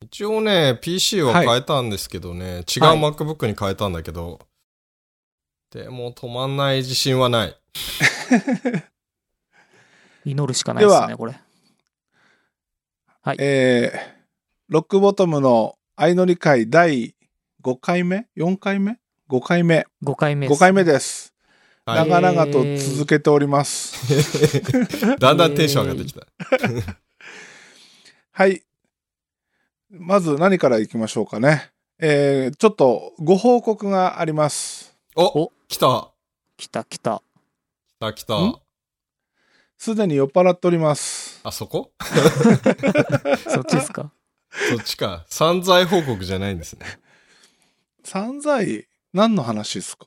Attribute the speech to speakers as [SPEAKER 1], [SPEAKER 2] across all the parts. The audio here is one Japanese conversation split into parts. [SPEAKER 1] 一応ね、PC は変えたんですけどね、違う MacBook に変えたんだけど、でも止まんない自信はない。
[SPEAKER 2] 祈るしかないです
[SPEAKER 3] で
[SPEAKER 2] ね、これ。
[SPEAKER 3] えーロックボトムの相乗り会第5回目 ?4 回目 ?5 回目。
[SPEAKER 2] 5回目で
[SPEAKER 3] 5
[SPEAKER 2] す。
[SPEAKER 3] 回目です。
[SPEAKER 1] は
[SPEAKER 2] え
[SPEAKER 1] い。
[SPEAKER 2] ー
[SPEAKER 3] 長々と続けております。
[SPEAKER 1] だんだんテンション上がってきた。
[SPEAKER 3] はい。まず何からいきましょうかね。えーちょっとご報告があります。
[SPEAKER 1] お
[SPEAKER 2] お
[SPEAKER 1] 来た
[SPEAKER 2] 来た来た。
[SPEAKER 1] 来た来た。
[SPEAKER 3] んすでに酔っ払っております。
[SPEAKER 1] あ、そこ
[SPEAKER 2] そっちですか
[SPEAKER 1] そっちか。散財報告じゃないんですね。
[SPEAKER 3] 散財、何の話ですか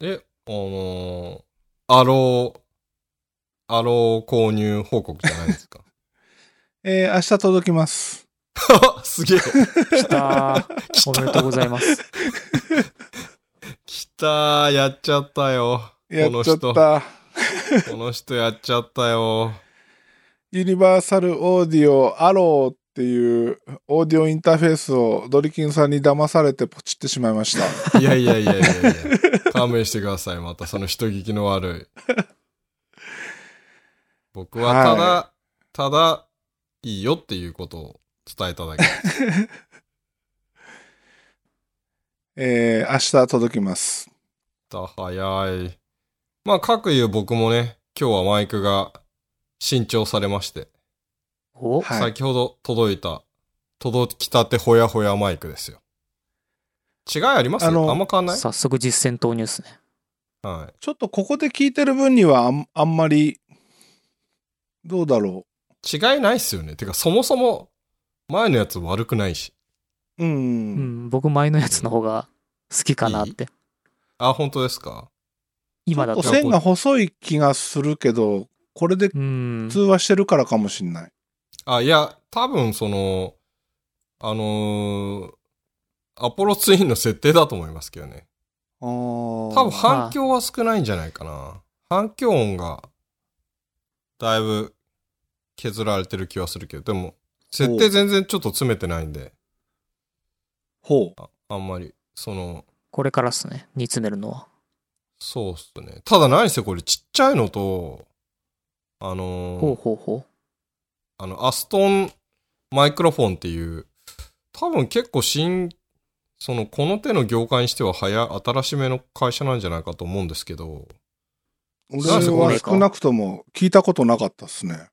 [SPEAKER 1] え、あのー、アロー、アロー購入報告じゃないですか。
[SPEAKER 3] えー明日届きます。
[SPEAKER 1] あすげえ。
[SPEAKER 2] 来たー。おめでとうございます。
[SPEAKER 1] 来たー、やっちゃったよ。
[SPEAKER 3] やっ
[SPEAKER 1] この
[SPEAKER 3] ちゃ
[SPEAKER 1] 人
[SPEAKER 3] った。
[SPEAKER 1] この人やっちゃったよ。
[SPEAKER 3] ユニバーサルオーディオアローっていうオーディオインターフェースをドリキンさんに騙されてポチってしまいました。
[SPEAKER 1] いやいやいやいやいや。勘弁してください。またその人聞きの悪い。僕はただ、
[SPEAKER 3] は
[SPEAKER 1] ただ、いいよっていうことを伝えただけ。
[SPEAKER 3] えー、明日届きます。
[SPEAKER 1] だ、早い。まあ、各言う僕もね、今日はマイクが新調されまして、
[SPEAKER 2] お
[SPEAKER 3] はい
[SPEAKER 1] 先ほど届いた、届きたてほやほやマイクですよ。違いありますあ
[SPEAKER 3] あの
[SPEAKER 1] あんま変わんない
[SPEAKER 2] 早速実践投入ですね。
[SPEAKER 1] はい。
[SPEAKER 3] ちょっとここで聞いてる分にはあんあんまり、どうだろ
[SPEAKER 1] 違いないっすよね。てか、そもそも、前のやつ悪くないし。
[SPEAKER 3] う。う。
[SPEAKER 2] うんん、僕前のやつの方が好きかなって。
[SPEAKER 1] あ、本当ですか
[SPEAKER 2] 今だ
[SPEAKER 3] ちょ
[SPEAKER 2] と
[SPEAKER 3] っ。と線が細い気がするけど、これで
[SPEAKER 2] うん。
[SPEAKER 3] 通話してるからかもしんない。
[SPEAKER 1] あ、いや、多分その、あのーアポロツインの設定だと思いますけどね。
[SPEAKER 3] あ多
[SPEAKER 1] 多分反響は少ないんじゃないかな。反響音が、だいぶ削られてる気はするけど、でも、設定全然ちょっと詰めてないんで、
[SPEAKER 3] ほう。
[SPEAKER 1] ああんまり、その、
[SPEAKER 2] これからっすね。煮詰めるのは。
[SPEAKER 1] そうっすね。ただ何せこれちっちゃいのと、あのー
[SPEAKER 2] ほうほうほ
[SPEAKER 1] あの、アストンマイクロフォンっていう、多分結構新、その、この手の業界にしては早い、新しめの会社なんじゃないかと思うんですけど、
[SPEAKER 3] 俺
[SPEAKER 1] なんでこ
[SPEAKER 3] は
[SPEAKER 1] れ
[SPEAKER 2] か
[SPEAKER 3] 少なくとも聞いたことなかったっすね。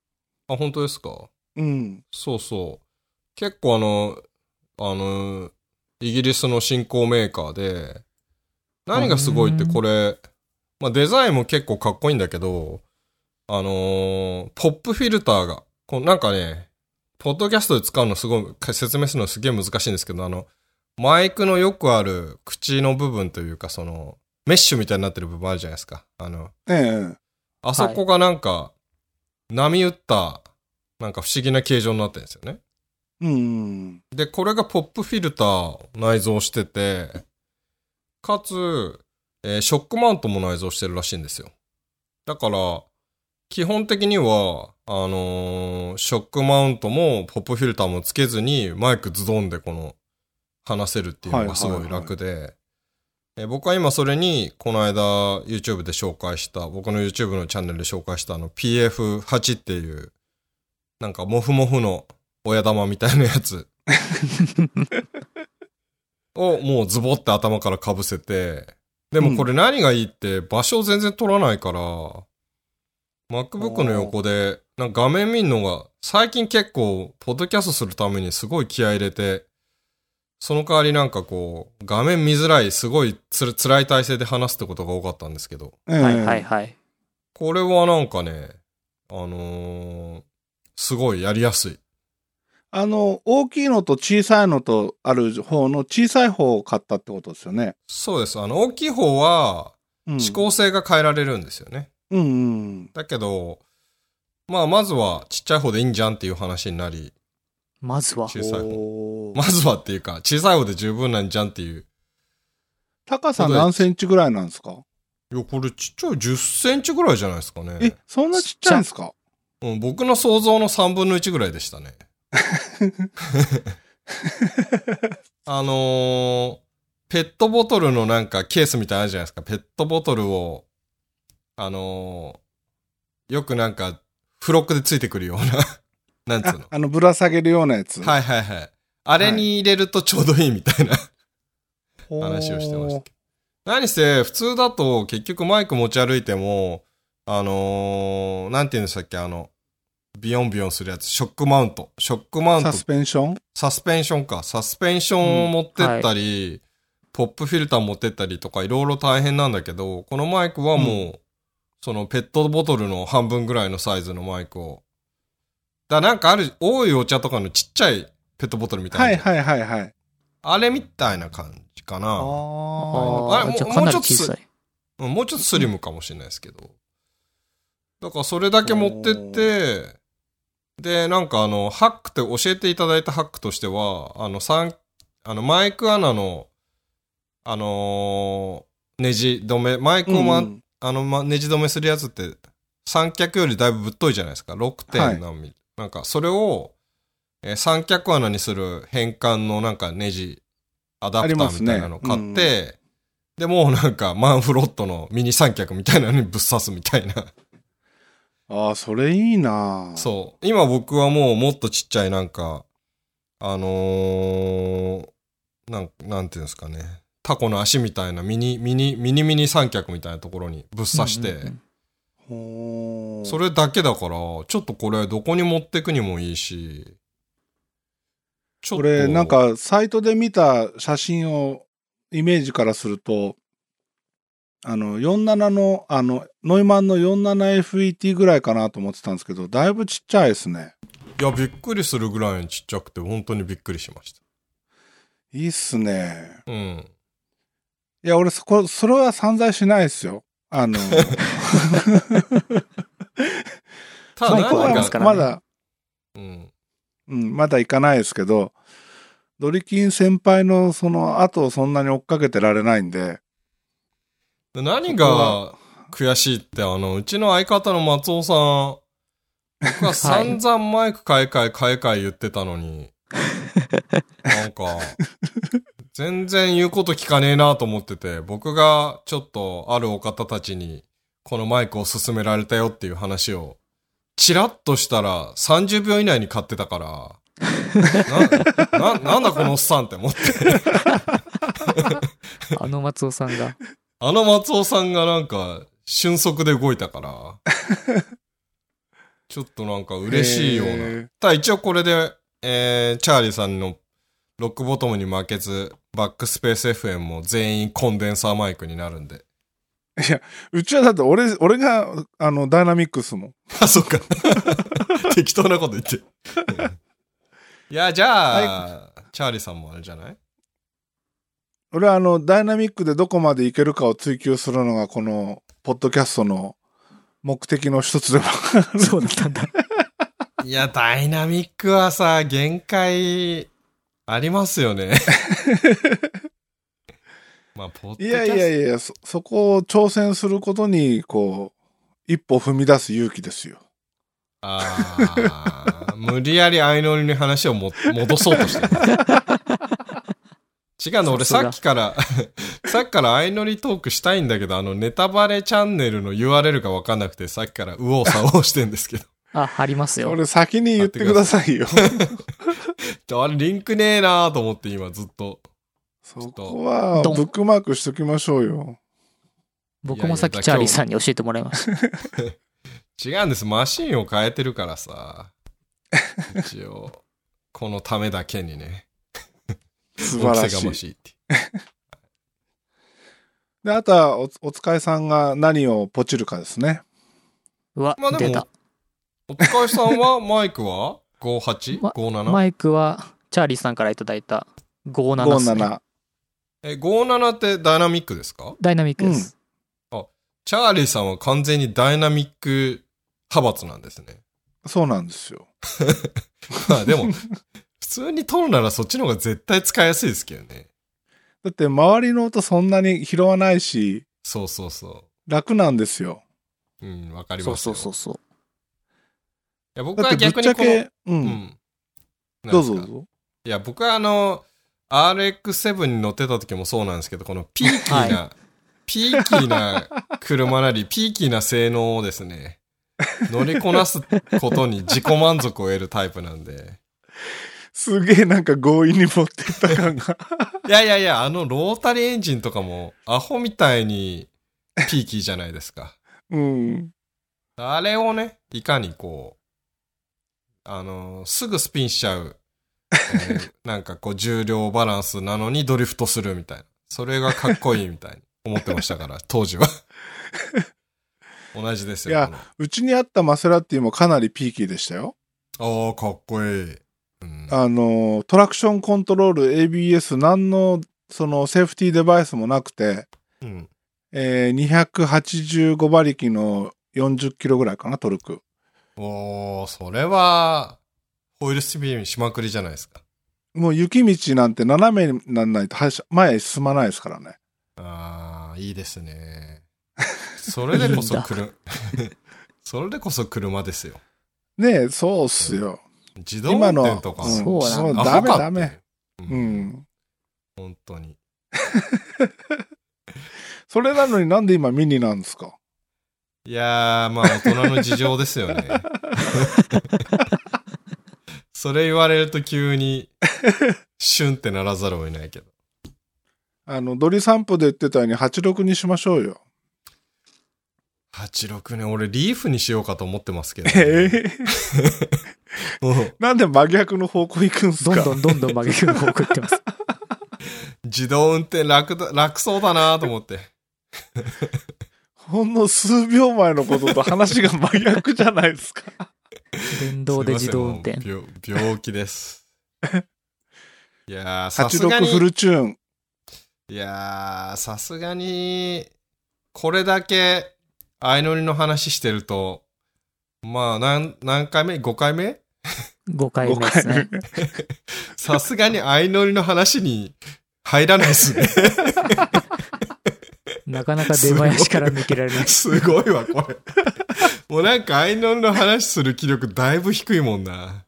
[SPEAKER 1] あ、本当ですか
[SPEAKER 3] うん。
[SPEAKER 1] そうそう。結構あの、あの、イギリスの新興メーカーで、何がすごいって
[SPEAKER 2] うん
[SPEAKER 1] これ、まあデザインも結構かっこいいんだけど、あのーポップフィルターが、こうなんかね、ポッドキャストで使うのすごい、か説明するのすげえ難しいんですけど、あの、マイクのよくある口の部分というか、その、メッシュみたいになってる部分あるじゃないですか。あの、
[SPEAKER 3] ええ
[SPEAKER 1] あそこがなんか、波打った、なんか不思議な形状になってるんですよね。
[SPEAKER 3] うん。
[SPEAKER 1] で、これがポップフィルターを内蔵してて、かつ、えーショックマウントも内蔵してるらしいんですよ。だから、基本的には、あのーショックマウントもポップフィルターもつけずに、マイクズドンでこの、話せるっていうのがすごい楽で、えー僕は今それに、この間 YouTube で紹介した、僕の YouTube のチャンネルで紹介したあの PF8 っていう、なんかモフモフの親玉みたいなやつ をもうズボって頭からかぶせて、でもこれ何がいいって場所を全然取らないから、MacBook の横で、なんか画面見るのが、最近結構、ポッドキャストするためにすごい気合い入れて、その代わりなんかこう、画面見づらい、すごいつら辛い体勢で話すってことが多かったんですけど、
[SPEAKER 3] ええ
[SPEAKER 2] う。はいはいはい。
[SPEAKER 1] これはなんかね、あのーすごいやりやすい。
[SPEAKER 3] あの、大きいのと小さいのとある方の小さい方を買ったってことですよね。
[SPEAKER 1] そうです。あの、大きい方は、
[SPEAKER 3] うん、
[SPEAKER 1] 指向性が変えられるんですよね。
[SPEAKER 3] うんうん。
[SPEAKER 1] だけど、まあ、まずはちっちゃい方でいいんじゃんっていう話になり、
[SPEAKER 2] まずは。
[SPEAKER 1] 小さい方。
[SPEAKER 3] おー
[SPEAKER 1] まずはっていうか、小さい方で十分なんじゃんっていう。
[SPEAKER 3] 高さ何センチぐらいなんですか
[SPEAKER 1] いや、これちっちゃい10センチぐらいじゃないですかね
[SPEAKER 3] え。、そんなちっちゃいんですか
[SPEAKER 1] うん、僕の想像の3分の1ぐらいでしたね。あのーペットボトルのなんかケースみたいなのあるじゃないですか。ペットボトルを、あのーよくなんか、付録でついてくるような、なんつう
[SPEAKER 3] ああの、ぶら下げるようなやつ。
[SPEAKER 1] の。はいはいはい。あれに入れるとちょうどいいみたいな。話をしてました。何せ、普通だと結局マイク持ち歩いても、あのーなんて言うんでしたっけ、あの、ビヨンビヨンするやつ、ショックマウント。ショックマウント
[SPEAKER 3] サ、スペンション
[SPEAKER 1] サスペンションか。サスペンションを持ってったり、ポップフィルター持ってったりとか、いろいろ大変なんだけど、このマイクはもう、そのペットボトルの半分ぐらいのサイズのマイクを。だからなんかある、多いお茶とかのちっちゃいペットボトルみたいな。
[SPEAKER 3] はいはいはいはい。
[SPEAKER 1] あれみたいな感じかな。
[SPEAKER 3] あ
[SPEAKER 2] あ
[SPEAKER 1] あれ
[SPEAKER 2] あ、じゃあ
[SPEAKER 1] もう
[SPEAKER 2] かなり
[SPEAKER 1] もうちょ
[SPEAKER 2] 小
[SPEAKER 1] っと
[SPEAKER 2] さい。
[SPEAKER 1] うんもうちょっとスリムかもしれないですけど。だからそれだけ持ってって、で、なんかあの、ハックって、教えていただいたハックとしては、あの、三、あの、マイク穴の、あのーネジ止め、マイクを、ま
[SPEAKER 3] うん
[SPEAKER 1] あの、ま、ネジ止めするやつって、三脚よりだいぶぶっといじゃないですか。6点何ミリ。なんか、それを、えー三脚穴にする変換のなんかネジ、アダプタ
[SPEAKER 3] ありま
[SPEAKER 1] ー
[SPEAKER 3] す
[SPEAKER 1] みた
[SPEAKER 3] ね
[SPEAKER 1] いなの買って、で、もうなんか、マンフロットのミニ三脚みたいなのにぶっ刺すみ たいな。
[SPEAKER 3] ああ、それいいなあ
[SPEAKER 1] そう。今僕はもうもっとちっちゃいなんか、あのー、なん、なんていうんですかね。タコの足みたいなミニ、ミニ、ミニミニ三脚みたいなところにぶっ刺して、
[SPEAKER 2] うんうんうん
[SPEAKER 3] ほー
[SPEAKER 1] それだけだから、ちょっとこれどこに持ってくにもいいし、ちょっと。
[SPEAKER 3] これなん、かサイトで見た写真をイメージからするとあの47のあのノイマンの 47FET ぐらいかなと思ってたんですけどだいぶちっちゃいですね
[SPEAKER 1] いや、びっくりするぐらいにちっちゃくて、本当にびっくりしまし
[SPEAKER 3] いいっすね
[SPEAKER 1] た。うん。
[SPEAKER 3] いや俺そこそれは散財しないですよあ の
[SPEAKER 1] た
[SPEAKER 2] マイ
[SPEAKER 1] だ、
[SPEAKER 2] クは
[SPEAKER 1] な
[SPEAKER 2] あり
[SPEAKER 1] ん
[SPEAKER 2] ま
[SPEAKER 1] か
[SPEAKER 2] すからね
[SPEAKER 3] まだ、
[SPEAKER 1] うん。
[SPEAKER 3] うん、まだ行かないですけどドリキン先輩のその後をそんなに追っかけてられないんで
[SPEAKER 1] で何が悔しいって、あの、うちの相方の松尾さん、僕は散々マイク買い替え買い替え言ってたのに、なんか、全然言うこと聞かねえなと思ってて、僕がちょっとあるお方たちに、このマイクを勧められたよっていう話を、チラッとしたら30秒以内に買ってたから、な、な、なんだこのおっさんって思って。
[SPEAKER 2] あの松尾さんが。
[SPEAKER 1] あの松尾さんがなんか、瞬足で動いたから、 ちょっとなんか嬉しいよう
[SPEAKER 3] へ
[SPEAKER 1] な。
[SPEAKER 3] ー
[SPEAKER 1] ただ一応これで、えー、チャーリーさんのロックボトムに負けず、バックスペース FM も全員コンデンサーマイクになるんで。
[SPEAKER 3] うちはだって俺俺があのダイナミックスもん
[SPEAKER 1] あ、そっか。 適当なこと言って。うんいや、じゃあ、チャーリーさんもあれじゃない
[SPEAKER 3] 俺はあのダイナミックでどこまでいけるかを追求するのがこのポッドキャストの目的の一 つでもある
[SPEAKER 2] そうだったんだ。
[SPEAKER 1] いや、ダイナミックはさ、限界ありますよ ね。まあ、ポッドキ
[SPEAKER 3] い
[SPEAKER 1] ャ
[SPEAKER 3] や
[SPEAKER 1] ス
[SPEAKER 3] い
[SPEAKER 1] ト。
[SPEAKER 3] やいやそそこを挑戦することにこう一歩踏み出す勇気ですよ
[SPEAKER 1] ああ、無理やり相乗りに話をも戻そうとしてる。違うの、俺
[SPEAKER 2] さすが
[SPEAKER 1] さっきから、 さっきから相乗りトークしたいんだけど、あの、ネタバレチャンネルの URL がわかんなくて、さっきから右往左往してんですけど。
[SPEAKER 2] あ、ありますよ。
[SPEAKER 3] 俺先に言ってくださいよ
[SPEAKER 1] ち ょあれ、リンクねえなーと思って今ずっと。
[SPEAKER 3] そこはブックマークしときましょうよ
[SPEAKER 2] 僕もさっ
[SPEAKER 1] いや
[SPEAKER 2] き
[SPEAKER 1] いや
[SPEAKER 2] チャーリーさんに教えてもらいました。
[SPEAKER 1] 違うんです。マシンを変えてるから さ。一応、このためだけにね。
[SPEAKER 3] 素晴ら
[SPEAKER 1] おせがま
[SPEAKER 3] しい
[SPEAKER 1] しいって。
[SPEAKER 3] であとはおお使いさんが何をポチるかですね
[SPEAKER 2] うわ
[SPEAKER 1] まあ、で
[SPEAKER 2] 出
[SPEAKER 1] も
[SPEAKER 2] た。、
[SPEAKER 1] お疲れさんは、 マイクは 58?57?、
[SPEAKER 2] ま
[SPEAKER 1] 57
[SPEAKER 2] マイクは、チャーリーさんからいただいた57です、ね。
[SPEAKER 3] 57
[SPEAKER 1] え、57ってダイナミックですか
[SPEAKER 2] ダイナミックです。
[SPEAKER 1] チャーリーさんは完全にダイナミック派閥なんですね。
[SPEAKER 3] そうなんですよ
[SPEAKER 1] まあでも、 普通に撮るならそっちの方が絶対使いやすいですけどね。
[SPEAKER 3] だって周りの音そんなに拾わないし
[SPEAKER 1] そうそうそ
[SPEAKER 3] 楽なんですよ
[SPEAKER 1] う。うん、わかり
[SPEAKER 2] そ
[SPEAKER 1] ま
[SPEAKER 2] う
[SPEAKER 1] すよ。
[SPEAKER 2] そうそうそう。
[SPEAKER 1] いや僕
[SPEAKER 3] だっ
[SPEAKER 1] は
[SPEAKER 3] てぶ
[SPEAKER 1] 逆
[SPEAKER 3] っちゃ
[SPEAKER 1] にこの、
[SPEAKER 3] け、う、
[SPEAKER 1] うんん。
[SPEAKER 3] どうぞ
[SPEAKER 1] なんです
[SPEAKER 3] どう
[SPEAKER 1] か
[SPEAKER 3] ぞ。
[SPEAKER 1] いや、僕はあの、RX7 に乗ってた時もそうなんですけど、このピーキーな、ピーキーな車なり、ピーキーな性能をですね、乗りこなすことに自己満足を得るタイプなんで。
[SPEAKER 3] すげえなんか強引に持ってった感が。
[SPEAKER 1] いやいやいや、あのロータリーエンジンとかも、アホみたいにピーキーじゃないですか。
[SPEAKER 3] うん。
[SPEAKER 1] あれをね、いかにこう、あのすぐスピンしちゃう、 えーなんかこう重量バランスなのにドリフトするみたいな。それがかっこいいみたいに思ってましたから、 当時 は。同じですよ。
[SPEAKER 3] いや
[SPEAKER 1] この
[SPEAKER 3] うちにあったマセラティもかなりピーキーでしたよ。
[SPEAKER 1] ああ、かっこいい。うん、
[SPEAKER 3] あの、トラクションコントロール、ABS、何の、その、セーフティーデバイスもなくて、
[SPEAKER 1] うん
[SPEAKER 3] えー285馬力の40キロぐらいかな、トルク。
[SPEAKER 1] おー、それは、ホイールスピンしまくりじゃないですか。
[SPEAKER 3] もう雪道なんて斜めになんないと、はし前へ進まないですからね。
[SPEAKER 1] ああ、いいです ね。それでこそ車、 それでこそ車ですよ。
[SPEAKER 3] ねえ、そうっすよ。
[SPEAKER 1] 自動運転とか
[SPEAKER 3] 今
[SPEAKER 2] のうん
[SPEAKER 1] ア
[SPEAKER 2] そう
[SPEAKER 1] ホ
[SPEAKER 3] ダメ
[SPEAKER 1] かって
[SPEAKER 3] ダメ。
[SPEAKER 1] うん
[SPEAKER 3] うん。
[SPEAKER 1] 本当に。
[SPEAKER 3] それなのになんで今ミニなんですか
[SPEAKER 1] いやー、まあ大人の事情です よね。それ言われると急に、シュンってならざるを得ないけど。
[SPEAKER 3] あの、ドリ散歩で言ってたように86にしましょうよ。
[SPEAKER 1] 86ね、俺リーフにしようかと思ってますけど、
[SPEAKER 3] え
[SPEAKER 1] ね。
[SPEAKER 3] え
[SPEAKER 1] うん
[SPEAKER 3] なんで真逆の方向行くんす
[SPEAKER 2] ど
[SPEAKER 3] か
[SPEAKER 2] んどんどんどん曲げる方向行っ てます。
[SPEAKER 1] 自動運転楽だ、楽そうだなと思って。
[SPEAKER 3] ほんの数秒前のことと話が真逆じゃないですか。
[SPEAKER 2] 電動で自動運転。
[SPEAKER 1] すいませんもう病病気 です。いやー、 さすが
[SPEAKER 3] 86
[SPEAKER 1] に
[SPEAKER 3] フ。ルチューン。
[SPEAKER 1] いやー、さすがに、これだけ、相乗りの話してると、まあ、何、何回目 ?5 回目
[SPEAKER 2] 5回目ですね。
[SPEAKER 1] さすがに相乗りの話に入らないです ね。
[SPEAKER 2] なかなか出囃子から抜けられない。
[SPEAKER 1] すごいわ、これ。もうなんか相乗りの話する気力だいぶ低いもんな。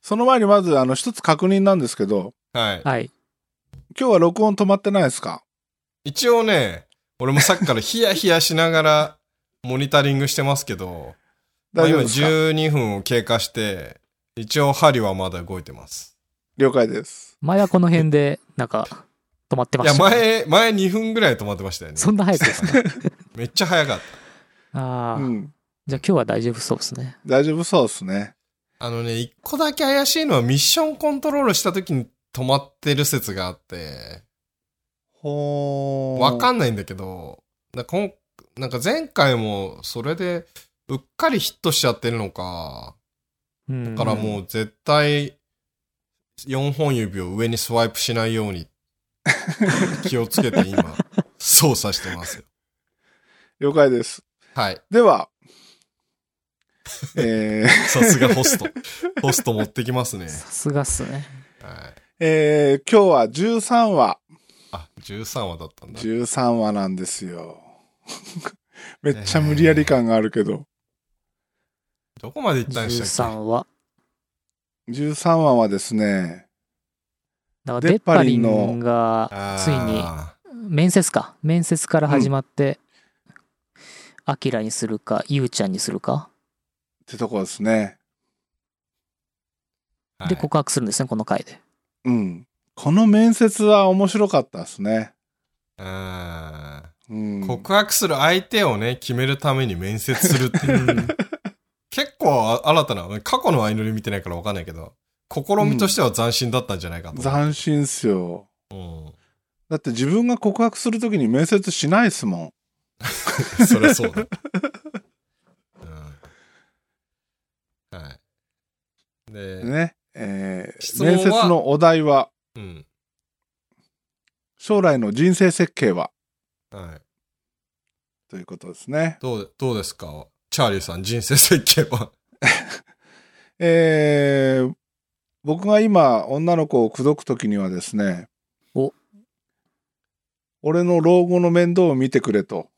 [SPEAKER 3] その前にまず、あの、一つ確認なんですけど、
[SPEAKER 1] はい。
[SPEAKER 2] はい。
[SPEAKER 3] 今日は録音止まってないですか
[SPEAKER 1] 一応ね、俺もさっきからヒヤヒヤしながらモニタリングしてますけど、まあ
[SPEAKER 3] 大
[SPEAKER 1] 今
[SPEAKER 3] 丈夫ですか
[SPEAKER 1] 12分を経過して、一応針はまだ動いてます。
[SPEAKER 3] 了解です。
[SPEAKER 2] 前はこの辺で、なんか、止まってま
[SPEAKER 1] いや、
[SPEAKER 2] したね、
[SPEAKER 1] 前、前2分ぐらい止まってましたよね。
[SPEAKER 2] そんな早くです ね。
[SPEAKER 1] めっちゃ早かっ
[SPEAKER 2] あ
[SPEAKER 3] う
[SPEAKER 2] あ、
[SPEAKER 3] ん。
[SPEAKER 2] じゃあ今日は大丈夫そうですね。
[SPEAKER 3] 大丈夫そうですね。
[SPEAKER 1] た。あのね、一個だけ怪しいのはミッションコントロールした時に止まってる説があって、
[SPEAKER 3] ほ
[SPEAKER 1] わか
[SPEAKER 3] ん
[SPEAKER 1] んないんだけど、なこんなんか前回もそれでうっかりヒットしちゃってるのか、
[SPEAKER 2] うん。
[SPEAKER 1] だからもう絶対4本指を上にスワイプしないように気をつけて 今操作してますよ。
[SPEAKER 3] 了解です。
[SPEAKER 1] はい。
[SPEAKER 3] では、えー、
[SPEAKER 1] さすがホスト。ホスト持ってきますね。
[SPEAKER 2] さすがっすね。
[SPEAKER 1] はい。
[SPEAKER 3] えー、今日は13話。
[SPEAKER 1] あ、13話だったんだ。
[SPEAKER 3] 13話なんですよ。 めっちゃ無理やり感があるけど。
[SPEAKER 1] どこまで行ったんでした
[SPEAKER 2] 13
[SPEAKER 1] っけ
[SPEAKER 2] 話。
[SPEAKER 3] 13話はですね、
[SPEAKER 2] だから
[SPEAKER 3] デ
[SPEAKER 2] デ
[SPEAKER 3] ッ
[SPEAKER 2] ッ
[SPEAKER 3] パ
[SPEAKER 2] パ
[SPEAKER 3] リ
[SPEAKER 2] リ
[SPEAKER 3] ンの
[SPEAKER 2] ンが
[SPEAKER 1] あー
[SPEAKER 2] ついに面接か面接から始まって、アキラにするかゆうちゃんにするか
[SPEAKER 3] ってとこですね。
[SPEAKER 1] はい
[SPEAKER 2] で告白するんですねこの回で
[SPEAKER 3] うん。この面接は面白かったですね。
[SPEAKER 1] あ
[SPEAKER 3] うん
[SPEAKER 1] ー。告白する相手をね、決めるために面接するって いう。結構新たな、過去の相乗り見てないからわかんないけど、試みとしては斬新だったんじゃないかと。
[SPEAKER 3] 斬新っすよ。
[SPEAKER 1] う
[SPEAKER 3] だって自分が告白するときに面接しないっすもん。
[SPEAKER 1] ん。そりゃそう だ。うん。はい。で、
[SPEAKER 3] ね。えー
[SPEAKER 1] 質問は
[SPEAKER 3] 面接のお題は、
[SPEAKER 1] うん。
[SPEAKER 3] 将来の人生設計は
[SPEAKER 1] はい。
[SPEAKER 3] ということですね。
[SPEAKER 1] どう、どうですかチャーリーさん、人生設計は。
[SPEAKER 3] えー僕が今、女の子を口説くときにはですね、
[SPEAKER 2] お
[SPEAKER 3] 俺の老後の面倒を見てくれと。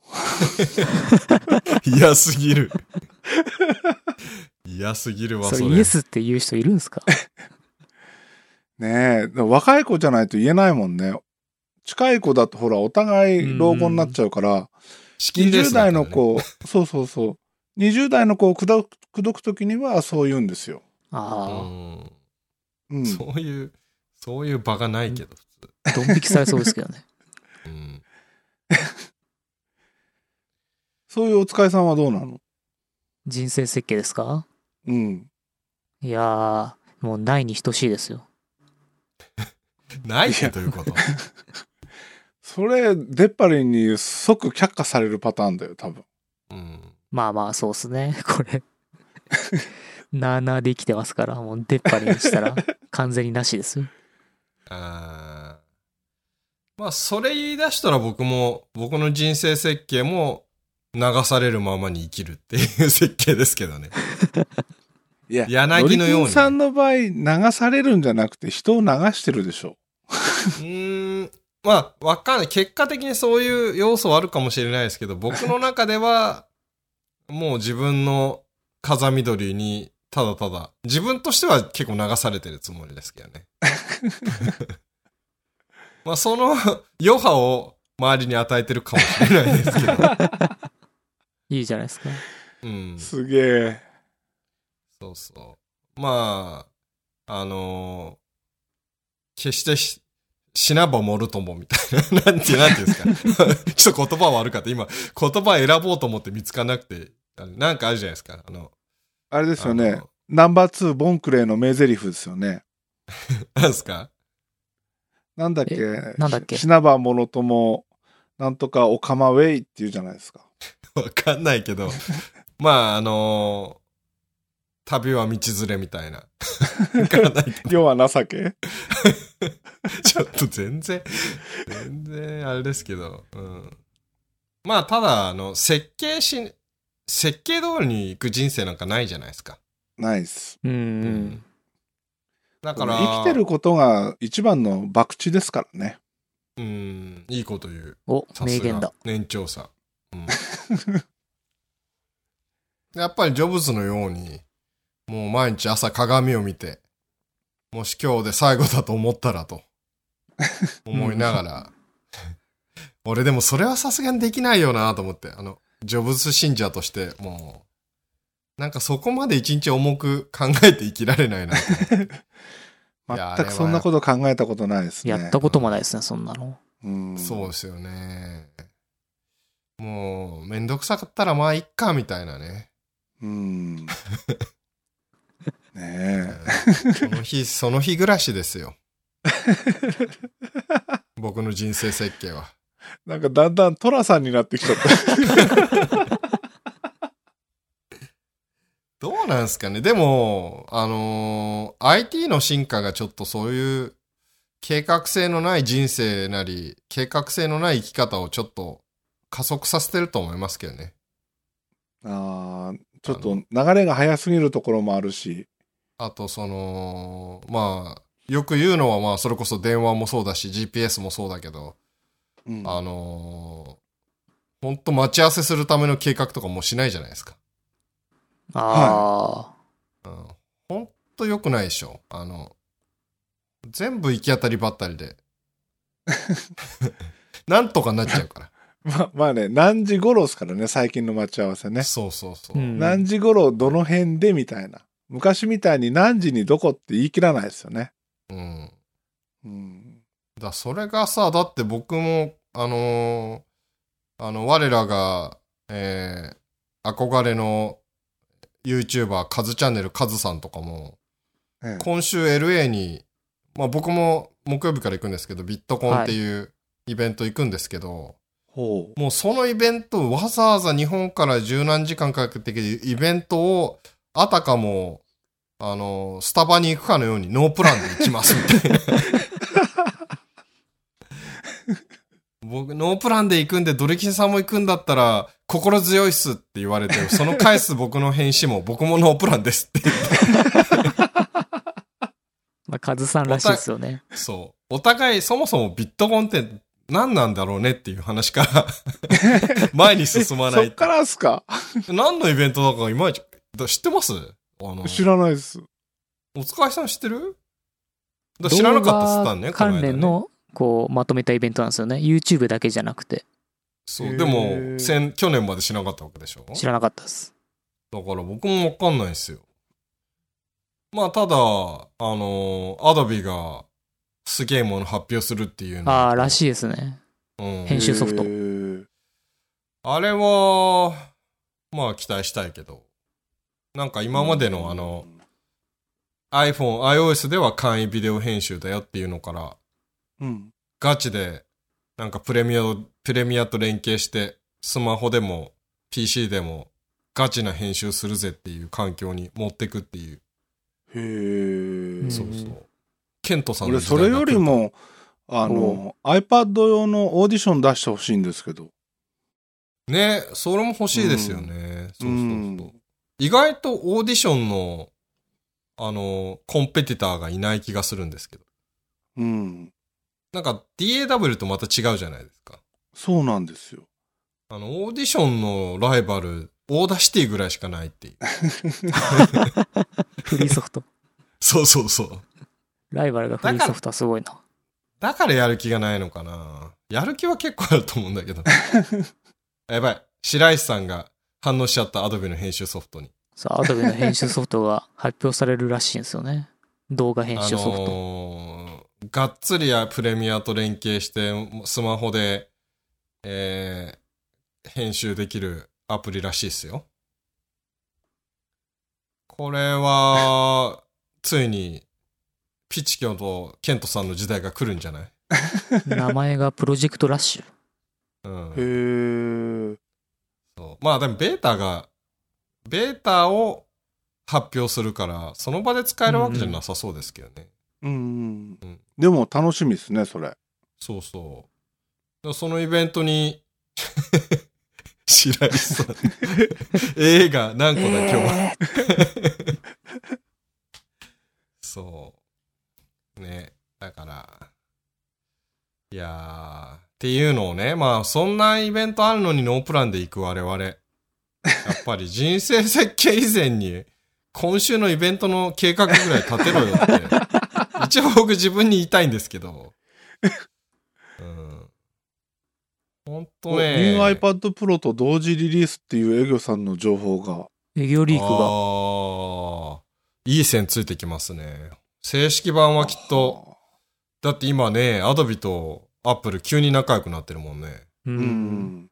[SPEAKER 1] 嫌すぎる。嫌すぎるわ、
[SPEAKER 2] そ
[SPEAKER 1] そ
[SPEAKER 2] れ
[SPEAKER 1] れ。
[SPEAKER 2] イエスって言う人いるんですか
[SPEAKER 3] ねえ、でも若い子じゃないと言えないもんね。近い子だとほら、お互い老後になっちゃうから、
[SPEAKER 1] 資金レー
[SPEAKER 3] 20
[SPEAKER 1] スだっ
[SPEAKER 3] 代
[SPEAKER 1] たら
[SPEAKER 3] の
[SPEAKER 1] ね。
[SPEAKER 3] 子、そうそうそう、20代の子を口説く口説くときにはそう言うんですよ。
[SPEAKER 1] う
[SPEAKER 2] あ
[SPEAKER 1] ん
[SPEAKER 3] うん。
[SPEAKER 1] そういう、そういう場がないけど、普通。
[SPEAKER 2] あ、ドン引きされそうですけどね。
[SPEAKER 1] うん
[SPEAKER 3] そういうお使いさんはどうなの
[SPEAKER 2] 人生設計ですか
[SPEAKER 3] うん。
[SPEAKER 2] いやー、もうないに等しいですよ。
[SPEAKER 1] ないってどういうこと
[SPEAKER 3] それ、出っ張りに即却下されるパターンだよ、多分。
[SPEAKER 1] うん。
[SPEAKER 2] まあまあ、そうっすね。これ。なあなあで生きてますから、もう出っ張りにしたら完全になしですよ。
[SPEAKER 1] あーまあ、それ言い出したら僕も、僕の人生設計も流されるままに生きるっていう設計ですけ どね。
[SPEAKER 3] いや
[SPEAKER 1] 柳のように
[SPEAKER 3] ドリキンさんの場合、流されるんじゃなくて人を流してるでしょ。
[SPEAKER 1] うーん。まあ、わかんない。結果的にそういう要素はあるかもしれないですけど、僕の中では、もう自分の風緑に、ただただ、自分としては結構流されてるつもりですけどね。まあ、その余波を周りに与えてるかもしれないですけど。
[SPEAKER 2] いいじゃないですか。
[SPEAKER 1] うん。
[SPEAKER 3] すげえ。
[SPEAKER 1] そうそう。まあ、あのー決してし死なばもるともみたいな。なん て、なんていうんですか。 ちょっと言葉悪かった。今、言葉選ぼうと思って見つからなくて、あのなんかあるじゃないですか。あの、
[SPEAKER 3] あれですよ
[SPEAKER 1] あ
[SPEAKER 3] ね
[SPEAKER 1] の。
[SPEAKER 3] ナンバー2、ボンクレーの名台詞ですよね。
[SPEAKER 1] なんですか
[SPEAKER 3] なんだっけ
[SPEAKER 2] えなんだっけ
[SPEAKER 3] し品場ものとも、なんとかオカマウェイっていうじゃないですか。
[SPEAKER 1] わかんないけど。まあ、あのー旅は道連れみたい な。わかんないけど
[SPEAKER 3] 要は情け
[SPEAKER 1] ちょっと全然、全然あれですけど、うん。まあ、ただ、あの、設計し、設計通りに行く人生なんかないじゃないですか。
[SPEAKER 3] ナイス。
[SPEAKER 2] うん、
[SPEAKER 1] う
[SPEAKER 2] うん。。
[SPEAKER 1] だ
[SPEAKER 3] 生
[SPEAKER 1] から、
[SPEAKER 3] きてることが一番の博打ですからね。
[SPEAKER 1] うん、いいこと言う。
[SPEAKER 2] お、
[SPEAKER 1] さす
[SPEAKER 2] 名
[SPEAKER 1] が
[SPEAKER 2] 言だ。。
[SPEAKER 1] 年長さ。うん。 やっぱりジョブズのように、もう毎日朝鏡を見て、もし今日で最後だと思ったら と、思いながら、俺でもそれはさすがにできないよなと思って、あの、ジョブズ信者として、もう、なんかそこまで一日重く考えて生きられないなと思っていやあれ
[SPEAKER 3] 全
[SPEAKER 1] は
[SPEAKER 3] くそんなこと考えたことないですね。
[SPEAKER 2] やったこともないですね、そんなの。
[SPEAKER 3] うん。
[SPEAKER 1] そうですよね。もう、めんどくさかったらまあいっか、みたいなね。
[SPEAKER 3] うん。ねえ。
[SPEAKER 1] その日、その日暮らしですよ。 僕の人生設計は。
[SPEAKER 3] なんかだんだんトラさんになってきちゃった。
[SPEAKER 1] どうなんすかねでも、あのー IT の進化がちょっとそういう計画性のない人生なり、計画性のない生き方をちょっと加速させてると思いますけどね。
[SPEAKER 3] あーちょっと流れが早すぎるところもあるし。
[SPEAKER 1] あと、その、まあ、よく言うのは、まあ、それこそ電話もそうだし、GPS もそうだけど、
[SPEAKER 3] うん
[SPEAKER 1] あのー、本当待ち合わせするための計画とかもうしないじゃないですか。
[SPEAKER 2] あ
[SPEAKER 1] うん。本当良くないでしょ。あの、全部行き当たりばったりで。なんとかなっちゃうか
[SPEAKER 3] ままあね、何時頃ですからね、最近の待ち合わせね
[SPEAKER 1] ら。。そうそうそ
[SPEAKER 2] あ、う
[SPEAKER 1] う。
[SPEAKER 2] ん。
[SPEAKER 3] 何時頃どの辺でみたいな。昔みたいに何時にどこって言い切らないですよね。
[SPEAKER 1] うん。
[SPEAKER 3] うん。
[SPEAKER 1] だそれがさ、だって僕も、あのーあの、我らが、えー憧れの YouTuber、カズチャンネルカズさんとかも、
[SPEAKER 3] ええ
[SPEAKER 1] 今週 LA に、まあ僕も木曜日から行くんですけど、ビットコンっていうイベント行くんですけど、
[SPEAKER 3] ほう。
[SPEAKER 1] もうそのイベント、わざわざ日本から十何時間かけてイベントを、あたかも、あの、スタバに行くかのようにノープランで行きますみたいな。僕、ノープランで行くんで、ドリキンさんも行くんだったら、心強いっすって言われて、その返す僕の返信も、僕もノープランですって言って
[SPEAKER 2] まあ、カズさんらしいですよね。
[SPEAKER 1] そう。お互い、そもそもビットコンって何なんだろうねっていう話から、前に進まな
[SPEAKER 3] そ
[SPEAKER 1] い
[SPEAKER 3] っ。からっすか
[SPEAKER 1] 何のイベントだかいまいち、だ知ってますあの、
[SPEAKER 3] 知らないです。
[SPEAKER 1] お疲れさん知ってるだから知らなかったっつったんね、
[SPEAKER 2] 動画
[SPEAKER 1] この間
[SPEAKER 2] 関
[SPEAKER 1] ね
[SPEAKER 2] 連の、こう、まとめたイベントなんですよね。YouTube だけじゃなくて、
[SPEAKER 1] そう、で
[SPEAKER 3] へ
[SPEAKER 1] も、
[SPEAKER 3] ー
[SPEAKER 1] 先、去年まで知らなかったわけでしょ
[SPEAKER 2] 知らなかったです。
[SPEAKER 1] だから僕もわかんないですよ。まあ、ただ、あの、アドビがすげえもの発表するっていうの。
[SPEAKER 2] ああ、らしいですね。
[SPEAKER 1] うん。
[SPEAKER 2] 編集ソフト
[SPEAKER 3] へー
[SPEAKER 1] あれは、まあ期待したいけど、なんか今までのあの、、iPhone、iOS では簡易ビデオ編集だよっていうのから、
[SPEAKER 3] うん。
[SPEAKER 1] ガチで、なんかプレミア、プレミアと連携して、スマホでも PC でもガチな編集するぜっていう環境に持ってくっていう。
[SPEAKER 3] へえ、
[SPEAKER 2] うん
[SPEAKER 1] そうそう。ケントさんの
[SPEAKER 3] 俺
[SPEAKER 1] 時代
[SPEAKER 3] そ
[SPEAKER 1] が
[SPEAKER 3] れよりもあの iPad 用のオーディション出してほしいんですけど
[SPEAKER 1] ね、それも欲しいですよね。そううそうそう。
[SPEAKER 3] ん
[SPEAKER 1] 意外とオーディションの、あの、コンペティターがいない気がするんですけど。
[SPEAKER 3] うん
[SPEAKER 1] なんか DAW とまた違うじゃないですか。
[SPEAKER 3] そうなんですよ
[SPEAKER 1] あの、オーディションのライバル、オーダーシティぐらいしかないっていう。
[SPEAKER 2] フリー ソフト。
[SPEAKER 1] そうそうそう。
[SPEAKER 2] ライバルがフリーソフトはすごいな。
[SPEAKER 1] だからやる気がないのかな。やる気は結構あると思うんだ けど。やばい。白石さんが反応しちゃったアドビの編集ソフトに。
[SPEAKER 2] そう、アドビの編集ソフトが発表されるらしいんですよね。動画編
[SPEAKER 1] あ
[SPEAKER 2] 集ソフト。
[SPEAKER 1] のーがっつりやプレミアと連携して、スマホで、えー編集できるアプリらしいですよ。これ は、ついに、ピチキョとケントさんの時代が来るんじゃない
[SPEAKER 2] 名前がプロジェクトラッシュ。
[SPEAKER 1] うん
[SPEAKER 3] へ。え
[SPEAKER 1] そうまあでも、ベータが、ベータを発表するから、その場で使えるわけじゃなさそうですけどね。
[SPEAKER 3] うん、
[SPEAKER 1] うん
[SPEAKER 3] でも楽しみですねそれ
[SPEAKER 1] そうそう。だそのイベント に、白石さん、映画何個だ今日は。
[SPEAKER 2] えー
[SPEAKER 1] そう。ね。だから、いやー、っていうのをね、まあそんなイベントあるのにノープランで行く我々。やっぱり人生設計以前に、今週のイベントの計画ぐらい立てろよって。一応僕自分に言いたいんですけど。うん。ほんと
[SPEAKER 3] ニ
[SPEAKER 1] ね。
[SPEAKER 3] ュー iPad Pro と同時リリースっていう営業さんの情報が
[SPEAKER 2] 営業リークが。
[SPEAKER 1] ああ、いい線ついてきますね。正式版はきっと、だって今ね、アドビとアップル急に仲良くなってるもんね。
[SPEAKER 2] う。
[SPEAKER 3] うんん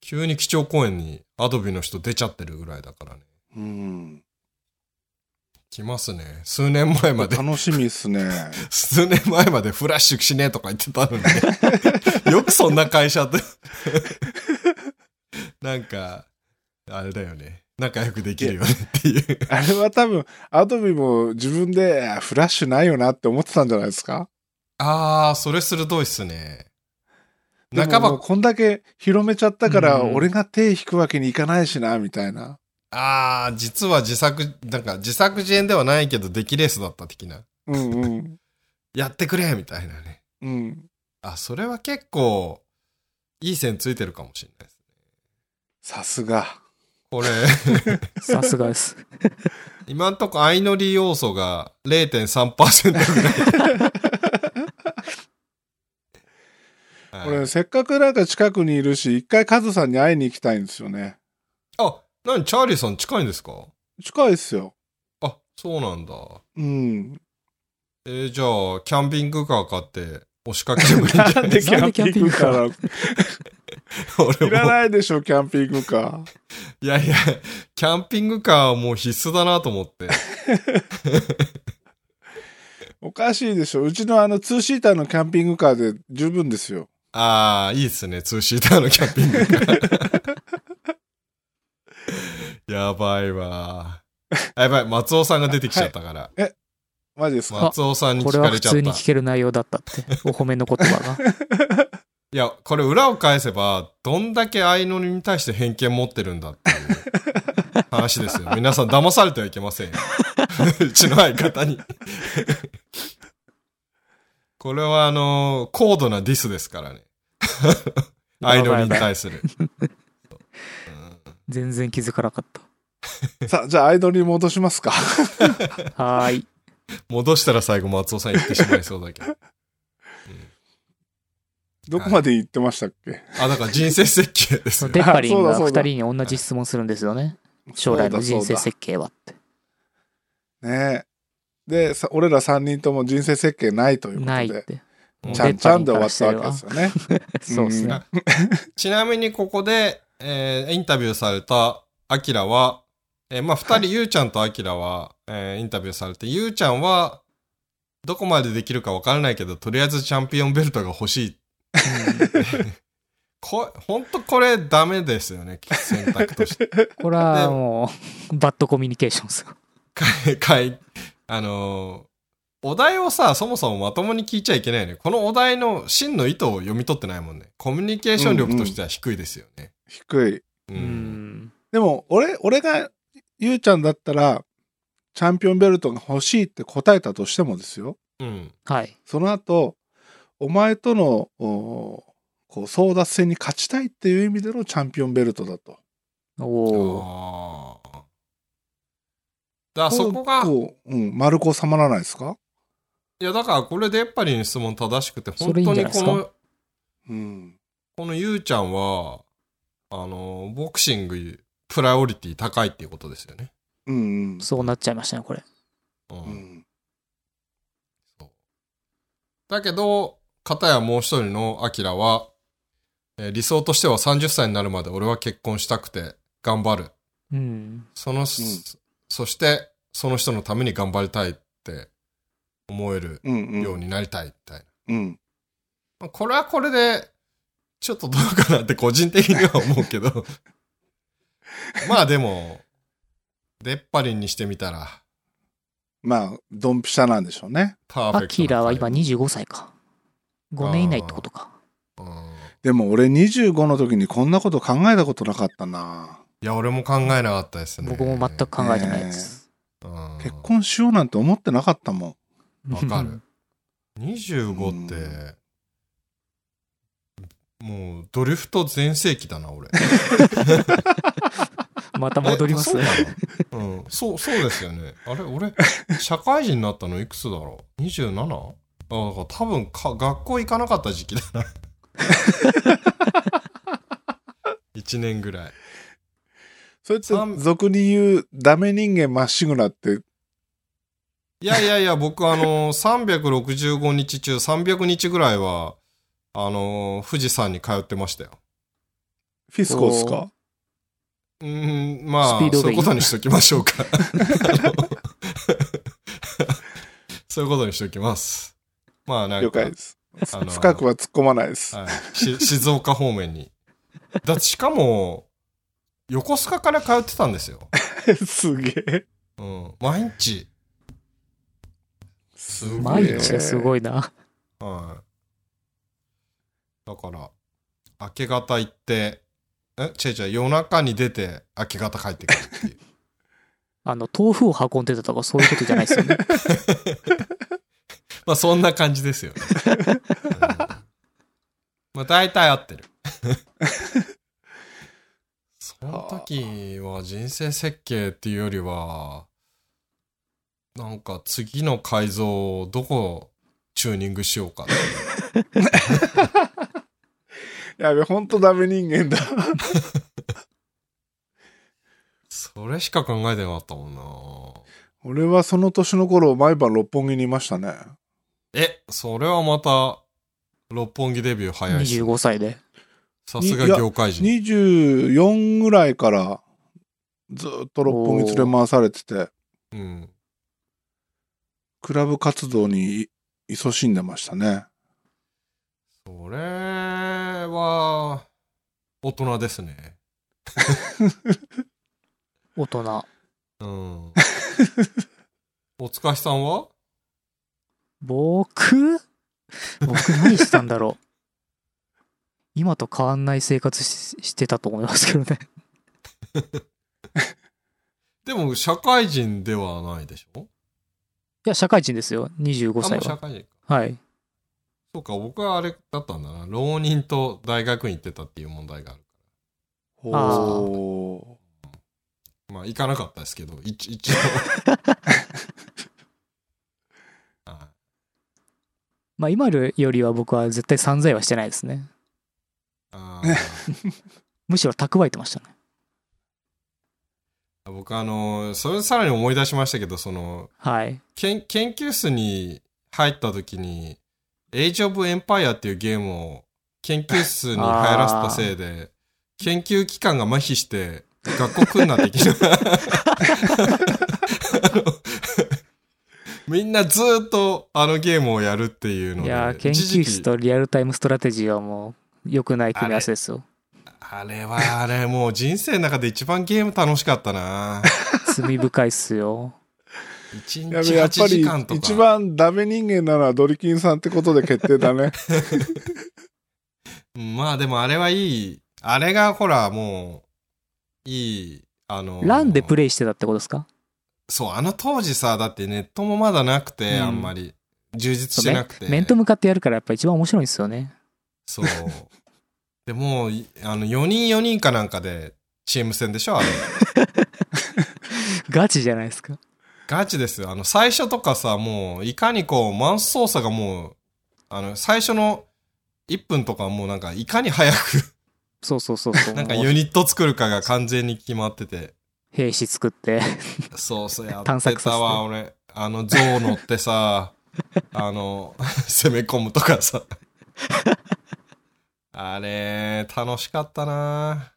[SPEAKER 1] 急に基調講演にアドビの人出ちゃってるぐらいだからね。
[SPEAKER 3] うん、
[SPEAKER 1] 来ますね。数年前まで、
[SPEAKER 3] 楽しみっすね
[SPEAKER 1] 数年前までフラッシュしねえとか言ってたのにね。 よくそんな会社って。 なんか、あれだよね。仲良くできるよねっていう。
[SPEAKER 3] あれは多分アドビも自分であフラッシュないよなって思ってたんじゃないですか
[SPEAKER 1] ああ、それ鋭いっすね。
[SPEAKER 3] で
[SPEAKER 1] 半
[SPEAKER 3] ももう
[SPEAKER 1] ば、
[SPEAKER 3] こんだけ広めちゃったから、
[SPEAKER 2] うん
[SPEAKER 3] 俺が手引くわけにいかないしな、みたいな。
[SPEAKER 1] ああ、実は自作、なんか自作自演ではないけど、出来レースだった的な。
[SPEAKER 3] うんうん。
[SPEAKER 1] やってくれみたいなね。
[SPEAKER 3] うん。
[SPEAKER 1] あ、それは結構、いい線ついてるかもしれないですね。
[SPEAKER 3] さすが。
[SPEAKER 1] こ れ、
[SPEAKER 2] さすがです。
[SPEAKER 1] 今んとこ相乗り要素が0.3%ぐらい。 はい
[SPEAKER 3] 俺、せっかくなんか近くにいるし、一回カズさんに会いに行きたいんですよね。
[SPEAKER 1] あ、何チャーリーさん近いんですか
[SPEAKER 3] 近いっすよ。
[SPEAKER 1] あ、そうなんだ。
[SPEAKER 3] うん。
[SPEAKER 1] えーじゃあ、キャンピングカー買って、押しかけてもいいんじゃ ないですか
[SPEAKER 2] なんでキャンピングカー
[SPEAKER 3] なんでキャンピングカー い
[SPEAKER 1] 俺
[SPEAKER 3] ら
[SPEAKER 1] も。
[SPEAKER 3] ないでしょ、キャンピングカ
[SPEAKER 1] いやいや、キャンピングカーはもう必須だなと思って。
[SPEAKER 3] ー。おかしいでしょ。うちのあの、ツーシーターのキャンピングカーで十分ですよ。
[SPEAKER 1] ああ、いいっすね。ツーシーターのキャンピングカー。 やばいわ。あやばい、松尾さんが出てきちゃったから。
[SPEAKER 3] マジですか。
[SPEAKER 1] 松尾さんに
[SPEAKER 2] これ
[SPEAKER 1] 聞
[SPEAKER 2] は
[SPEAKER 1] かれ
[SPEAKER 2] 普
[SPEAKER 1] ちゃっ
[SPEAKER 2] 通
[SPEAKER 1] た。
[SPEAKER 2] に聞ける内容だったって。お褒めの言葉 が。
[SPEAKER 1] いや、これ裏を返せば、どんだけ相乗りに対して偏見持ってるんだっていう 話ですよ。皆さん騙されてはいけませんよ。 うちの相方 に。これはあの、高度なディスですからね。相乗りに対する。
[SPEAKER 2] 全然気づかなかっ
[SPEAKER 3] さあ、じゃあアイドルに戻しますか。
[SPEAKER 2] た。はーい。
[SPEAKER 1] 戻したら最後松尾さん言ってしまいそうだ けど。
[SPEAKER 3] どこまで行ってましたっけ、
[SPEAKER 1] あ、だから人生設計です
[SPEAKER 2] そ
[SPEAKER 1] よ
[SPEAKER 2] の。デッパリン
[SPEAKER 3] あ
[SPEAKER 2] が
[SPEAKER 3] そうだそう
[SPEAKER 2] 2
[SPEAKER 3] だ
[SPEAKER 2] 人に同じ質問するんですよね。将来の人生設計はって。
[SPEAKER 3] 計。ねで、さ俺ら3人とも人生設計ないということで。
[SPEAKER 2] ないって。
[SPEAKER 1] うん
[SPEAKER 3] ちゃんちゃんで終わったわけですよね。
[SPEAKER 2] そうですね。
[SPEAKER 1] ちなみにここで、えーインタビューされたアキラは、えーまあ二人、ゆうちゃんとアキラは、えーインタビューされて、ゆうちゃんは、どこまでできるかわからないけど、とりあえずチャンピオンベルトが欲しい。 こほんとこれダメですよね、選択として。
[SPEAKER 2] これはもう、バッドコミュニケーションですよ。
[SPEAKER 1] かい かいあのーお題をさ、そもそもまともに聞いちゃいけないよね。このお題の真の意図を読み取ってないもんね。コミュニケーション力としては低いですよね。
[SPEAKER 3] 低い。
[SPEAKER 1] う。
[SPEAKER 2] うんん。
[SPEAKER 3] でも、俺、俺が、ゆうちゃんだったら、チャンピオンベルトが欲しいって答えたとしてもですよ。
[SPEAKER 1] うん。
[SPEAKER 2] はい。
[SPEAKER 3] その後、お前との、おこう、争奪戦に勝ちたいっていう意味でのチャンピオンベルトだと。
[SPEAKER 2] おお。
[SPEAKER 1] ああ。だからそこが、い
[SPEAKER 3] こう、うん、丸く収まらないですか
[SPEAKER 1] やだからこれでやっぱりの質問正しくて、本
[SPEAKER 2] それいい
[SPEAKER 1] 当
[SPEAKER 2] んじゃ
[SPEAKER 1] に
[SPEAKER 2] ないで
[SPEAKER 1] こ
[SPEAKER 2] す
[SPEAKER 1] の、
[SPEAKER 2] か
[SPEAKER 3] うん。
[SPEAKER 1] このゆうちゃんは、あのー、ボクシング、プライオリティ高いっていうことですよね。
[SPEAKER 3] うん、うん。
[SPEAKER 2] そうなっちゃいましたね、これ。
[SPEAKER 1] うん
[SPEAKER 3] うん。
[SPEAKER 1] そうだけど、片やもう一人のアキラは、えー理想としては30歳になるまで俺は結婚したくて頑張る。
[SPEAKER 2] うん。
[SPEAKER 1] その、そそして、その人のために頑張りたいって思える
[SPEAKER 3] うん、う。
[SPEAKER 1] ようんになりたいみたいな。
[SPEAKER 3] うん。
[SPEAKER 1] まあこれはこれで、ちょっとどうかなって個人的には思うけ ど。まあでも、出っ張りにしてみたら、
[SPEAKER 3] まあ、ドンピシャなんでしょうね。
[SPEAKER 1] パーフェクトな
[SPEAKER 2] アキラは今25歳か。5年以内ってことか。
[SPEAKER 1] うん
[SPEAKER 3] でも俺25の時にこんなこと考えたことなかったな。
[SPEAKER 1] いや、俺も考えなかったですね。
[SPEAKER 2] 僕も全く考えてないです。
[SPEAKER 1] うん
[SPEAKER 3] 結婚しようなんて思ってなかったも
[SPEAKER 1] わかる。25って、もうドリフト全盛期だな、 俺。
[SPEAKER 2] また戻ります
[SPEAKER 1] え。そうかなうん、そう、そうですよね。あれ、俺、社会人になったのいくつだろう ?27? あ、だから多分か、学校行かなかった時期だ な。1年ぐらい。
[SPEAKER 3] ん。そいつ
[SPEAKER 1] 三、
[SPEAKER 3] 俗に言う、ダメ人間まっしぐらって、
[SPEAKER 1] いやいやいや、僕、あの365日中300日ぐらいは、あの富士山に通ってましたよ。
[SPEAKER 3] フィスコですか
[SPEAKER 1] うーん、まあ
[SPEAKER 2] スピー、ドウェイ
[SPEAKER 1] そういうことにしときまし ょうか。あのそういうことにしときます。まあ、なんか。
[SPEAKER 3] 了解です。
[SPEAKER 1] あの
[SPEAKER 3] 深くは突っ込まないです。
[SPEAKER 1] はい、し 静岡方面に。だってしかも、横須賀から通ってたんですよ。
[SPEAKER 3] すげえ。
[SPEAKER 1] うん、毎日。
[SPEAKER 3] す
[SPEAKER 1] げえ
[SPEAKER 2] 毎日がす
[SPEAKER 3] い。
[SPEAKER 2] ごいな。
[SPEAKER 1] はい。だから、明け方行って、え、違う違う、夜中に出て、明け方帰ってくるっていう。
[SPEAKER 2] あの、豆腐を運んでたとかそういうことじゃないですよね。
[SPEAKER 1] まあ、そんな感じですよね。うんまあ、大体合ってる。その時は人生設計っていうよりは、なんか次の改造をどこチューニングしようかっていう
[SPEAKER 3] やべ、ほんとダメ人間だ。
[SPEAKER 1] それしか考えてなかったもんな
[SPEAKER 3] 俺はその年の頃、毎晩六本木にいましたね。
[SPEAKER 1] え、それはまた、六本木デビュー早いし。
[SPEAKER 2] 25歳で。
[SPEAKER 1] さすが業界人。
[SPEAKER 3] 24ぐらいから、ずっと六本木連れ回されてて。
[SPEAKER 1] うん。
[SPEAKER 3] クラブ活動にい勤しんでましたね。
[SPEAKER 1] それは、大人ですね。
[SPEAKER 2] 大人。
[SPEAKER 1] うん。おつかしさんは
[SPEAKER 2] 僕 僕何したんだろう。今と変わんない生活ししてたと思いますけどね。
[SPEAKER 1] でも、社会人ではないでしょ
[SPEAKER 2] いや、社会人ですよ。25
[SPEAKER 1] あも
[SPEAKER 2] 歳
[SPEAKER 1] う社
[SPEAKER 2] は。
[SPEAKER 1] 会人か。
[SPEAKER 2] はい。
[SPEAKER 1] そうか、僕はあれだったんだな。浪人と大学院行ってたっていう問題がある。
[SPEAKER 2] あー
[SPEAKER 3] ほ
[SPEAKER 1] まあ、行かなかったですけど、一一応。
[SPEAKER 2] まあ今よりは僕は絶対散財はしてないですね。
[SPEAKER 1] あー
[SPEAKER 2] むしろ蓄えてましたね。
[SPEAKER 1] 僕あの、それさらに思い出しましたけど、その、
[SPEAKER 2] はい。
[SPEAKER 1] 研研究室に入った時に、エイジ・オブ・エンパイアっていうゲームを研究室に入らせたせいで、研究機関が麻痺して、学校来んなってき た。あのみんなずーっとあのゲームをやるっていうの
[SPEAKER 2] い
[SPEAKER 1] で、
[SPEAKER 2] やー、研究室とリアルタイムストラテジーはもう良くない組み合わせですよ。
[SPEAKER 1] あれはあれ、もう人生の中で一番ゲーム楽しかった な
[SPEAKER 2] 罪深いっ すよ。
[SPEAKER 1] 一
[SPEAKER 3] や
[SPEAKER 1] 日
[SPEAKER 3] べやっ
[SPEAKER 1] 8
[SPEAKER 3] ぱ
[SPEAKER 1] 時
[SPEAKER 3] り
[SPEAKER 1] 間とか。
[SPEAKER 3] 一番ダメ人間なのはドリキンさんってことで決定 だね。
[SPEAKER 1] うんまあでもあれはいい。あれがほら、もう、いい、あの、
[SPEAKER 2] ランでプ
[SPEAKER 1] レ
[SPEAKER 2] レイしてたってことですか
[SPEAKER 1] そう、あの当時さ、だってネットもまだなくて、
[SPEAKER 2] うん
[SPEAKER 1] あんまり、充実
[SPEAKER 2] そ
[SPEAKER 1] し
[SPEAKER 2] う
[SPEAKER 1] て
[SPEAKER 2] 面
[SPEAKER 1] なくて。
[SPEAKER 2] 面と向かってやるからやっぱ一番面白いんですよね。
[SPEAKER 1] そう。でもう、いあの、4人4人かなんかで、チーム戦でしょあれ。
[SPEAKER 2] ガチじゃないですか。
[SPEAKER 1] ガチですよ。あの、最初とかさ、もう、いかにこう、マウス操作がもう、あの、最初の1分とかはもうなんか、いかに早く、
[SPEAKER 2] そうそうそうそう。
[SPEAKER 1] なんか
[SPEAKER 2] もう
[SPEAKER 1] ユニット作るかが完全に決まってて。
[SPEAKER 2] 兵士作って。
[SPEAKER 1] そうそう、やって
[SPEAKER 2] 探索させ
[SPEAKER 1] た
[SPEAKER 2] て
[SPEAKER 1] わ、俺。あの、象乗って さ、あの、 攻め込むとかさ。あれ、楽しかったな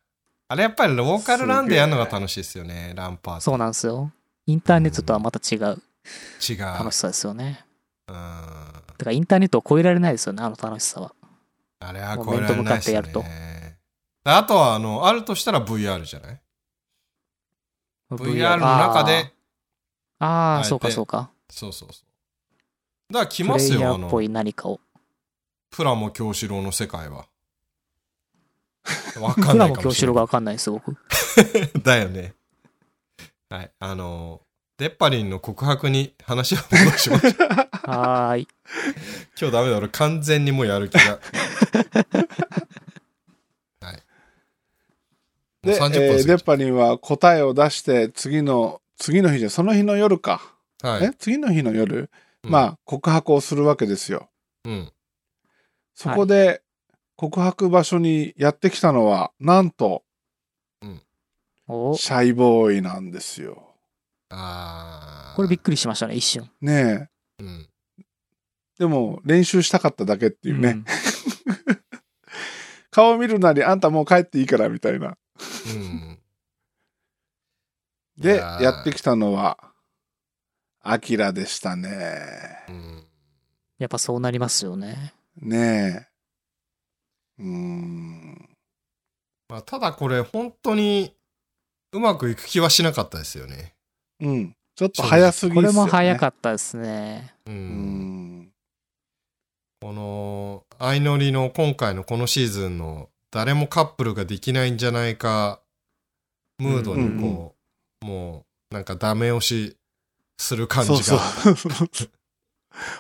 [SPEAKER 1] あれやっぱりローカルランでやるのが楽しいですよね、ランパー
[SPEAKER 2] そうなんですよ。インターネットとはまた違う
[SPEAKER 1] 違う。
[SPEAKER 2] 楽しさですよね。
[SPEAKER 1] うん。
[SPEAKER 2] だからインターネットを超えられないですよね、あの楽しさは。
[SPEAKER 1] あれはこれはないっす
[SPEAKER 2] 面
[SPEAKER 1] よ
[SPEAKER 2] と向かっ
[SPEAKER 1] ね。あとは、あの、あるとしたら VR じゃない ?VR の中で、
[SPEAKER 2] あー。あ
[SPEAKER 1] あえ
[SPEAKER 2] ー
[SPEAKER 1] て
[SPEAKER 2] そうかそうか。
[SPEAKER 1] そうそうそう。だから来
[SPEAKER 2] プ
[SPEAKER 1] ま
[SPEAKER 2] レ
[SPEAKER 1] す
[SPEAKER 2] イヤ
[SPEAKER 1] よ、あ
[SPEAKER 2] ー
[SPEAKER 1] の
[SPEAKER 2] っ、ぽい何かを。
[SPEAKER 1] プラモ京志郎の世界は。わか
[SPEAKER 2] プ
[SPEAKER 1] ん
[SPEAKER 2] ラ
[SPEAKER 1] ない
[SPEAKER 2] モ
[SPEAKER 1] かも
[SPEAKER 2] 京
[SPEAKER 1] し
[SPEAKER 2] 志
[SPEAKER 1] れ
[SPEAKER 2] 郎が
[SPEAKER 1] ない
[SPEAKER 2] わ。かんないです、僕。
[SPEAKER 1] だよね。はい。あの、デッパリンの告白に話を戻しま しょう
[SPEAKER 2] はーい。
[SPEAKER 1] 今日ダメだ、俺完全にもうやる気 が。はい。も
[SPEAKER 3] で
[SPEAKER 1] う、30分
[SPEAKER 3] えー
[SPEAKER 1] 過
[SPEAKER 3] デ
[SPEAKER 1] ぎ
[SPEAKER 3] ッパリンは答えを出して、次の、次の日じゃ、その日の夜か。
[SPEAKER 1] た。は
[SPEAKER 3] え
[SPEAKER 1] い。
[SPEAKER 3] 次の日の夜、
[SPEAKER 1] うん
[SPEAKER 3] まあ、告白をするわけですよ。
[SPEAKER 1] うん。
[SPEAKER 3] そこで、告白場所にやってきたのは、なんと、
[SPEAKER 2] お
[SPEAKER 3] シャイボーイなんですよ。
[SPEAKER 1] あー
[SPEAKER 2] これびっくりしましたね、一瞬。
[SPEAKER 3] ねえ。
[SPEAKER 1] うん。
[SPEAKER 3] でも、練習したかっただけっていうね。
[SPEAKER 2] うん
[SPEAKER 3] 顔見るなり、あんたもう帰っていいから、みたいな。
[SPEAKER 1] うん。い
[SPEAKER 3] で、
[SPEAKER 1] やー
[SPEAKER 3] やってきたのは、アキラでしたね。
[SPEAKER 1] うん。
[SPEAKER 2] やっぱそうなりますよね。
[SPEAKER 3] ねえ。うーん。
[SPEAKER 1] まあ、ただこれ、本当に、うまくいく気はしなかったですよね。
[SPEAKER 3] うん。ちょっと早すぎっすよ、
[SPEAKER 2] こ
[SPEAKER 3] ね、
[SPEAKER 2] れも早か
[SPEAKER 3] っ
[SPEAKER 2] ったですね。
[SPEAKER 1] う。
[SPEAKER 3] たうんん。
[SPEAKER 1] この、相乗りの今回のこのシーズンの誰もカップルができないんじゃないか、ムードにこう、もうなんかダメ押しする感じ
[SPEAKER 3] そ
[SPEAKER 1] が。
[SPEAKER 3] うそう。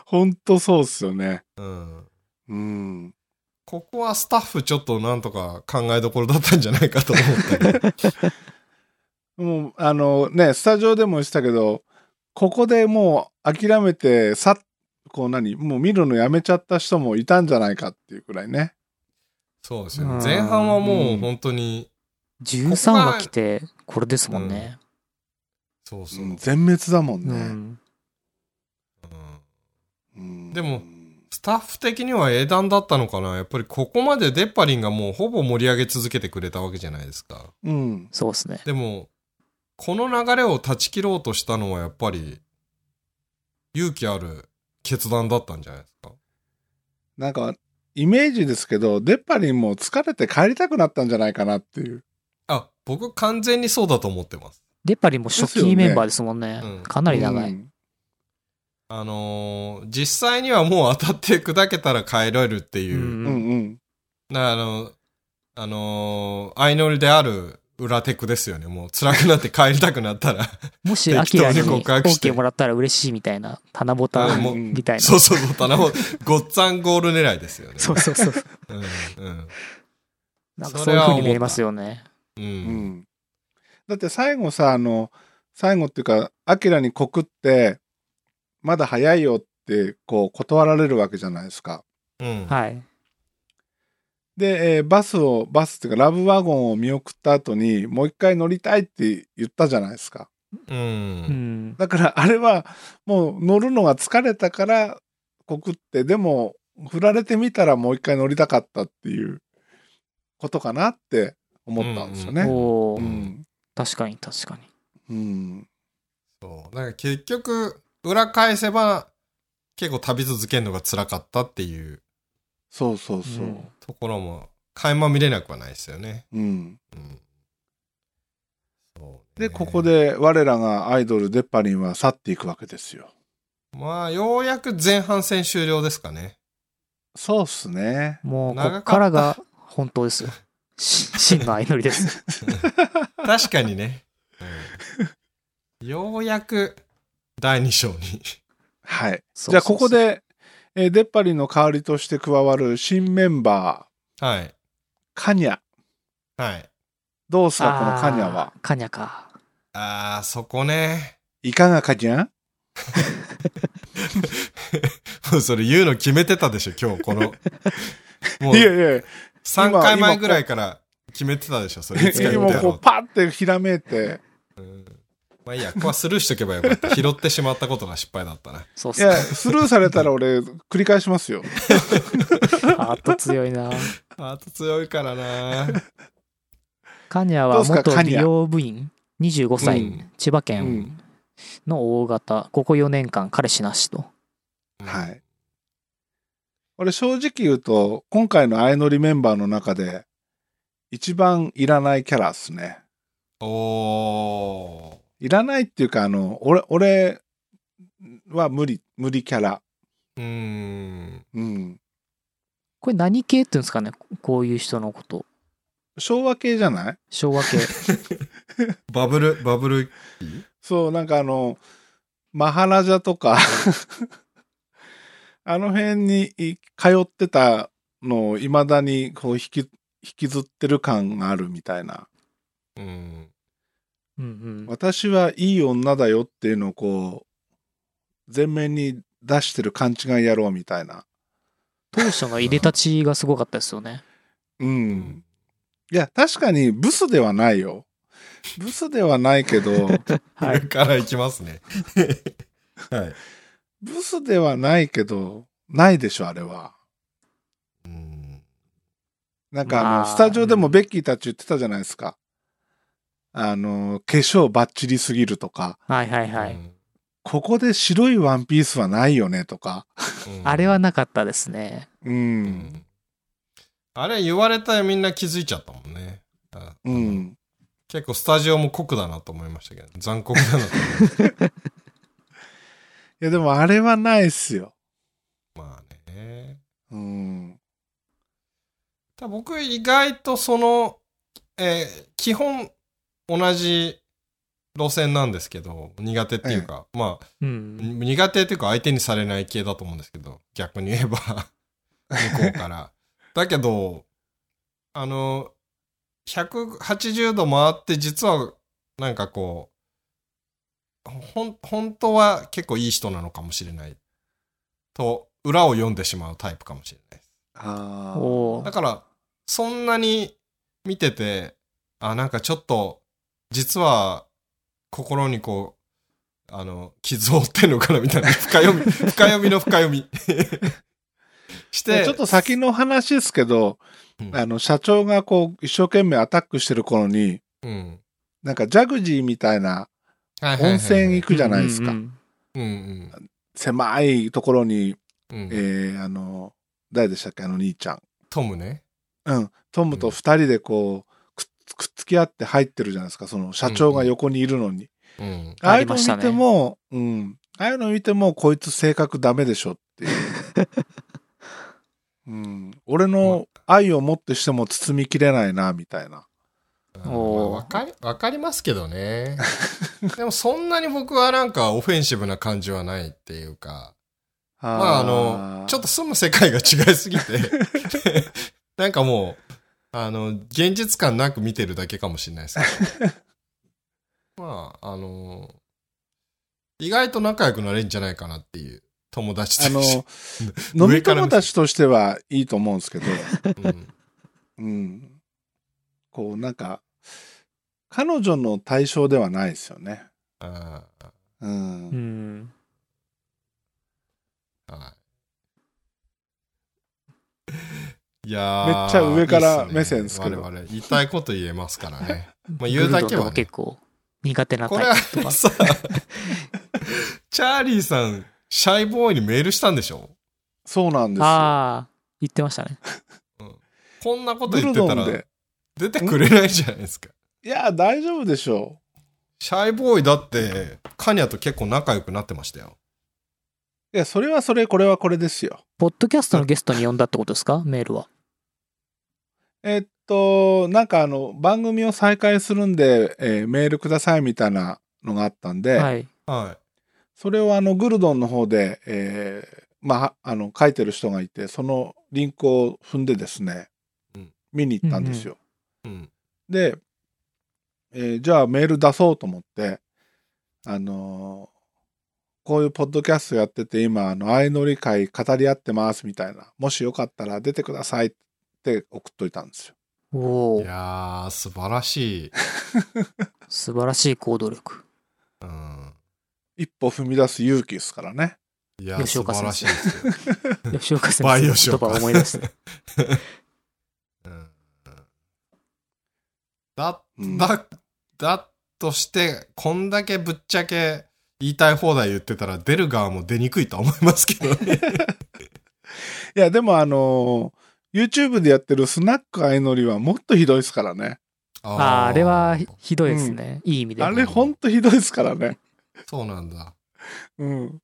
[SPEAKER 3] ほんとそうっすよね。
[SPEAKER 1] うん。
[SPEAKER 3] うん。
[SPEAKER 1] ここはスタッフちょっとなんとか考えどころだったんじゃないかと思ったけ ど。
[SPEAKER 3] もう、あのね、スタジオでも言ってたけど、ここでもう諦めて、さっ、こう何もう見るのやめちゃった人もいたんじゃないかっていうくらいね。
[SPEAKER 1] そうですよね
[SPEAKER 2] う。ん
[SPEAKER 1] 前半はもう本当に、
[SPEAKER 2] 13話来て、これですもんね。
[SPEAKER 1] そうそうう。
[SPEAKER 3] ん、全滅だもん
[SPEAKER 2] う
[SPEAKER 3] ね。
[SPEAKER 2] ん。
[SPEAKER 1] うん
[SPEAKER 3] うん
[SPEAKER 1] でも、スタッフ的には英断だったのかなやっぱりここまでデッパリンがもうほぼ盛り上げ続けてくれたわけじゃないですか。
[SPEAKER 3] うん。
[SPEAKER 2] そうですね。
[SPEAKER 1] でも、この流れを断ち切ろうとしたのはやっぱり、勇気ある決断だったんじゃないですか。
[SPEAKER 3] なんか、イメージですけど、デッパリンも疲れて帰りたくなったんじゃないかなっていう。
[SPEAKER 1] あ、僕完全にそうだと思ってます。
[SPEAKER 2] デッパリも初期メンバーですもんね。
[SPEAKER 1] すよねうん
[SPEAKER 2] かなり長い。
[SPEAKER 3] うん
[SPEAKER 1] あのー実際にはもう当たって砕けたら帰られるっていう、
[SPEAKER 2] うん
[SPEAKER 3] うんうん。
[SPEAKER 1] なあの、あのー相乗りである裏テクですよね。もう辛くなって帰りたくなったら。
[SPEAKER 2] もし、アキラに
[SPEAKER 1] 適当に告白して
[SPEAKER 2] OK もらったら嬉しいみたいな、棚ぼた
[SPEAKER 1] あも
[SPEAKER 3] う
[SPEAKER 2] みたいな。
[SPEAKER 1] そうそうそう、棚も、ごっつぁんゴール狙いですよね。
[SPEAKER 2] そうそうそう。
[SPEAKER 1] うんうん
[SPEAKER 2] なんかそういう風に見えますよね。
[SPEAKER 1] う
[SPEAKER 3] うんんだって最後さ、あの、最後っていうか、アキラに告って、まだ早いよってって、こう、断られるわけじゃないですか。
[SPEAKER 1] うん。
[SPEAKER 2] はい。
[SPEAKER 3] で、えーバスを、バスっていうか、ラブワゴンを見送った後に、もう一回乗りたいって言ったじゃないですか。
[SPEAKER 1] う。
[SPEAKER 2] うんん。
[SPEAKER 3] だから、あれは、もう乗るのが疲れたから、告って、でも、振られてみたらもう一回乗りたかったっていうことかなって思ったんですよ
[SPEAKER 1] う
[SPEAKER 3] ね。
[SPEAKER 2] おお、
[SPEAKER 3] うん。
[SPEAKER 2] 確かに確かに。
[SPEAKER 3] うん。
[SPEAKER 1] そう。だから結局、裏返せば、結構旅続けるのが辛かったっていう
[SPEAKER 3] そうそうそう。
[SPEAKER 2] ん
[SPEAKER 1] ところも、垣間見れなくはないですよね。
[SPEAKER 3] うん。
[SPEAKER 1] うん。そうね
[SPEAKER 3] で、ここ。で我らがアイドルデッパリンは去っていくわけですよ。
[SPEAKER 1] まあ、ようやく前半戦終了ですか ね。
[SPEAKER 3] そうっすね。
[SPEAKER 2] もう、こ
[SPEAKER 1] 長か
[SPEAKER 2] っ
[SPEAKER 1] った
[SPEAKER 2] からが本当ですよ。 し真の相乗りです。
[SPEAKER 1] 確かにね。うんようやく、第2章に。
[SPEAKER 3] はい。
[SPEAKER 2] そう
[SPEAKER 3] じゃあ
[SPEAKER 2] そう
[SPEAKER 3] ここ
[SPEAKER 2] そう、
[SPEAKER 3] で、えーデッパリンの代わりとして加わる新メンバー、
[SPEAKER 1] はい。
[SPEAKER 3] カニャ。
[SPEAKER 1] はい。
[SPEAKER 3] どうすかこのカニャは
[SPEAKER 2] あ。ー。カニャか。
[SPEAKER 1] あー、そこね。
[SPEAKER 3] いかがカニャ
[SPEAKER 1] もうそれ言うの決めてたでしょ、今日、こ の。も
[SPEAKER 3] いや
[SPEAKER 1] う、
[SPEAKER 3] いやい
[SPEAKER 1] 3回前ぐらいから決めてたでしょ、それ。いつか
[SPEAKER 3] や、
[SPEAKER 1] 言っ
[SPEAKER 3] もう
[SPEAKER 1] てや
[SPEAKER 3] こ
[SPEAKER 1] ろう
[SPEAKER 3] うパッてひらめいて、
[SPEAKER 1] まあいいや、ここはスルーしとけばよかった。拾ってしまったことが失敗だったな。
[SPEAKER 2] そうっ
[SPEAKER 3] い
[SPEAKER 2] す
[SPEAKER 3] や、
[SPEAKER 2] ね。
[SPEAKER 3] スルーされたら俺繰り返しますよ。
[SPEAKER 2] あっと強 いな。
[SPEAKER 1] あと強いからな。
[SPEAKER 2] カニャ
[SPEAKER 3] ど
[SPEAKER 2] は
[SPEAKER 3] うすか
[SPEAKER 2] 元
[SPEAKER 3] カニャ
[SPEAKER 2] 美容部員、25歳、
[SPEAKER 1] うん
[SPEAKER 2] 千葉
[SPEAKER 3] う
[SPEAKER 2] 県
[SPEAKER 3] ん。
[SPEAKER 2] の大型、ここ4年間彼氏なしと。
[SPEAKER 3] はい。俺正直言うと、今回の相乗りメンバーの中で、一番いらないキャラっすね。
[SPEAKER 1] お
[SPEAKER 3] いらないっていうか、あの、俺、俺は無理、無理キャラ。
[SPEAKER 1] ー。うーん。
[SPEAKER 3] うん。
[SPEAKER 2] これ何系って言うんですかねここういう人のこと。
[SPEAKER 3] 昭和系じゃない
[SPEAKER 2] 昭 和系。
[SPEAKER 1] バブル、バブル。
[SPEAKER 3] そう、なんかあの、マハラジャとか、 あの辺にい通ってたのを未だにこう引き、引きずってる感があるみたいな。
[SPEAKER 1] うん。
[SPEAKER 2] うんうん。
[SPEAKER 3] 私はいい女だよっていうのをこう、前面に出してる勘違い野郎みたいな。
[SPEAKER 2] 当初の入れたちがすごかったですよね。
[SPEAKER 3] うん。いや、確かにブスではないよ。ブスではないけど、
[SPEAKER 1] こ
[SPEAKER 2] は
[SPEAKER 1] れ
[SPEAKER 2] い。
[SPEAKER 1] からいきますね。 はい。
[SPEAKER 3] ブスではないけど、ないでしょ、あれは。
[SPEAKER 1] うん。
[SPEAKER 3] なんかあの、
[SPEAKER 2] まあ
[SPEAKER 3] スタジオでもベッキーたち言ってたじゃないですか。あの、化粧バッチリすぎるとか、
[SPEAKER 2] はいはいはい。
[SPEAKER 1] うん
[SPEAKER 3] ここで白いワンピースはないよねとか。
[SPEAKER 2] あれは、なかったですね。
[SPEAKER 3] う。
[SPEAKER 1] うんん。あれ言われたらみんな気づいちゃったもんね。あ
[SPEAKER 3] うん。
[SPEAKER 1] 結構スタジオも酷だなと思いましたけど、残酷だなと思い ました
[SPEAKER 3] いや、でもあれはないっすよ。
[SPEAKER 1] まあね。
[SPEAKER 3] うん。
[SPEAKER 1] ただ僕意外とその、えー基本同じ路線なんですけど、苦手っていうか、まあ、
[SPEAKER 2] うん。
[SPEAKER 1] に苦手っていうか相手にされない系だと思うんですけど、逆に言えば、向こうから。だけど、あの、180度回って実は、なんかこう、ほん、本当は結構いい人なのかもしれない。と、裏を読んでしまうタイプかもしれない。
[SPEAKER 3] ああ。
[SPEAKER 2] お
[SPEAKER 1] だ
[SPEAKER 2] ー
[SPEAKER 1] から、そんなに見てて、あ、なんかちょっと、実は、心にこう、あの、傷を負ってんのかなみたいな、深読 み、深読みの深読み。して、
[SPEAKER 3] ちょっと先の話ですけど、
[SPEAKER 1] うん
[SPEAKER 3] あの、社長がこう、一生懸命アタックしてる頃に、
[SPEAKER 1] うん。
[SPEAKER 3] なんかジャグジーみたいな
[SPEAKER 1] はいはいはいはい
[SPEAKER 3] 温泉行くじゃないですか。
[SPEAKER 2] うんうん
[SPEAKER 1] うんうん
[SPEAKER 3] 狭いところに、
[SPEAKER 1] うん。
[SPEAKER 3] えー、あの、誰でしたっけ、あの兄ちゃん。
[SPEAKER 1] トムね。
[SPEAKER 3] うん、トムと二人でこう、くっつくっつき合って入ってるじゃないですか、その社長が横にいるのに。
[SPEAKER 1] うん。
[SPEAKER 2] うん
[SPEAKER 3] ああいう
[SPEAKER 2] ありま
[SPEAKER 3] の
[SPEAKER 2] した
[SPEAKER 3] 見
[SPEAKER 2] ね
[SPEAKER 3] ても、うん、ああいうの見ても、こいつ性格ダメでしょっていう。うん、俺の愛をもってしても包みきれないな、みたいな。
[SPEAKER 1] あー
[SPEAKER 2] おー
[SPEAKER 1] まあわかり、わかりますけどね。でもそんなに僕はなんかオフェンシブな感じはないっていうか。
[SPEAKER 3] ま
[SPEAKER 1] まああの、ちょっと、住む世界が違いすぎて、 なんかもう、あの、現実感なく見てるだけかもしれないですけ ど。まあ、あの、意外と仲良くなれんじゃないかなっていう友達
[SPEAKER 3] あの
[SPEAKER 1] として、
[SPEAKER 3] 飲み
[SPEAKER 1] 上から
[SPEAKER 3] 友
[SPEAKER 1] 見
[SPEAKER 3] 達としてはいいと思うんですけど、
[SPEAKER 1] うん
[SPEAKER 3] うん。こう、なんか、彼女の対象ではないですよね。
[SPEAKER 1] あ
[SPEAKER 3] う。
[SPEAKER 2] うんん。
[SPEAKER 1] ーはい。いやー
[SPEAKER 3] めっちゃ上から
[SPEAKER 1] いいっ
[SPEAKER 3] 目線ですけど
[SPEAKER 1] 我々言いたいこと言えますからね。まあ言
[SPEAKER 2] 言
[SPEAKER 1] うだけはね
[SPEAKER 2] 結構苦手な
[SPEAKER 1] これは
[SPEAKER 2] タイプとか。
[SPEAKER 1] さ、チャーリーさん、シャイボーイにメールしたんでしょ
[SPEAKER 3] そうなんですよ。
[SPEAKER 2] ああ、言ってましたね。
[SPEAKER 1] こんなこと
[SPEAKER 3] ブ
[SPEAKER 1] 言
[SPEAKER 3] ル
[SPEAKER 1] って
[SPEAKER 3] ド
[SPEAKER 1] た
[SPEAKER 3] ン
[SPEAKER 1] ら
[SPEAKER 3] で。
[SPEAKER 1] 出てくれないじゃないですか。
[SPEAKER 3] いや、大丈夫でしょ
[SPEAKER 1] シャイボーイだって、カニャと結構仲良くなってましたよ。
[SPEAKER 3] う。いや、それはそれ、これはこれですよ。
[SPEAKER 2] ポッドキャストのゲストに呼んだってことですかメールは。
[SPEAKER 3] えっと、なんかあの、番組を再開するんで、えーメールくださいみたいなのがあったんで、
[SPEAKER 2] はい。
[SPEAKER 1] は
[SPEAKER 3] それをあの、グルドンの方で、えーまあ、あの、書いてる人がいて、そのリンクを踏んでですね、
[SPEAKER 1] うん
[SPEAKER 3] 見に行ったんですよ。
[SPEAKER 1] い。うん。
[SPEAKER 3] で、えーじゃあメール出そうと思って、あのーこういうポッドキャストやってて、今、あの、相乗り会語り合ってますみたいな、もしよかったら出てくださいって送っといたんですよ。
[SPEAKER 2] お
[SPEAKER 1] い
[SPEAKER 2] お、
[SPEAKER 1] やー、素晴らしい。
[SPEAKER 2] 素晴らしい行動力。
[SPEAKER 1] うん。
[SPEAKER 3] 一歩踏み出す勇気ですからね。
[SPEAKER 1] いや、
[SPEAKER 2] 吉
[SPEAKER 1] 素
[SPEAKER 2] 岡
[SPEAKER 1] 晴ら
[SPEAKER 2] 先
[SPEAKER 1] し
[SPEAKER 2] 生
[SPEAKER 1] いですよ。
[SPEAKER 2] 吉岡先
[SPEAKER 1] バイオ
[SPEAKER 2] 生
[SPEAKER 1] ショ
[SPEAKER 2] の
[SPEAKER 1] ッ
[SPEAKER 2] 言
[SPEAKER 1] ク
[SPEAKER 2] 葉を思い出して。
[SPEAKER 1] うんだ
[SPEAKER 3] うん、
[SPEAKER 1] だ、だとして、こんだけぶっちゃけ言いたい放題言ってたら出る側も出にくいとは思いますけどね。
[SPEAKER 3] いや、でもあのー YouTube でやってるスナック相乗りはもっとひどいですからね。
[SPEAKER 1] あ
[SPEAKER 2] ああ、あれは
[SPEAKER 1] ー
[SPEAKER 2] ひどいですね。いい意味で。
[SPEAKER 3] あれほんとひどいですからね。
[SPEAKER 1] そうなんだ。
[SPEAKER 3] うん。
[SPEAKER 1] うん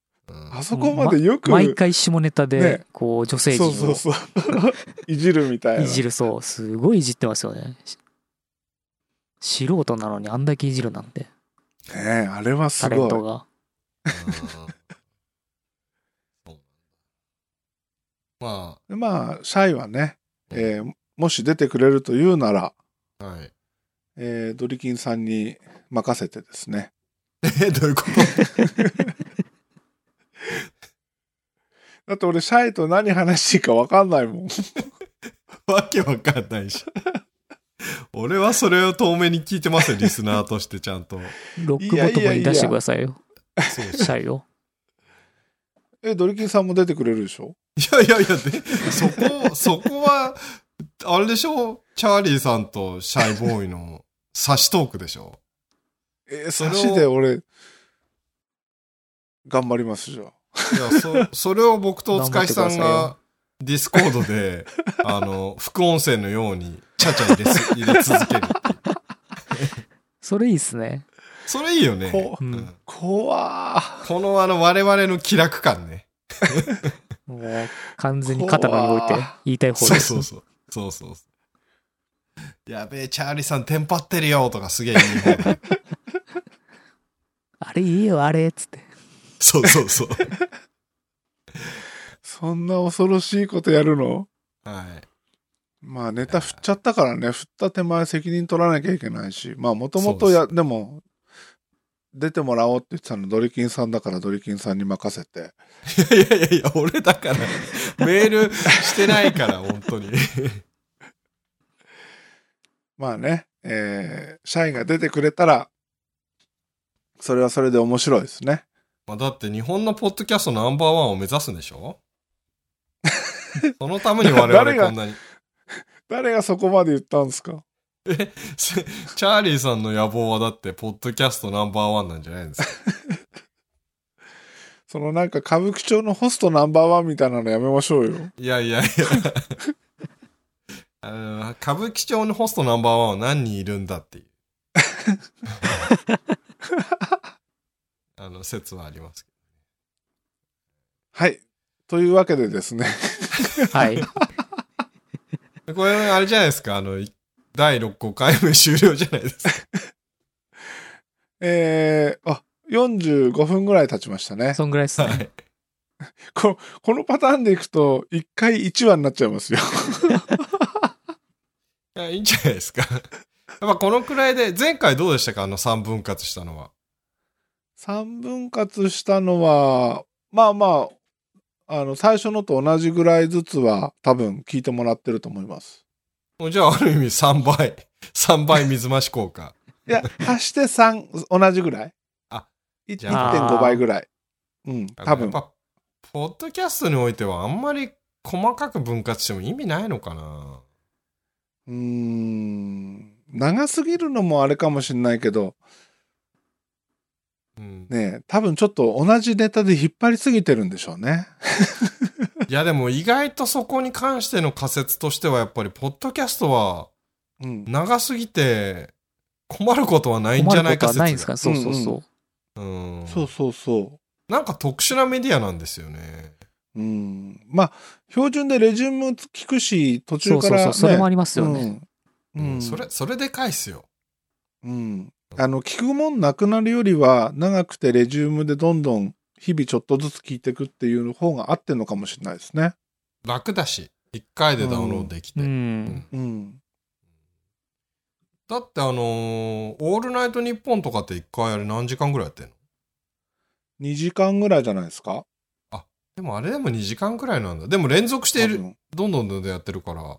[SPEAKER 3] あそこまでよく、
[SPEAKER 2] 毎回下ネタで
[SPEAKER 3] ね、
[SPEAKER 2] こう、女性陣
[SPEAKER 3] そうそうそう。
[SPEAKER 2] を
[SPEAKER 3] いじるみたいな。
[SPEAKER 2] いじる、そう。すごいいじってますよね。し素人なのにあんだけいじるなんて、
[SPEAKER 3] ねえあれはす
[SPEAKER 2] タレン
[SPEAKER 3] ごい
[SPEAKER 2] ト。が。
[SPEAKER 1] うんそうま
[SPEAKER 3] でまあ、シャイはね、
[SPEAKER 1] あ、
[SPEAKER 3] えーもし出てくれるというなら、
[SPEAKER 1] はい。
[SPEAKER 3] えードリキンさんに任せてですね。
[SPEAKER 1] え、どういうこと
[SPEAKER 3] だって俺、シャイと何話していいか分かんないもん。
[SPEAKER 1] わけわかんないし。俺はそれを遠目に聞いてますよ、リスナーとしてちゃんと。
[SPEAKER 2] ロックボトムに出してくださいよ、
[SPEAKER 1] そう
[SPEAKER 2] シャイを。
[SPEAKER 3] え、ドリキンさんも出てくれるでしょ
[SPEAKER 1] そういやいやいや、で、そこ、そこは、あれでしょチャーリーさんとシャイボーイの差しトークでしょ
[SPEAKER 3] えー、
[SPEAKER 1] それを
[SPEAKER 3] 差しで俺、頑張りますじゃあ。
[SPEAKER 1] いや、そ、それを僕とお使いさん
[SPEAKER 2] 頑張っ
[SPEAKER 1] が、ディスコードで、あの、副音声のように、ちゃちゃ入れす入れ続ける。
[SPEAKER 2] それいいっすね。
[SPEAKER 1] それいいよね。
[SPEAKER 3] こ、
[SPEAKER 2] うん
[SPEAKER 1] うん
[SPEAKER 3] 怖ー
[SPEAKER 1] このあの、我々の気楽感ね。
[SPEAKER 2] もう完全に肩の上に置いて言いたい方
[SPEAKER 1] そう
[SPEAKER 2] です
[SPEAKER 1] そう。そう。そうそうそう。やべえ、チャーリーさんテンパってるよとかすげえ言い方ね
[SPEAKER 2] あれ言えよ、あれっつって。
[SPEAKER 1] そうそうそう。
[SPEAKER 3] そんな恐ろしいことやるの
[SPEAKER 1] はい。
[SPEAKER 3] まあネタ振っちゃったからね、振った手前責任取らなきゃいけないし、まあもともとや、でも、出てもらおうって言ってたのドリキンさんだからドリキンさんに任せて。
[SPEAKER 1] いやいやいや、俺だから、メールしてないから、本当に。
[SPEAKER 3] まあね、えー、社員が出てくれたら、それはそれで面白いですね。
[SPEAKER 1] まあだって日本のポッドキャストナンバーワンを目指すんでしょそのために我
[SPEAKER 3] 誰
[SPEAKER 1] 々
[SPEAKER 3] が
[SPEAKER 1] こんなに。
[SPEAKER 3] 誰がそこまで言ったんですか
[SPEAKER 1] チャーリーさんの野望はだって、ポッドキャストナンバーワンなんじゃないんですか。
[SPEAKER 3] そのなんか歌舞伎町のホストナンバーワンみたいなのやめましょうよ。
[SPEAKER 1] いやいやいや。あの歌舞伎町のホストナンバーワンは何人いるんだっていう。あの、説はありますけ
[SPEAKER 3] はい。というわけでですね。
[SPEAKER 2] はい。
[SPEAKER 1] ど。これ、あれじゃないですか。あの、い第6、5回目終了じゃないですか。
[SPEAKER 3] えー、あ、45分ぐらい経ちましたね。
[SPEAKER 2] そんぐらいっす
[SPEAKER 1] はい。
[SPEAKER 2] ね。
[SPEAKER 3] ここのパターンでいくと、1回1話になっちゃいますよ。
[SPEAKER 1] いや、いいんじゃないですか。やっぱこのくらいで、前回どうでしたかあの3分割したのは。
[SPEAKER 3] 3分割したのは、まあまあ、あの、最初のと同じぐらいずつは多分聞いてもらってると思います。
[SPEAKER 1] じゃあ、ある意味3倍。3倍水増し効果。
[SPEAKER 3] いや、足して3、同じぐらい。
[SPEAKER 1] あ
[SPEAKER 3] い
[SPEAKER 1] じゃ
[SPEAKER 2] あ
[SPEAKER 3] 1.5倍ぐらい。うん、多分。
[SPEAKER 1] やっぱ、ポッドキャストにおいてはあんまり細かく分割しても意味ないのかな。
[SPEAKER 3] うーん、長すぎるのもあれかもしれないけど、
[SPEAKER 1] うん、
[SPEAKER 3] ねえ多分ちょっと同じネタで引っ張りすぎてるんでしょうね。
[SPEAKER 1] いやでも意外とそこに関しての仮説としてはやっぱりポッドキャストは
[SPEAKER 3] うん。
[SPEAKER 1] 長すぎて困ることはないん
[SPEAKER 2] 困
[SPEAKER 1] じゃな
[SPEAKER 2] るこ
[SPEAKER 1] いか
[SPEAKER 2] とは
[SPEAKER 1] 説
[SPEAKER 2] ないんですか
[SPEAKER 1] が
[SPEAKER 2] そうそうそう。
[SPEAKER 3] うん
[SPEAKER 1] うん、
[SPEAKER 3] そうそうそ
[SPEAKER 1] なんか特殊なメディアなんですよね。
[SPEAKER 3] う。うん。まあ、標準でレジュム聞くし、途
[SPEAKER 2] そ
[SPEAKER 3] 中
[SPEAKER 2] う
[SPEAKER 3] か
[SPEAKER 2] そ
[SPEAKER 3] ら、
[SPEAKER 2] う
[SPEAKER 3] ね。
[SPEAKER 2] そう。それもありますよね。
[SPEAKER 3] うん。うん。
[SPEAKER 1] それ、それでかいっすよ。
[SPEAKER 3] うん。あの、聞くもんなくなるよりは、長くてレジュームでどんどん日々ちょっとずつ聞いていくっていう方が合ってんのかもしれないですね。
[SPEAKER 1] 楽だし、1回でダウンロードできて。
[SPEAKER 2] うん。
[SPEAKER 3] うん。
[SPEAKER 1] だってあのーオールナイトニッポン」とかって1回あれ何時間ぐらいやってんの
[SPEAKER 3] 2時間ぐらいじゃないですか
[SPEAKER 1] でもあれでも2時間くらいなんだ。でも連続して
[SPEAKER 3] 多
[SPEAKER 1] る、
[SPEAKER 3] 分
[SPEAKER 1] どんどんどんどんやってるから。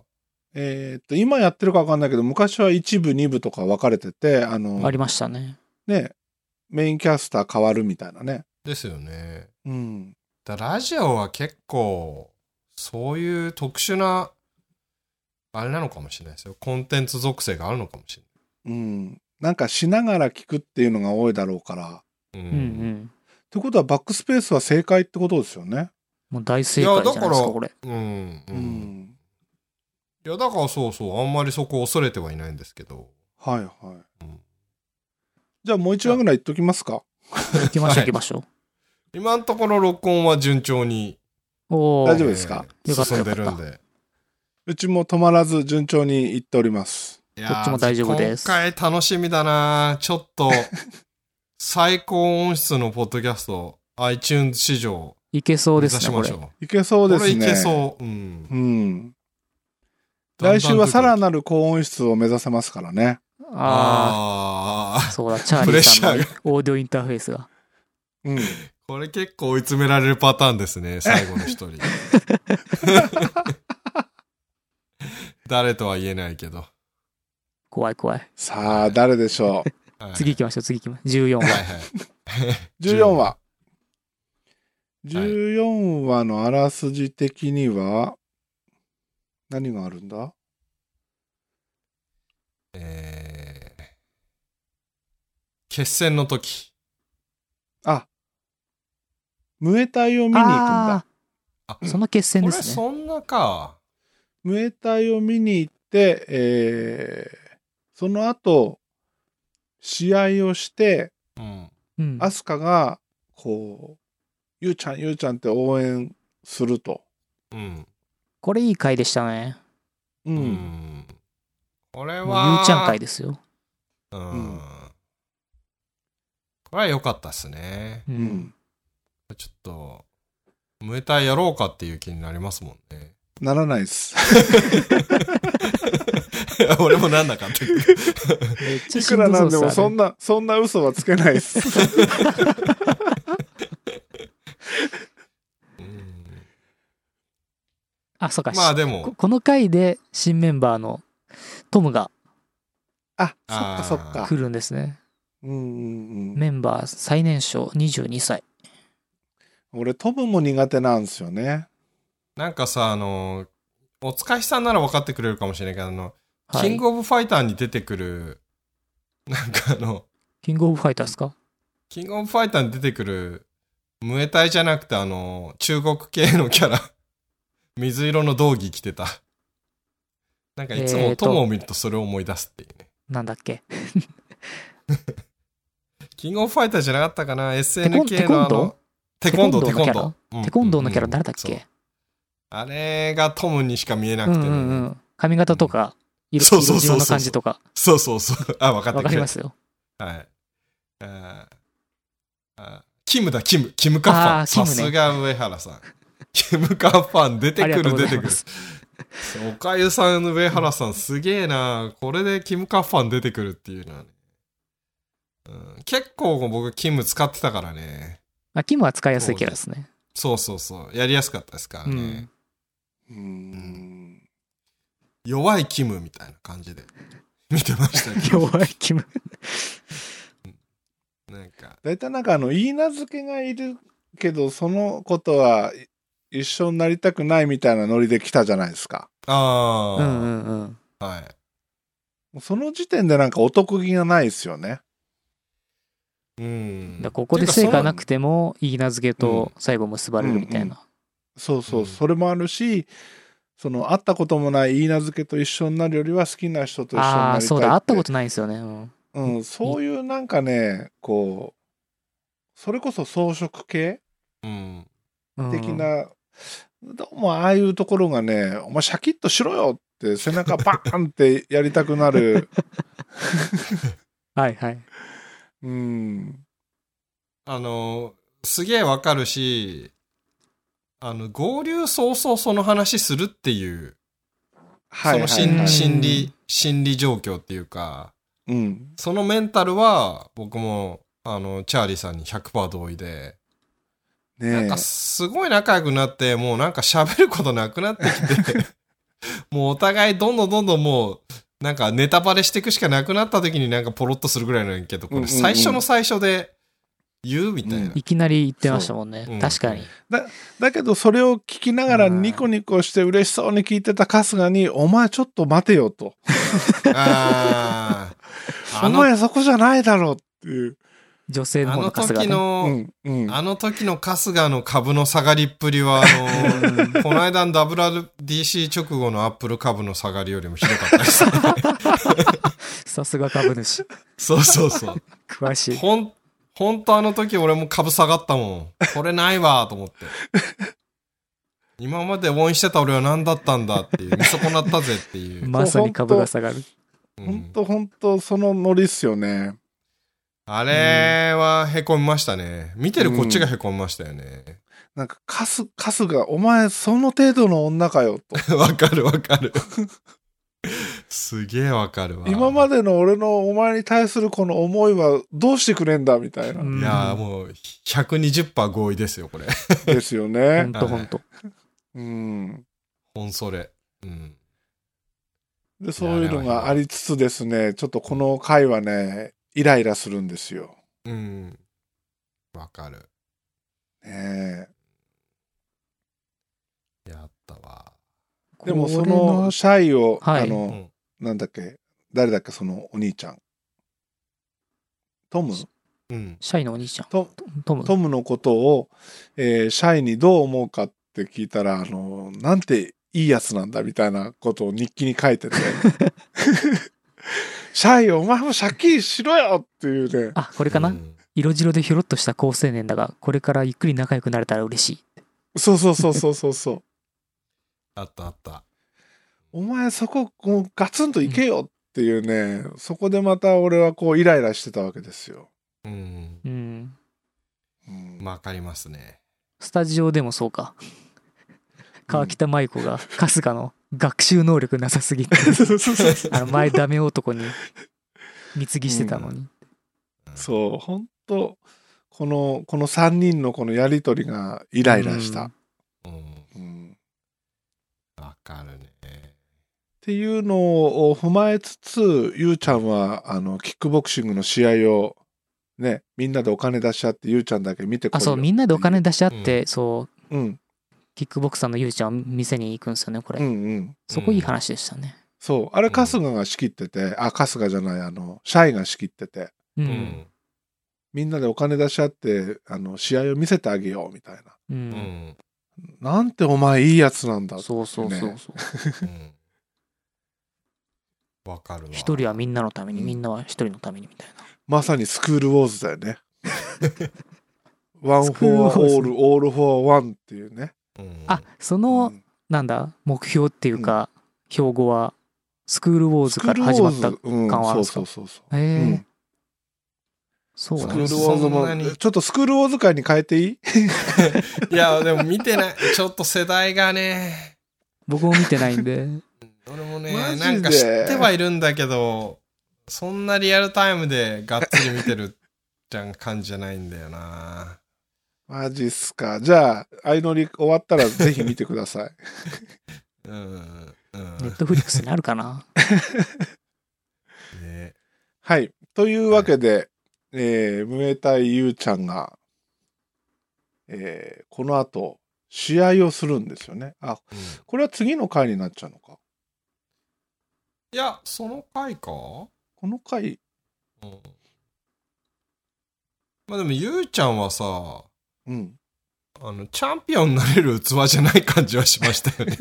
[SPEAKER 3] えーっと、今やってるか分かんないけど、昔は1部、2部とか分かれてて、あの、
[SPEAKER 2] ありましたね。
[SPEAKER 3] ね、メインキャスター変わるみたいなね。
[SPEAKER 1] ですよね。
[SPEAKER 3] うん。
[SPEAKER 1] だラジオは結構、そういう特殊な、あれなのかもしれないですよ。コンテンツ属性があるのかもし
[SPEAKER 3] うん。なんかしながら聞くっていうのが多いだろうから。
[SPEAKER 1] れない。
[SPEAKER 2] うんうん。
[SPEAKER 3] ってことは、バックスペースは正解ってことですよね。
[SPEAKER 2] もう大正解じゃないで
[SPEAKER 1] い
[SPEAKER 2] す
[SPEAKER 1] やだか
[SPEAKER 2] からこれ。
[SPEAKER 1] うん。うん。う。
[SPEAKER 3] うんん。
[SPEAKER 1] いや、だからそうそう、あんまりそこ恐れてはいないんですけど。
[SPEAKER 3] はいはい
[SPEAKER 1] うん。
[SPEAKER 3] じゃあもう一話ぐらい言っときますか。
[SPEAKER 2] 行き ましょう
[SPEAKER 1] はい
[SPEAKER 2] 行きましょ
[SPEAKER 1] 今のところ録音は順調に、
[SPEAKER 2] う。おお
[SPEAKER 3] 大。丈夫ですか
[SPEAKER 1] えー
[SPEAKER 2] よかった
[SPEAKER 1] 進んでるん
[SPEAKER 2] よ
[SPEAKER 1] で。
[SPEAKER 3] うちも止まらず順調に行っております。
[SPEAKER 1] いや
[SPEAKER 2] こ
[SPEAKER 1] ー
[SPEAKER 2] っちも大丈夫です
[SPEAKER 1] 今回楽しみだなちょっ と、最高音質のポッドキャスト、iTunes 史上、
[SPEAKER 2] いけそう
[SPEAKER 1] 目
[SPEAKER 2] で
[SPEAKER 1] 指し
[SPEAKER 2] すね、こ
[SPEAKER 1] ま
[SPEAKER 2] れ
[SPEAKER 1] しょ。う。
[SPEAKER 3] いけそ
[SPEAKER 1] こ
[SPEAKER 3] うで
[SPEAKER 1] れ
[SPEAKER 3] すね。
[SPEAKER 1] いけそう。うん。
[SPEAKER 3] うん。来週はさらなる高音質を目指せますからね。
[SPEAKER 2] あ
[SPEAKER 1] あ
[SPEAKER 2] あ、
[SPEAKER 1] あ
[SPEAKER 2] そうだ、チャーリーさんのオーディオインターフェースが。
[SPEAKER 3] うん。
[SPEAKER 1] ー。これ結構追い詰められるパターンです ね、最後の一人。 誰とは言えないけど。
[SPEAKER 2] 怖い怖い。
[SPEAKER 3] さあ、誰でしょ
[SPEAKER 1] はい
[SPEAKER 2] 次行きましょう、次行きましょう。14
[SPEAKER 1] は
[SPEAKER 2] 話。
[SPEAKER 1] いはい。
[SPEAKER 3] う。14話。
[SPEAKER 1] はい
[SPEAKER 3] 14話のあらすじ的には、何があるんだ
[SPEAKER 1] えー決戦の時。
[SPEAKER 3] あ、ムエタイを見に行くんだ
[SPEAKER 2] あ。
[SPEAKER 1] あ
[SPEAKER 2] あ、その決戦
[SPEAKER 1] こ
[SPEAKER 2] で
[SPEAKER 1] れ
[SPEAKER 2] すね。
[SPEAKER 1] そんなか。
[SPEAKER 3] ムエタイを見に行って、えーその後、試合をして、
[SPEAKER 1] うん。
[SPEAKER 2] うん。
[SPEAKER 3] アスカが、こう、ゆうちゃん、ゆうちゃんって応援すると。
[SPEAKER 1] うん。
[SPEAKER 2] これいい回でしたね。
[SPEAKER 3] う。
[SPEAKER 1] うんん。これ
[SPEAKER 2] もう
[SPEAKER 1] は。
[SPEAKER 2] ゆうちゃん回ですよ。
[SPEAKER 1] うん。
[SPEAKER 3] うん
[SPEAKER 1] これは良かったっすね。
[SPEAKER 2] う。。
[SPEAKER 3] うん
[SPEAKER 1] ちょっと、ムエタイやろうかっていう気になりますもんね。
[SPEAKER 3] ならない です。
[SPEAKER 1] 俺もなんなかったけど。
[SPEAKER 2] めっちゃ
[SPEAKER 3] い
[SPEAKER 2] し
[SPEAKER 3] く
[SPEAKER 2] んど
[SPEAKER 3] らな
[SPEAKER 2] そうん
[SPEAKER 3] でも
[SPEAKER 2] です
[SPEAKER 3] そ
[SPEAKER 2] よ
[SPEAKER 3] ん
[SPEAKER 2] ね。
[SPEAKER 3] な、そんな嘘はつけない です。
[SPEAKER 1] うん
[SPEAKER 2] あ、そうか。
[SPEAKER 1] まあ
[SPEAKER 2] し
[SPEAKER 1] で
[SPEAKER 2] こ
[SPEAKER 1] も、
[SPEAKER 2] この回で新メンバーのトムが
[SPEAKER 3] あ、そっ
[SPEAKER 1] あ
[SPEAKER 3] か
[SPEAKER 1] ー
[SPEAKER 3] そっか。
[SPEAKER 2] 来るんですね。
[SPEAKER 3] うんうんうん。
[SPEAKER 2] メンバー最年少22歳。
[SPEAKER 3] 俺、トムも苦手なんですよね。
[SPEAKER 1] なんかさ、あの、おつかしさんなら分かってくれるかもしれないけど、あの、
[SPEAKER 2] はい
[SPEAKER 1] キングオブファイターに出てくる、なんかあの、
[SPEAKER 2] キングオブファイターですか
[SPEAKER 1] キングオブファイターに出てくる、ムエタイじゃなくて、あの、中国系のキャラ、 水色の道着着てた。なんかいつ
[SPEAKER 2] え
[SPEAKER 1] も
[SPEAKER 2] ーと
[SPEAKER 1] 友を見るとそれを思い出すっていうね。
[SPEAKER 2] なんだっけ
[SPEAKER 1] キングオブファイターじゃなかったかな
[SPEAKER 2] テコン
[SPEAKER 1] ?SNK
[SPEAKER 2] テコ
[SPEAKER 1] のあの
[SPEAKER 2] ンド、
[SPEAKER 1] テコンドー、
[SPEAKER 2] テ
[SPEAKER 1] テ
[SPEAKER 2] コ
[SPEAKER 1] コン
[SPEAKER 2] ンドーのキャラ
[SPEAKER 1] ドー。
[SPEAKER 2] テコンドーのキャラ誰だっ
[SPEAKER 1] うんうんうんそう
[SPEAKER 2] け
[SPEAKER 1] あれがトムにしか見えな
[SPEAKER 2] う
[SPEAKER 1] く
[SPEAKER 2] ん
[SPEAKER 1] て
[SPEAKER 2] う
[SPEAKER 1] ね、
[SPEAKER 2] んうん。髪型とか、色
[SPEAKER 1] そうそうそうそう
[SPEAKER 2] 色の感じとか、
[SPEAKER 1] そうそうそう。あ、分かって
[SPEAKER 2] わ
[SPEAKER 1] く
[SPEAKER 2] か
[SPEAKER 1] れ
[SPEAKER 2] り
[SPEAKER 1] た
[SPEAKER 2] ますよ。
[SPEAKER 1] はい。あーあーキムだ、キム。キムカッファ
[SPEAKER 2] あ
[SPEAKER 1] ン。
[SPEAKER 2] ーキム
[SPEAKER 1] さ
[SPEAKER 2] ね
[SPEAKER 1] すが上原さん。キムカッファン、出て
[SPEAKER 2] あり
[SPEAKER 1] く
[SPEAKER 2] がとう
[SPEAKER 1] る、
[SPEAKER 2] ござ
[SPEAKER 1] 出て
[SPEAKER 2] い
[SPEAKER 1] く
[SPEAKER 2] ま
[SPEAKER 1] る。
[SPEAKER 2] す。
[SPEAKER 1] そうおかゆさん、上原さん、すげえな。これでキムカッファン出てくるっていうのはね。うん、結構僕、キム使ってたからね。
[SPEAKER 2] あ、キムは使いやすいキャラですね。
[SPEAKER 1] そうそうそう。やりやすかったですからね。
[SPEAKER 3] うーん。
[SPEAKER 1] 弱いキムみたいな感じで見てましたけど。
[SPEAKER 2] 弱い気分。
[SPEAKER 1] なんか、
[SPEAKER 3] 大体なんかあの、言い名付けがいるけど、そのことはい一緒になりたくないみたいなノリで来たじゃないですか。
[SPEAKER 1] あ
[SPEAKER 2] う
[SPEAKER 1] あ、
[SPEAKER 2] んうんうん。
[SPEAKER 1] はい。
[SPEAKER 3] その時点でなんかお得意がないですよね。
[SPEAKER 1] うん。
[SPEAKER 2] だからここで成果なく
[SPEAKER 1] て
[SPEAKER 2] ても、いい名付けと最後結ばれるみたいな。
[SPEAKER 3] そうそう、
[SPEAKER 1] うん
[SPEAKER 3] それもあるし、その会ったこともない言い名付けと一緒になるよりは好きな人と一緒になりたい
[SPEAKER 2] ああー、
[SPEAKER 3] って
[SPEAKER 2] そうだ。会ったことないんですよね。うん
[SPEAKER 3] うん、そういうなんかね、こう、それこそ装飾系
[SPEAKER 1] その、
[SPEAKER 2] うん
[SPEAKER 3] 的な、どうもああいうところがね、お前シャキッとしろよって背中バーンってやりたくなる。
[SPEAKER 2] はいはい。
[SPEAKER 3] うん。
[SPEAKER 1] あの、すげえわかるし、あの、合流早々その話するっていう、
[SPEAKER 3] はい、はい。
[SPEAKER 1] その心
[SPEAKER 2] はい
[SPEAKER 1] 心理、心理状況っていうか、
[SPEAKER 3] うん。
[SPEAKER 1] そのメンタルは僕も、あの、チャーリーさんに100%同意で、な
[SPEAKER 3] ね
[SPEAKER 1] ん
[SPEAKER 3] え
[SPEAKER 1] か。すごい仲良くなって、もうなんか喋ることなくなってきて、 もうお互いどんどんどんどんもう、なんかネタバレしていくしかなくなった時になんかポロッとするぐらいなんやけど、こ
[SPEAKER 3] うん
[SPEAKER 1] れ
[SPEAKER 3] うんうん
[SPEAKER 1] 最初の最初で言うみたいな。
[SPEAKER 2] いきなり言ってましたもんね
[SPEAKER 1] う。ん
[SPEAKER 2] 確かに。
[SPEAKER 3] だけどそれを聞きながらニコニコして嬉しそうに聞いてた春日に、お前ちょっと待てよと。
[SPEAKER 1] ああ。あ
[SPEAKER 3] お
[SPEAKER 1] の、あ
[SPEAKER 3] 前そこじゃないだろうっていう。
[SPEAKER 2] 女性の方
[SPEAKER 1] の
[SPEAKER 2] の春日
[SPEAKER 1] 時
[SPEAKER 2] ね。
[SPEAKER 3] う
[SPEAKER 1] の、
[SPEAKER 3] ん。うん。
[SPEAKER 1] あの時の春日の株の下がりっぷりは、あの、この間の WRDC 直後のアップル株の下がりよりもひどかったです。
[SPEAKER 2] さすが株主。
[SPEAKER 1] そうそうそう。
[SPEAKER 2] 詳しい。
[SPEAKER 1] ほん、ほんとあの時俺も株下がったもん。これないわと思って。今まで応援してた俺は何だったんだっていう、見損なったぜっていう。
[SPEAKER 2] まさに株が下がる。
[SPEAKER 1] うん
[SPEAKER 3] ほんとほんとそのノリっすよね。
[SPEAKER 1] あれは凹みましたね。見てるこっちが凹みましたよね。
[SPEAKER 3] なんか、カス、カスが、お前、その程度の女かよ、と。
[SPEAKER 1] わかるわかる。すげえわかるわ。
[SPEAKER 3] 今までの俺のお前に対するこの思いは、どうしてくれんだ、みたいな
[SPEAKER 2] う。ん
[SPEAKER 1] いやーもう120%合意ですよ、これ。
[SPEAKER 3] ですよ
[SPEAKER 2] ほ
[SPEAKER 3] ね
[SPEAKER 2] ん。とほんと。
[SPEAKER 3] うん。
[SPEAKER 1] 本それ。うん。
[SPEAKER 3] で、そういうのがありつつですね、ちょっとこの回はね、イライラするんですよ。
[SPEAKER 1] うん。わかる。
[SPEAKER 3] ね
[SPEAKER 1] やったわ。
[SPEAKER 3] えでも、そ
[SPEAKER 2] これ
[SPEAKER 3] の、シャイを、
[SPEAKER 2] はい
[SPEAKER 3] あ
[SPEAKER 1] う
[SPEAKER 3] の、
[SPEAKER 1] ん。
[SPEAKER 3] なんだっけ、誰だっけ、その、お兄ちゃん。トム
[SPEAKER 1] うん。
[SPEAKER 2] シャイのお兄ちゃん。
[SPEAKER 3] ト
[SPEAKER 2] トム。
[SPEAKER 3] トムのことを、えーシャイにどう思うかって聞いたら、あの、なんていいやつなんだみたいなことを日記に書いてて、 シャイ、お前も借金しろよっていうね、
[SPEAKER 2] あ、こ
[SPEAKER 1] こ
[SPEAKER 2] れかな、
[SPEAKER 1] うん
[SPEAKER 2] 色白でひょろっとした高青年だが、これからゆっくり仲良くなれたら嬉しい。
[SPEAKER 3] そうそうそうそうそうそう、
[SPEAKER 1] あったあった。
[SPEAKER 3] お前そここうガツンと行けよっていうね、そこでまた俺はこうイライラしてたわけですよ。
[SPEAKER 1] うん。
[SPEAKER 2] うん。
[SPEAKER 3] うん
[SPEAKER 1] わかりますね。
[SPEAKER 2] スタジオでもそうか。川北舞子が春日の学習能力なさすぎ て、あの前ダメ男に貢ぎしてたのに。
[SPEAKER 3] そう、本当この、この3人のこのやりとりがイライラした。
[SPEAKER 1] うん。
[SPEAKER 3] うん
[SPEAKER 1] わかるね。
[SPEAKER 3] っていうのを踏まえつつ、ゆうちゃんは、あの、キックボクシングの試合を、ね、みんなでお金出し合って、ゆうちゃんだけ見てこいよ
[SPEAKER 2] あ、そう、みんなでお金出し合って、
[SPEAKER 1] う
[SPEAKER 2] そう、
[SPEAKER 3] うん、
[SPEAKER 2] キックボクサーのゆうちゃんを店に行くんですよね、これ。
[SPEAKER 3] うん、うん。
[SPEAKER 2] そこいい話でしたね。
[SPEAKER 3] そう。あれ、春日が仕切ってて、あ、春日じゃない、あの、シャイが仕切ってて、
[SPEAKER 1] う
[SPEAKER 2] う。。
[SPEAKER 1] ん
[SPEAKER 3] みんなでお金出し合って、あの、試合を見せてあげよう、みたいな。
[SPEAKER 2] う。
[SPEAKER 1] うんん。
[SPEAKER 3] なんてお前いいやつなんだ。
[SPEAKER 2] そうそうそう
[SPEAKER 3] ね
[SPEAKER 2] そう。
[SPEAKER 1] うんわかるわ。
[SPEAKER 2] 一人はみんなのために、
[SPEAKER 3] うん
[SPEAKER 2] みんなは一人のためにみたいな。
[SPEAKER 3] まさにスクールウォーズだよね。ワン・フ
[SPEAKER 2] スクール
[SPEAKER 3] ォ
[SPEAKER 2] ウォ
[SPEAKER 3] ア・
[SPEAKER 2] ーズ
[SPEAKER 3] オール、オール・フォア・ワンっていうね。
[SPEAKER 1] うん
[SPEAKER 2] あ、その、
[SPEAKER 3] うん
[SPEAKER 2] なんだ、目標っていうか、標語は、スクールウォーズから始まった
[SPEAKER 3] ス。クールウォーズうん
[SPEAKER 2] 感はあるんですか
[SPEAKER 3] そうそうそうそう。
[SPEAKER 2] へえ、
[SPEAKER 3] うん
[SPEAKER 2] そう
[SPEAKER 3] ス
[SPEAKER 2] な
[SPEAKER 3] クー
[SPEAKER 2] ん
[SPEAKER 3] ルウ
[SPEAKER 2] です
[SPEAKER 1] そ
[SPEAKER 2] ね
[SPEAKER 3] ォーズ
[SPEAKER 1] んなに
[SPEAKER 3] も、ちょっとスクールウォーズ界に変えていい
[SPEAKER 1] いや、でも見てない。ちょっと世代がね。
[SPEAKER 2] 僕も見てない んで。
[SPEAKER 1] 俺もね
[SPEAKER 3] マジ、で
[SPEAKER 1] なんか知ってはいるんだけど、そんなリアルタイムでがっつり見てるじゃん感じじゃないんだよな。
[SPEAKER 3] マジっすか。じゃあ、相乗り終わったらぜひ見てください。
[SPEAKER 1] うん。うん。
[SPEAKER 2] ネットフリックスになるかな
[SPEAKER 1] ね。
[SPEAKER 3] はい。というわけで、えー、ムエタイユウちゃんが、えー、この後、試合をするんですよね。あ、
[SPEAKER 1] うん
[SPEAKER 3] これは次の回になっちゃうのか。
[SPEAKER 1] いや、その回か
[SPEAKER 3] この回、
[SPEAKER 1] うん。まあでも、ゆうちゃんはさ、
[SPEAKER 3] うん。
[SPEAKER 1] あの、チャンピオンになれる器じゃない感じはしましたよ ね。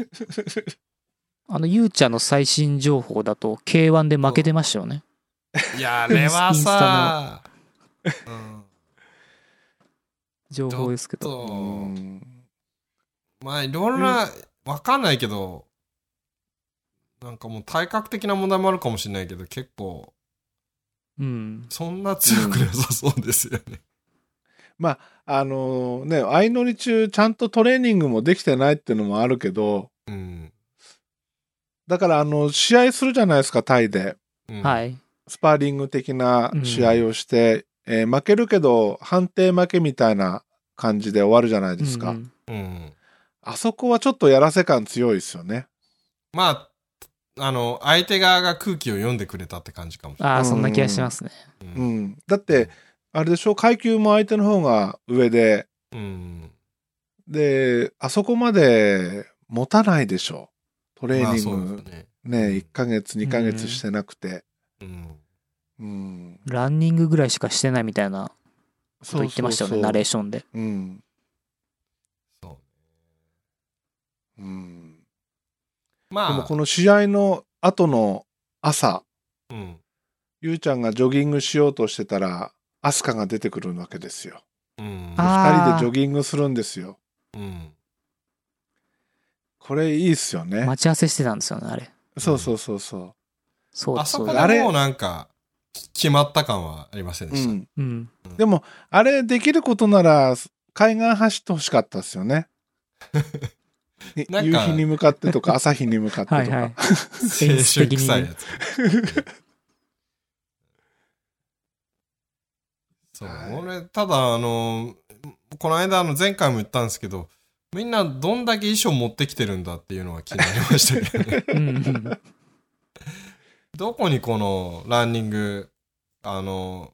[SPEAKER 2] あの、ゆうちゃんの最新情報だと、K1 で負けてましたよね。
[SPEAKER 1] いや、あれはさ、うん。
[SPEAKER 2] 情報ですけど。
[SPEAKER 1] そうう。
[SPEAKER 3] ん
[SPEAKER 1] まあ、いろんな、わかんないけど、なんかもう体格的な問題もあるかもしれないけど、結構、
[SPEAKER 2] うん。
[SPEAKER 1] そんな強くなさそうですよね。
[SPEAKER 3] あのね、相乗り中、ちゃんとトレーニングもできてないっていうのもあるけど、
[SPEAKER 1] うん。
[SPEAKER 3] だから、あの、試合するじゃないですか、タイで。
[SPEAKER 1] うん
[SPEAKER 2] はい。
[SPEAKER 3] スパーリング的な試合をして、えー負けるけど、判定負けみたいな感じで終わるじゃないですか。
[SPEAKER 2] うんうん
[SPEAKER 1] うん。
[SPEAKER 3] あそこはちょっとやらせ感強いですよね。
[SPEAKER 1] まあ、あの、相手側が空気を読んでくれたって感じかもしれない。
[SPEAKER 2] ああ、そんな気がしますね。
[SPEAKER 1] うん
[SPEAKER 3] うん。だって、あれでしょ、階級も相手の方が上で、
[SPEAKER 1] うん。
[SPEAKER 3] で、あそこまで持たないでしょ。トレ
[SPEAKER 1] ま
[SPEAKER 3] ー
[SPEAKER 1] あ
[SPEAKER 3] ニン
[SPEAKER 1] そ
[SPEAKER 3] グ、
[SPEAKER 1] うですね。
[SPEAKER 3] ね、1ヶ月、2ヶ月してなくて。
[SPEAKER 1] うん。
[SPEAKER 3] うん。
[SPEAKER 2] ランニングぐらいしかしてないみたいなこと
[SPEAKER 3] そう
[SPEAKER 2] 言ってましたよね、ナレーションで。
[SPEAKER 3] ョン。うん。
[SPEAKER 1] そ
[SPEAKER 3] うん。で
[SPEAKER 1] う。まあ、
[SPEAKER 3] もこの試合の後の朝、
[SPEAKER 1] うん。
[SPEAKER 3] ゆうちゃんがジョギングしようとしてたら、アスカが出てくるわけですよ。
[SPEAKER 1] うん。
[SPEAKER 3] 二
[SPEAKER 2] あー
[SPEAKER 3] 人でジョギングするんですよ。
[SPEAKER 1] うん。
[SPEAKER 3] これいいっすよね。
[SPEAKER 2] 待ち合わせしてたんですよね、あれ。
[SPEAKER 3] そうそうそうそ
[SPEAKER 2] そう
[SPEAKER 1] あ
[SPEAKER 2] だ
[SPEAKER 1] そ
[SPEAKER 2] そう
[SPEAKER 1] こ
[SPEAKER 2] だ。
[SPEAKER 3] あ
[SPEAKER 1] で
[SPEAKER 3] れ
[SPEAKER 1] もうなんか、決まった感はありません
[SPEAKER 3] う。
[SPEAKER 1] で
[SPEAKER 3] う
[SPEAKER 1] した。
[SPEAKER 3] ん。
[SPEAKER 2] うん。
[SPEAKER 3] でも、あれできることなら、海岸走ってほしかったですよ ね。い
[SPEAKER 1] なん
[SPEAKER 3] 夕
[SPEAKER 1] か
[SPEAKER 3] 日に向かってと か、朝日に向かってとか。
[SPEAKER 2] はいはい。
[SPEAKER 1] 青 春臭いやつ。 そう、
[SPEAKER 3] はい
[SPEAKER 1] 俺、ただ、あの、この間、あの、前回も言ったんですけど、みんなどんだけ衣装持ってきてるんだっていうのは気になりました けどね。
[SPEAKER 2] うんうん。
[SPEAKER 1] どこにこのランニング、あの、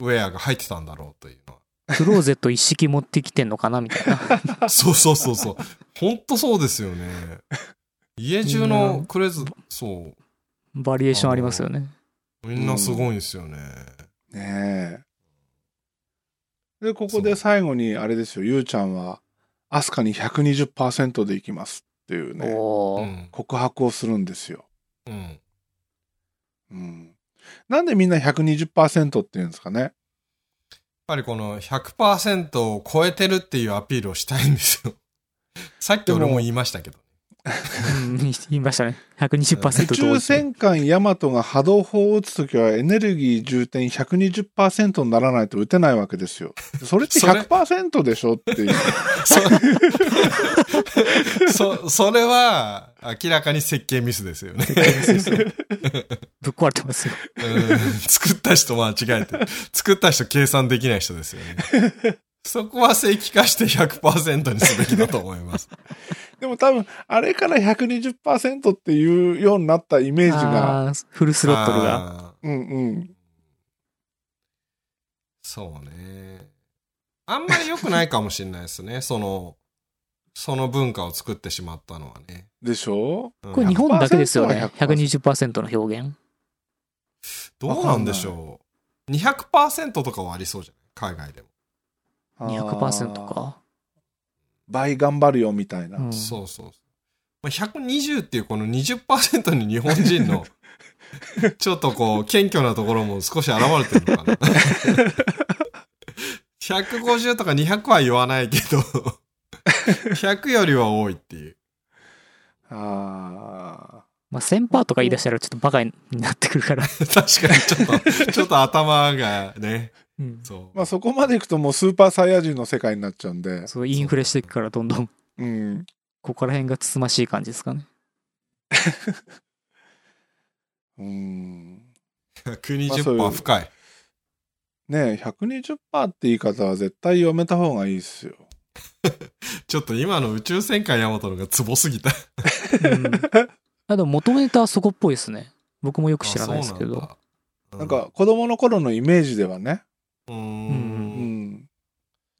[SPEAKER 1] ウェアが入ってたんだろうというの
[SPEAKER 2] クローゼット一式持ってきてんのかなみたいな。
[SPEAKER 1] は。そうそうそうそう。ほんとそうですよね。家中のクレズ、そ
[SPEAKER 2] バリエーションありますよね。
[SPEAKER 1] う。みんなすごいんですよね。
[SPEAKER 3] ねえ。で、ここで最後に、あれですよ、ゆうちゃんは、アスカに120%でいきますっていう ね、
[SPEAKER 2] お
[SPEAKER 1] う
[SPEAKER 2] ー
[SPEAKER 1] ん。
[SPEAKER 3] 告白をするんですよ。
[SPEAKER 1] うん。
[SPEAKER 3] うん。なんでみんな120%って言うんですかね。
[SPEAKER 1] やっぱりこの100%を超えてるっていうアピールをしたいんですよ。 さっき俺も言いましたけど。
[SPEAKER 2] うん言いましたね。120%
[SPEAKER 3] 宇
[SPEAKER 2] と
[SPEAKER 3] 宙戦艦ヤマトが波動砲を撃つときはエネルギー充填120%にならないと撃てないわけです よ。それって
[SPEAKER 1] それ
[SPEAKER 3] 100%でしょっていう。
[SPEAKER 1] そ、 それは明らかに設計ミスですよね。
[SPEAKER 2] ぶっ壊れてますよ。
[SPEAKER 1] うん作った人間違えてる。作った人計算できない人ですよね。そこは正規化して100%にすべきだと思います。
[SPEAKER 3] でも多分、あれから120%っていうようになったイメージが。
[SPEAKER 2] あーフルスロッ トルが。
[SPEAKER 1] あー
[SPEAKER 3] うんうん。
[SPEAKER 1] そうね。あんまり良くないかもしれないですね。その、その文化を作ってしまったのはね。
[SPEAKER 3] でしょ
[SPEAKER 1] うん
[SPEAKER 2] これ日本だけですよね。
[SPEAKER 3] 100%
[SPEAKER 2] 120%の表現。
[SPEAKER 1] どうなんでしょう。200%とかはありそうじゃない海外でも。
[SPEAKER 2] 200%
[SPEAKER 3] あー
[SPEAKER 2] か。
[SPEAKER 3] 倍頑張るよみたいな。
[SPEAKER 2] うん
[SPEAKER 1] そうそうそう。まあ120っていうこの20%に日本人 のちょっとこう謙虚なところも少し現れてるのかな。150とか200は言わないけど、100よりは多いっていう。
[SPEAKER 3] あ
[SPEAKER 2] まあ、1000%とか言い出したらちょっとバカになってくるから。
[SPEAKER 1] 確かにちょっと、ちょっと頭がね、
[SPEAKER 2] うん
[SPEAKER 1] そ
[SPEAKER 3] ー
[SPEAKER 1] う。
[SPEAKER 3] まあそこまでいくともうスーパーサイヤ人の世界になっちゃうんで。
[SPEAKER 2] そう、インフレしていくからどんどん、
[SPEAKER 3] うん。
[SPEAKER 2] ここら辺がつつましい感じですかね。
[SPEAKER 3] うん。まあそうい
[SPEAKER 1] 120%
[SPEAKER 3] う
[SPEAKER 1] 深い。
[SPEAKER 3] ねえ120%って言い方は絶対読めた方がいいですよ。
[SPEAKER 1] ちょっと今の宇宙戦艦ヤマトのがツボすぎた。
[SPEAKER 2] うん、あでも元ネタはそこっぽいですね。僕もよく知らないですけど。
[SPEAKER 1] あ。そうな
[SPEAKER 3] な
[SPEAKER 1] んんだ
[SPEAKER 3] か子供の頃のイメージではね。
[SPEAKER 1] う。
[SPEAKER 3] うんん。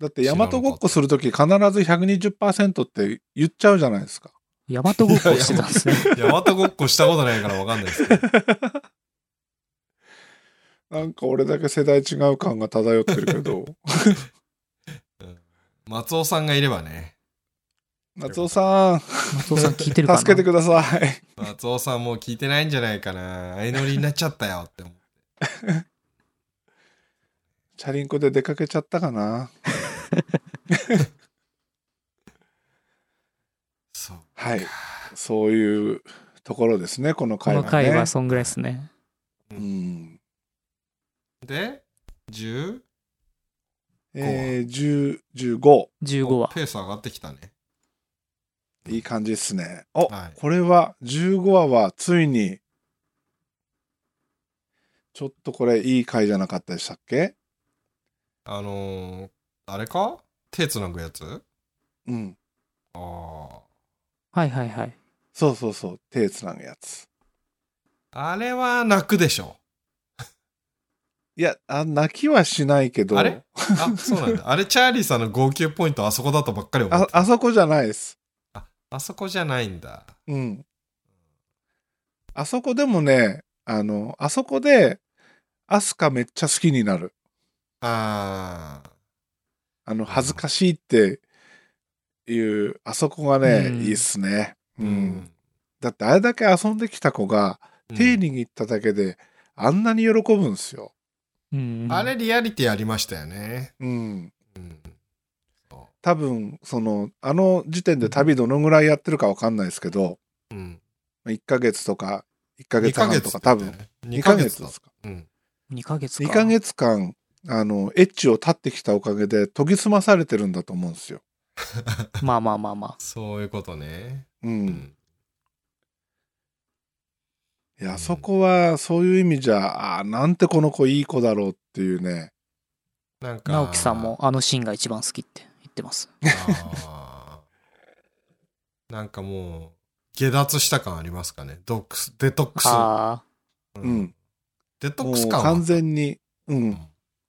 [SPEAKER 3] だって大和ごっこするとき必ず120%って言っちゃうじゃないですか。
[SPEAKER 2] ヤマトごっこしてたんですね。
[SPEAKER 1] ヤマトごっこしたことないからわかんないですけど。
[SPEAKER 3] なんか俺だけ世代違う感が漂ってるけ ど。
[SPEAKER 1] 松尾さんがいればね。
[SPEAKER 3] 松尾さ
[SPEAKER 2] 松尾さん聞いて
[SPEAKER 3] ん、
[SPEAKER 2] るかな
[SPEAKER 3] 助けてください。
[SPEAKER 1] 松尾さんもう聞いてないんじゃないかな。相乗りになっちゃったよって思う。
[SPEAKER 3] チャリンコで出かけちゃったかな。
[SPEAKER 1] そう。
[SPEAKER 3] はい。そういうところですね、この
[SPEAKER 2] こ
[SPEAKER 3] 回は、
[SPEAKER 2] の
[SPEAKER 3] ね。
[SPEAKER 2] 回はそんぐらいですね。
[SPEAKER 3] うん。
[SPEAKER 1] で、10?
[SPEAKER 3] えー、10、15。
[SPEAKER 2] 15話。
[SPEAKER 1] ペース上がってきたね。
[SPEAKER 3] いい感じですね。お、
[SPEAKER 1] はい
[SPEAKER 3] これは15話はついに、ちょっとこれいい回じゃなかったでしたっけ
[SPEAKER 1] あのー、あれか手つなぐやつ
[SPEAKER 3] うん。
[SPEAKER 1] ああ。
[SPEAKER 2] はいはいはい。
[SPEAKER 3] そうそうそう。手つなぐやつ。
[SPEAKER 1] あれは泣くでしょ。
[SPEAKER 3] いや、あ泣きはしないけど、
[SPEAKER 1] あれあ、そうなん だ。あれ、チャーリーさんの号泣ポイントあそこだとばっかり思っ
[SPEAKER 3] あ
[SPEAKER 1] てた
[SPEAKER 3] あそこじゃないです。
[SPEAKER 1] あそこじゃないんだ。
[SPEAKER 3] うん。あそこでもね、あの、あそこで、アスカめっちゃ好きになる。
[SPEAKER 1] ああ。
[SPEAKER 3] あの、恥ずかしいっていう、あそこがね、
[SPEAKER 2] うん
[SPEAKER 3] いいっすね。うん。だってあれだけ遊んできた子が、手
[SPEAKER 1] に
[SPEAKER 3] 握っただけで、あんなに喜ぶんですよ。
[SPEAKER 2] うんうん
[SPEAKER 1] あれリアリティありましたよね。
[SPEAKER 3] うん。
[SPEAKER 1] うん。そ
[SPEAKER 3] 多分、その、あの時点で旅どのぐらいやってるかわかんないですけど、
[SPEAKER 1] ううん。
[SPEAKER 3] 1ヶ月とか、1ヶ
[SPEAKER 1] 2
[SPEAKER 3] 月
[SPEAKER 1] ヶ
[SPEAKER 3] 半
[SPEAKER 1] 月
[SPEAKER 3] とか、
[SPEAKER 1] って言った
[SPEAKER 3] 多
[SPEAKER 1] よ
[SPEAKER 3] 分、
[SPEAKER 1] ね。
[SPEAKER 3] 2
[SPEAKER 1] 2
[SPEAKER 3] ヶ
[SPEAKER 1] ヶ
[SPEAKER 3] 月
[SPEAKER 1] 月
[SPEAKER 3] で
[SPEAKER 1] だ。
[SPEAKER 3] すか。
[SPEAKER 1] うん。
[SPEAKER 2] 2ヶ月
[SPEAKER 3] 2
[SPEAKER 2] か。
[SPEAKER 3] ヶ月間、あの、エッチを立ってきたおかげで研ぎ澄まされてるんだと思うんですよ。
[SPEAKER 2] まあまあまあまあ。
[SPEAKER 1] そういうことね。
[SPEAKER 3] う。
[SPEAKER 1] うんん。
[SPEAKER 3] いや、そこは、そういう意味じゃ、ああ、なんてこの子いい子だろうっていうね。
[SPEAKER 1] なんか。
[SPEAKER 2] 直樹さんも。あのシーンが一番好きって言ってます。
[SPEAKER 1] あーなんかもう、下脱した感ありますかね。ドックス、デトックス。
[SPEAKER 2] ああ。
[SPEAKER 1] う
[SPEAKER 3] うんん。
[SPEAKER 1] デトッ
[SPEAKER 3] も
[SPEAKER 1] クス
[SPEAKER 3] う
[SPEAKER 1] 感は
[SPEAKER 3] 完全に、うん。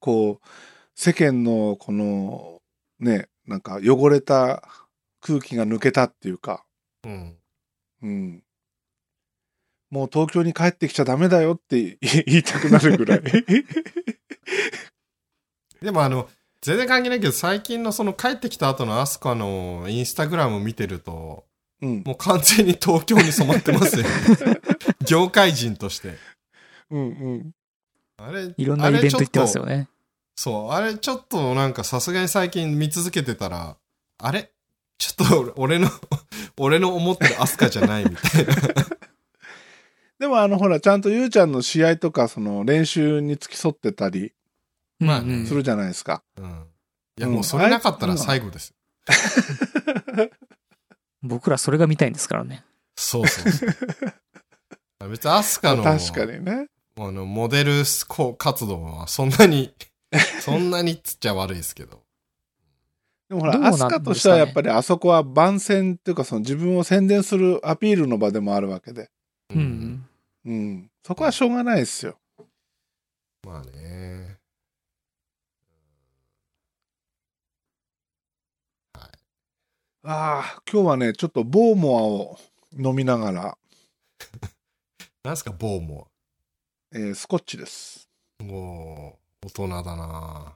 [SPEAKER 3] こう世間のこのねなんか汚れた空気が抜けたっていうか、
[SPEAKER 1] うん。
[SPEAKER 3] うん、もう東京に帰ってきちゃダメだよってい言いたくなるぐらい
[SPEAKER 1] でもあの、全然関係ないけど、最近のその帰ってきた後のアスカのインスタグラム見てると、
[SPEAKER 3] うん、
[SPEAKER 1] もう完全に東京に染まってますよ、 ね。業界人として。
[SPEAKER 3] うんうん
[SPEAKER 1] あれ、
[SPEAKER 2] いろんなイベント行ってます
[SPEAKER 1] あれちょっと
[SPEAKER 2] よね。
[SPEAKER 1] そう、あれちょっとなんかさすがに最近見続けてたら、あれちょっと 俺俺の、俺の思ってるアスカじゃないみたいな。
[SPEAKER 3] でもあのほらちゃんとゆうちゃんの試合とかその練習に付き添ってたり
[SPEAKER 1] まあ
[SPEAKER 2] う
[SPEAKER 1] ね
[SPEAKER 2] んうん
[SPEAKER 3] するじゃないですか、
[SPEAKER 1] うん。いや、
[SPEAKER 3] うん
[SPEAKER 1] もうそれなかったら最後です。
[SPEAKER 2] 僕らそれが見たいんですからね。
[SPEAKER 1] そうそうそう。別にアスカの、
[SPEAKER 3] 確かにね
[SPEAKER 1] あの、モデルこう活動はそんな に、そんなにっつっちゃ悪いですけど。
[SPEAKER 3] でもほ
[SPEAKER 2] ど
[SPEAKER 3] ら、
[SPEAKER 2] うな
[SPEAKER 3] ア
[SPEAKER 2] んで
[SPEAKER 3] ス
[SPEAKER 2] すかね
[SPEAKER 3] カとしてはやっぱりあそこは番宣っていうかその自分を宣伝するアピールの場でもあるわけで、
[SPEAKER 2] うんうん。
[SPEAKER 3] うん、そこはしょうがないですよ。
[SPEAKER 1] まあね。
[SPEAKER 3] ああ、今日はね、ちょっとボーモアを飲みながら、
[SPEAKER 1] なんすか、ボーも。
[SPEAKER 3] えースコッチです。
[SPEAKER 1] もう、大人だな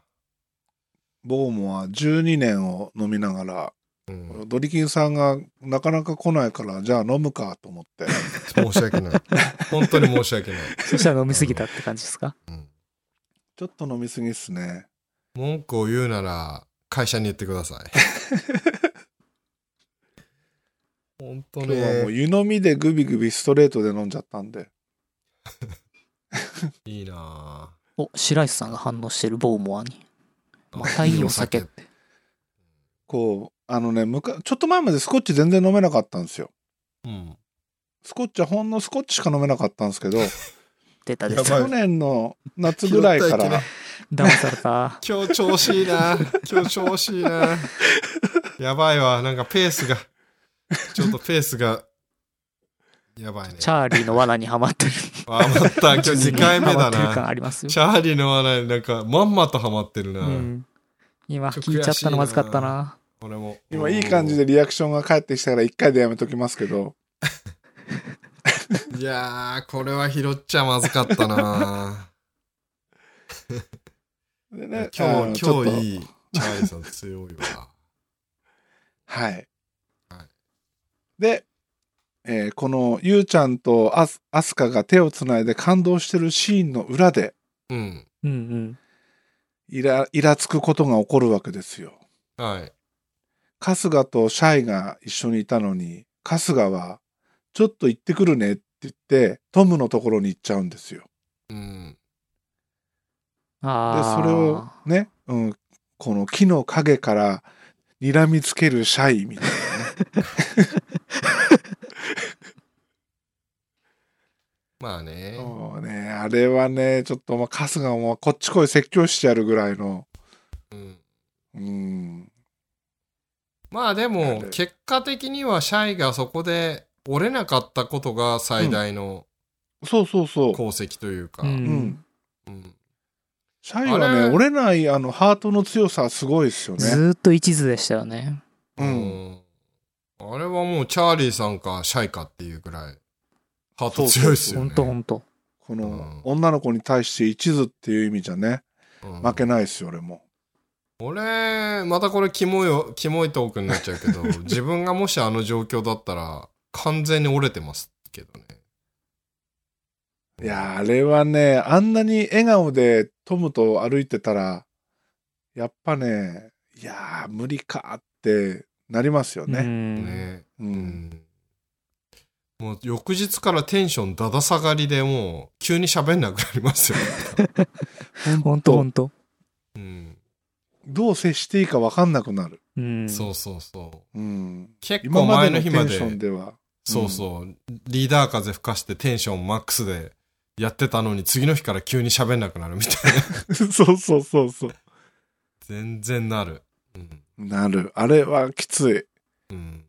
[SPEAKER 3] ボーモア12年を飲みながら、
[SPEAKER 1] うん。
[SPEAKER 3] ドリキンさんがなかなか来ないから、じゃあ飲むかと思って。
[SPEAKER 1] 申し訳ない。本当に申し訳ない。
[SPEAKER 2] そしたら飲みすぎたって感じですか
[SPEAKER 1] うん
[SPEAKER 3] ちょっと飲みすぎっすね。
[SPEAKER 1] 文句を言うなら会社に言ってくだ さい。本当
[SPEAKER 3] 今日はもう
[SPEAKER 1] ね。
[SPEAKER 3] 湯飲みでグビグビストレートで飲んじゃったんで。
[SPEAKER 1] いいな
[SPEAKER 2] お、白石さんが反応してるボーモアに。
[SPEAKER 1] ぁ
[SPEAKER 2] またいいお酒って。
[SPEAKER 3] こう、あのね、むかちょっと前までスコッチ全然飲めなかったんですよ。
[SPEAKER 1] うん。
[SPEAKER 3] スコッチはほんのス コッチしか飲めなかったんですけど、
[SPEAKER 2] 出た出
[SPEAKER 1] やばい
[SPEAKER 3] 去
[SPEAKER 2] た。
[SPEAKER 3] 年の夏ぐらいか
[SPEAKER 1] 拾った
[SPEAKER 3] ら
[SPEAKER 1] い、
[SPEAKER 2] 騙された。
[SPEAKER 1] 今日調子いいな。今日調子いいな。やばいわ。なんかペースが、ちょっとペースが、やばいね。
[SPEAKER 2] チャーリーの罠にはまってる。
[SPEAKER 1] あ、また今日2回目だ
[SPEAKER 2] ハマってる感
[SPEAKER 1] な。
[SPEAKER 2] ありますよ。
[SPEAKER 1] チャーリーの罠になんかまんまとハマってるな。
[SPEAKER 2] うん。今聞いちゃったのまずかったな。
[SPEAKER 1] 俺も。
[SPEAKER 3] 今いい感じでリアクションが返ってきたから一回でやめときますけど、
[SPEAKER 1] いやー、これは拾っちゃまずかったな。
[SPEAKER 3] でね、あ
[SPEAKER 1] 今
[SPEAKER 3] の
[SPEAKER 1] 日、
[SPEAKER 3] ちょ
[SPEAKER 1] 今
[SPEAKER 3] っと
[SPEAKER 1] 日いい。チャーリーさん強いわ。
[SPEAKER 3] はい。
[SPEAKER 1] はい
[SPEAKER 3] で、えーこのゆうちゃんとアスアスカが手をつないで感動してるシーンの裏で
[SPEAKER 1] うん。
[SPEAKER 2] うんうん。
[SPEAKER 3] イライラつくことが起こるわけですよ。
[SPEAKER 1] はい。
[SPEAKER 3] 春日とシャイが一緒にいたのに春日は「ちょっと行ってくるね」って言ってトムのところに行っちゃうんですよ。
[SPEAKER 1] うん。
[SPEAKER 3] で
[SPEAKER 2] ああ。
[SPEAKER 3] それをね、うん、この木の陰から睨みつけるシャイみたい
[SPEAKER 1] まあね
[SPEAKER 3] な。。そうねあれはねちょっとまあ春日もこっち来い説教してやるぐらいの
[SPEAKER 1] うん。
[SPEAKER 3] うん
[SPEAKER 1] まあで
[SPEAKER 3] なん
[SPEAKER 1] も
[SPEAKER 3] で、
[SPEAKER 1] 結果的にはシャイがそこで折れなかったことが最大の
[SPEAKER 3] そうそうそう。
[SPEAKER 1] 功績というか。
[SPEAKER 2] う。
[SPEAKER 3] うんん、
[SPEAKER 1] うん
[SPEAKER 3] シャイは
[SPEAKER 1] あ
[SPEAKER 3] ね
[SPEAKER 1] れ
[SPEAKER 3] 折れないあのハートの強さはすごいですよ
[SPEAKER 2] ず
[SPEAKER 3] ね。
[SPEAKER 2] ーっと一途でしたよね。
[SPEAKER 3] うん、
[SPEAKER 1] うんあれはもうチャーリーさんかシャイかっていうぐらい、ハート強いっすよ
[SPEAKER 2] ほ
[SPEAKER 1] ね。
[SPEAKER 2] んとほんと。
[SPEAKER 3] この女の子に対して一途っていう意味じゃね
[SPEAKER 1] うん
[SPEAKER 3] 負けないですよ俺も。
[SPEAKER 1] 俺、またこれキモいよ、キモいトークになっちゃうけ ど、自分がもしあの状況だったら、完全に折れてますけどね。
[SPEAKER 3] いやーあれはねあんなに笑顔でトムと歩いてたらやっぱねいやー無理かってなりますよ
[SPEAKER 2] う
[SPEAKER 3] ね。
[SPEAKER 2] ん。
[SPEAKER 1] ね。
[SPEAKER 3] うん
[SPEAKER 1] うんもう翌日からテンションだだ下がりでもう急に喋んなくなります よ。
[SPEAKER 2] ほんとほんと。
[SPEAKER 1] うん。
[SPEAKER 3] どう接していいか分かんなくなる。
[SPEAKER 2] うん。
[SPEAKER 1] そうそうそう。
[SPEAKER 3] うん、
[SPEAKER 1] 結
[SPEAKER 3] 今
[SPEAKER 1] 構
[SPEAKER 3] ま
[SPEAKER 1] 前
[SPEAKER 3] で
[SPEAKER 1] の
[SPEAKER 3] の
[SPEAKER 1] 日
[SPEAKER 3] テ
[SPEAKER 1] ま
[SPEAKER 3] ン
[SPEAKER 1] で
[SPEAKER 3] ションでは。
[SPEAKER 1] そうそう、リーダー風吹かしてテンションマックスでやってたのに、次の日から急に喋んなくなるみたいな。
[SPEAKER 3] そうそうそうそう。
[SPEAKER 1] 全然なる。うん。
[SPEAKER 3] なる。あれはきつい。
[SPEAKER 1] うん。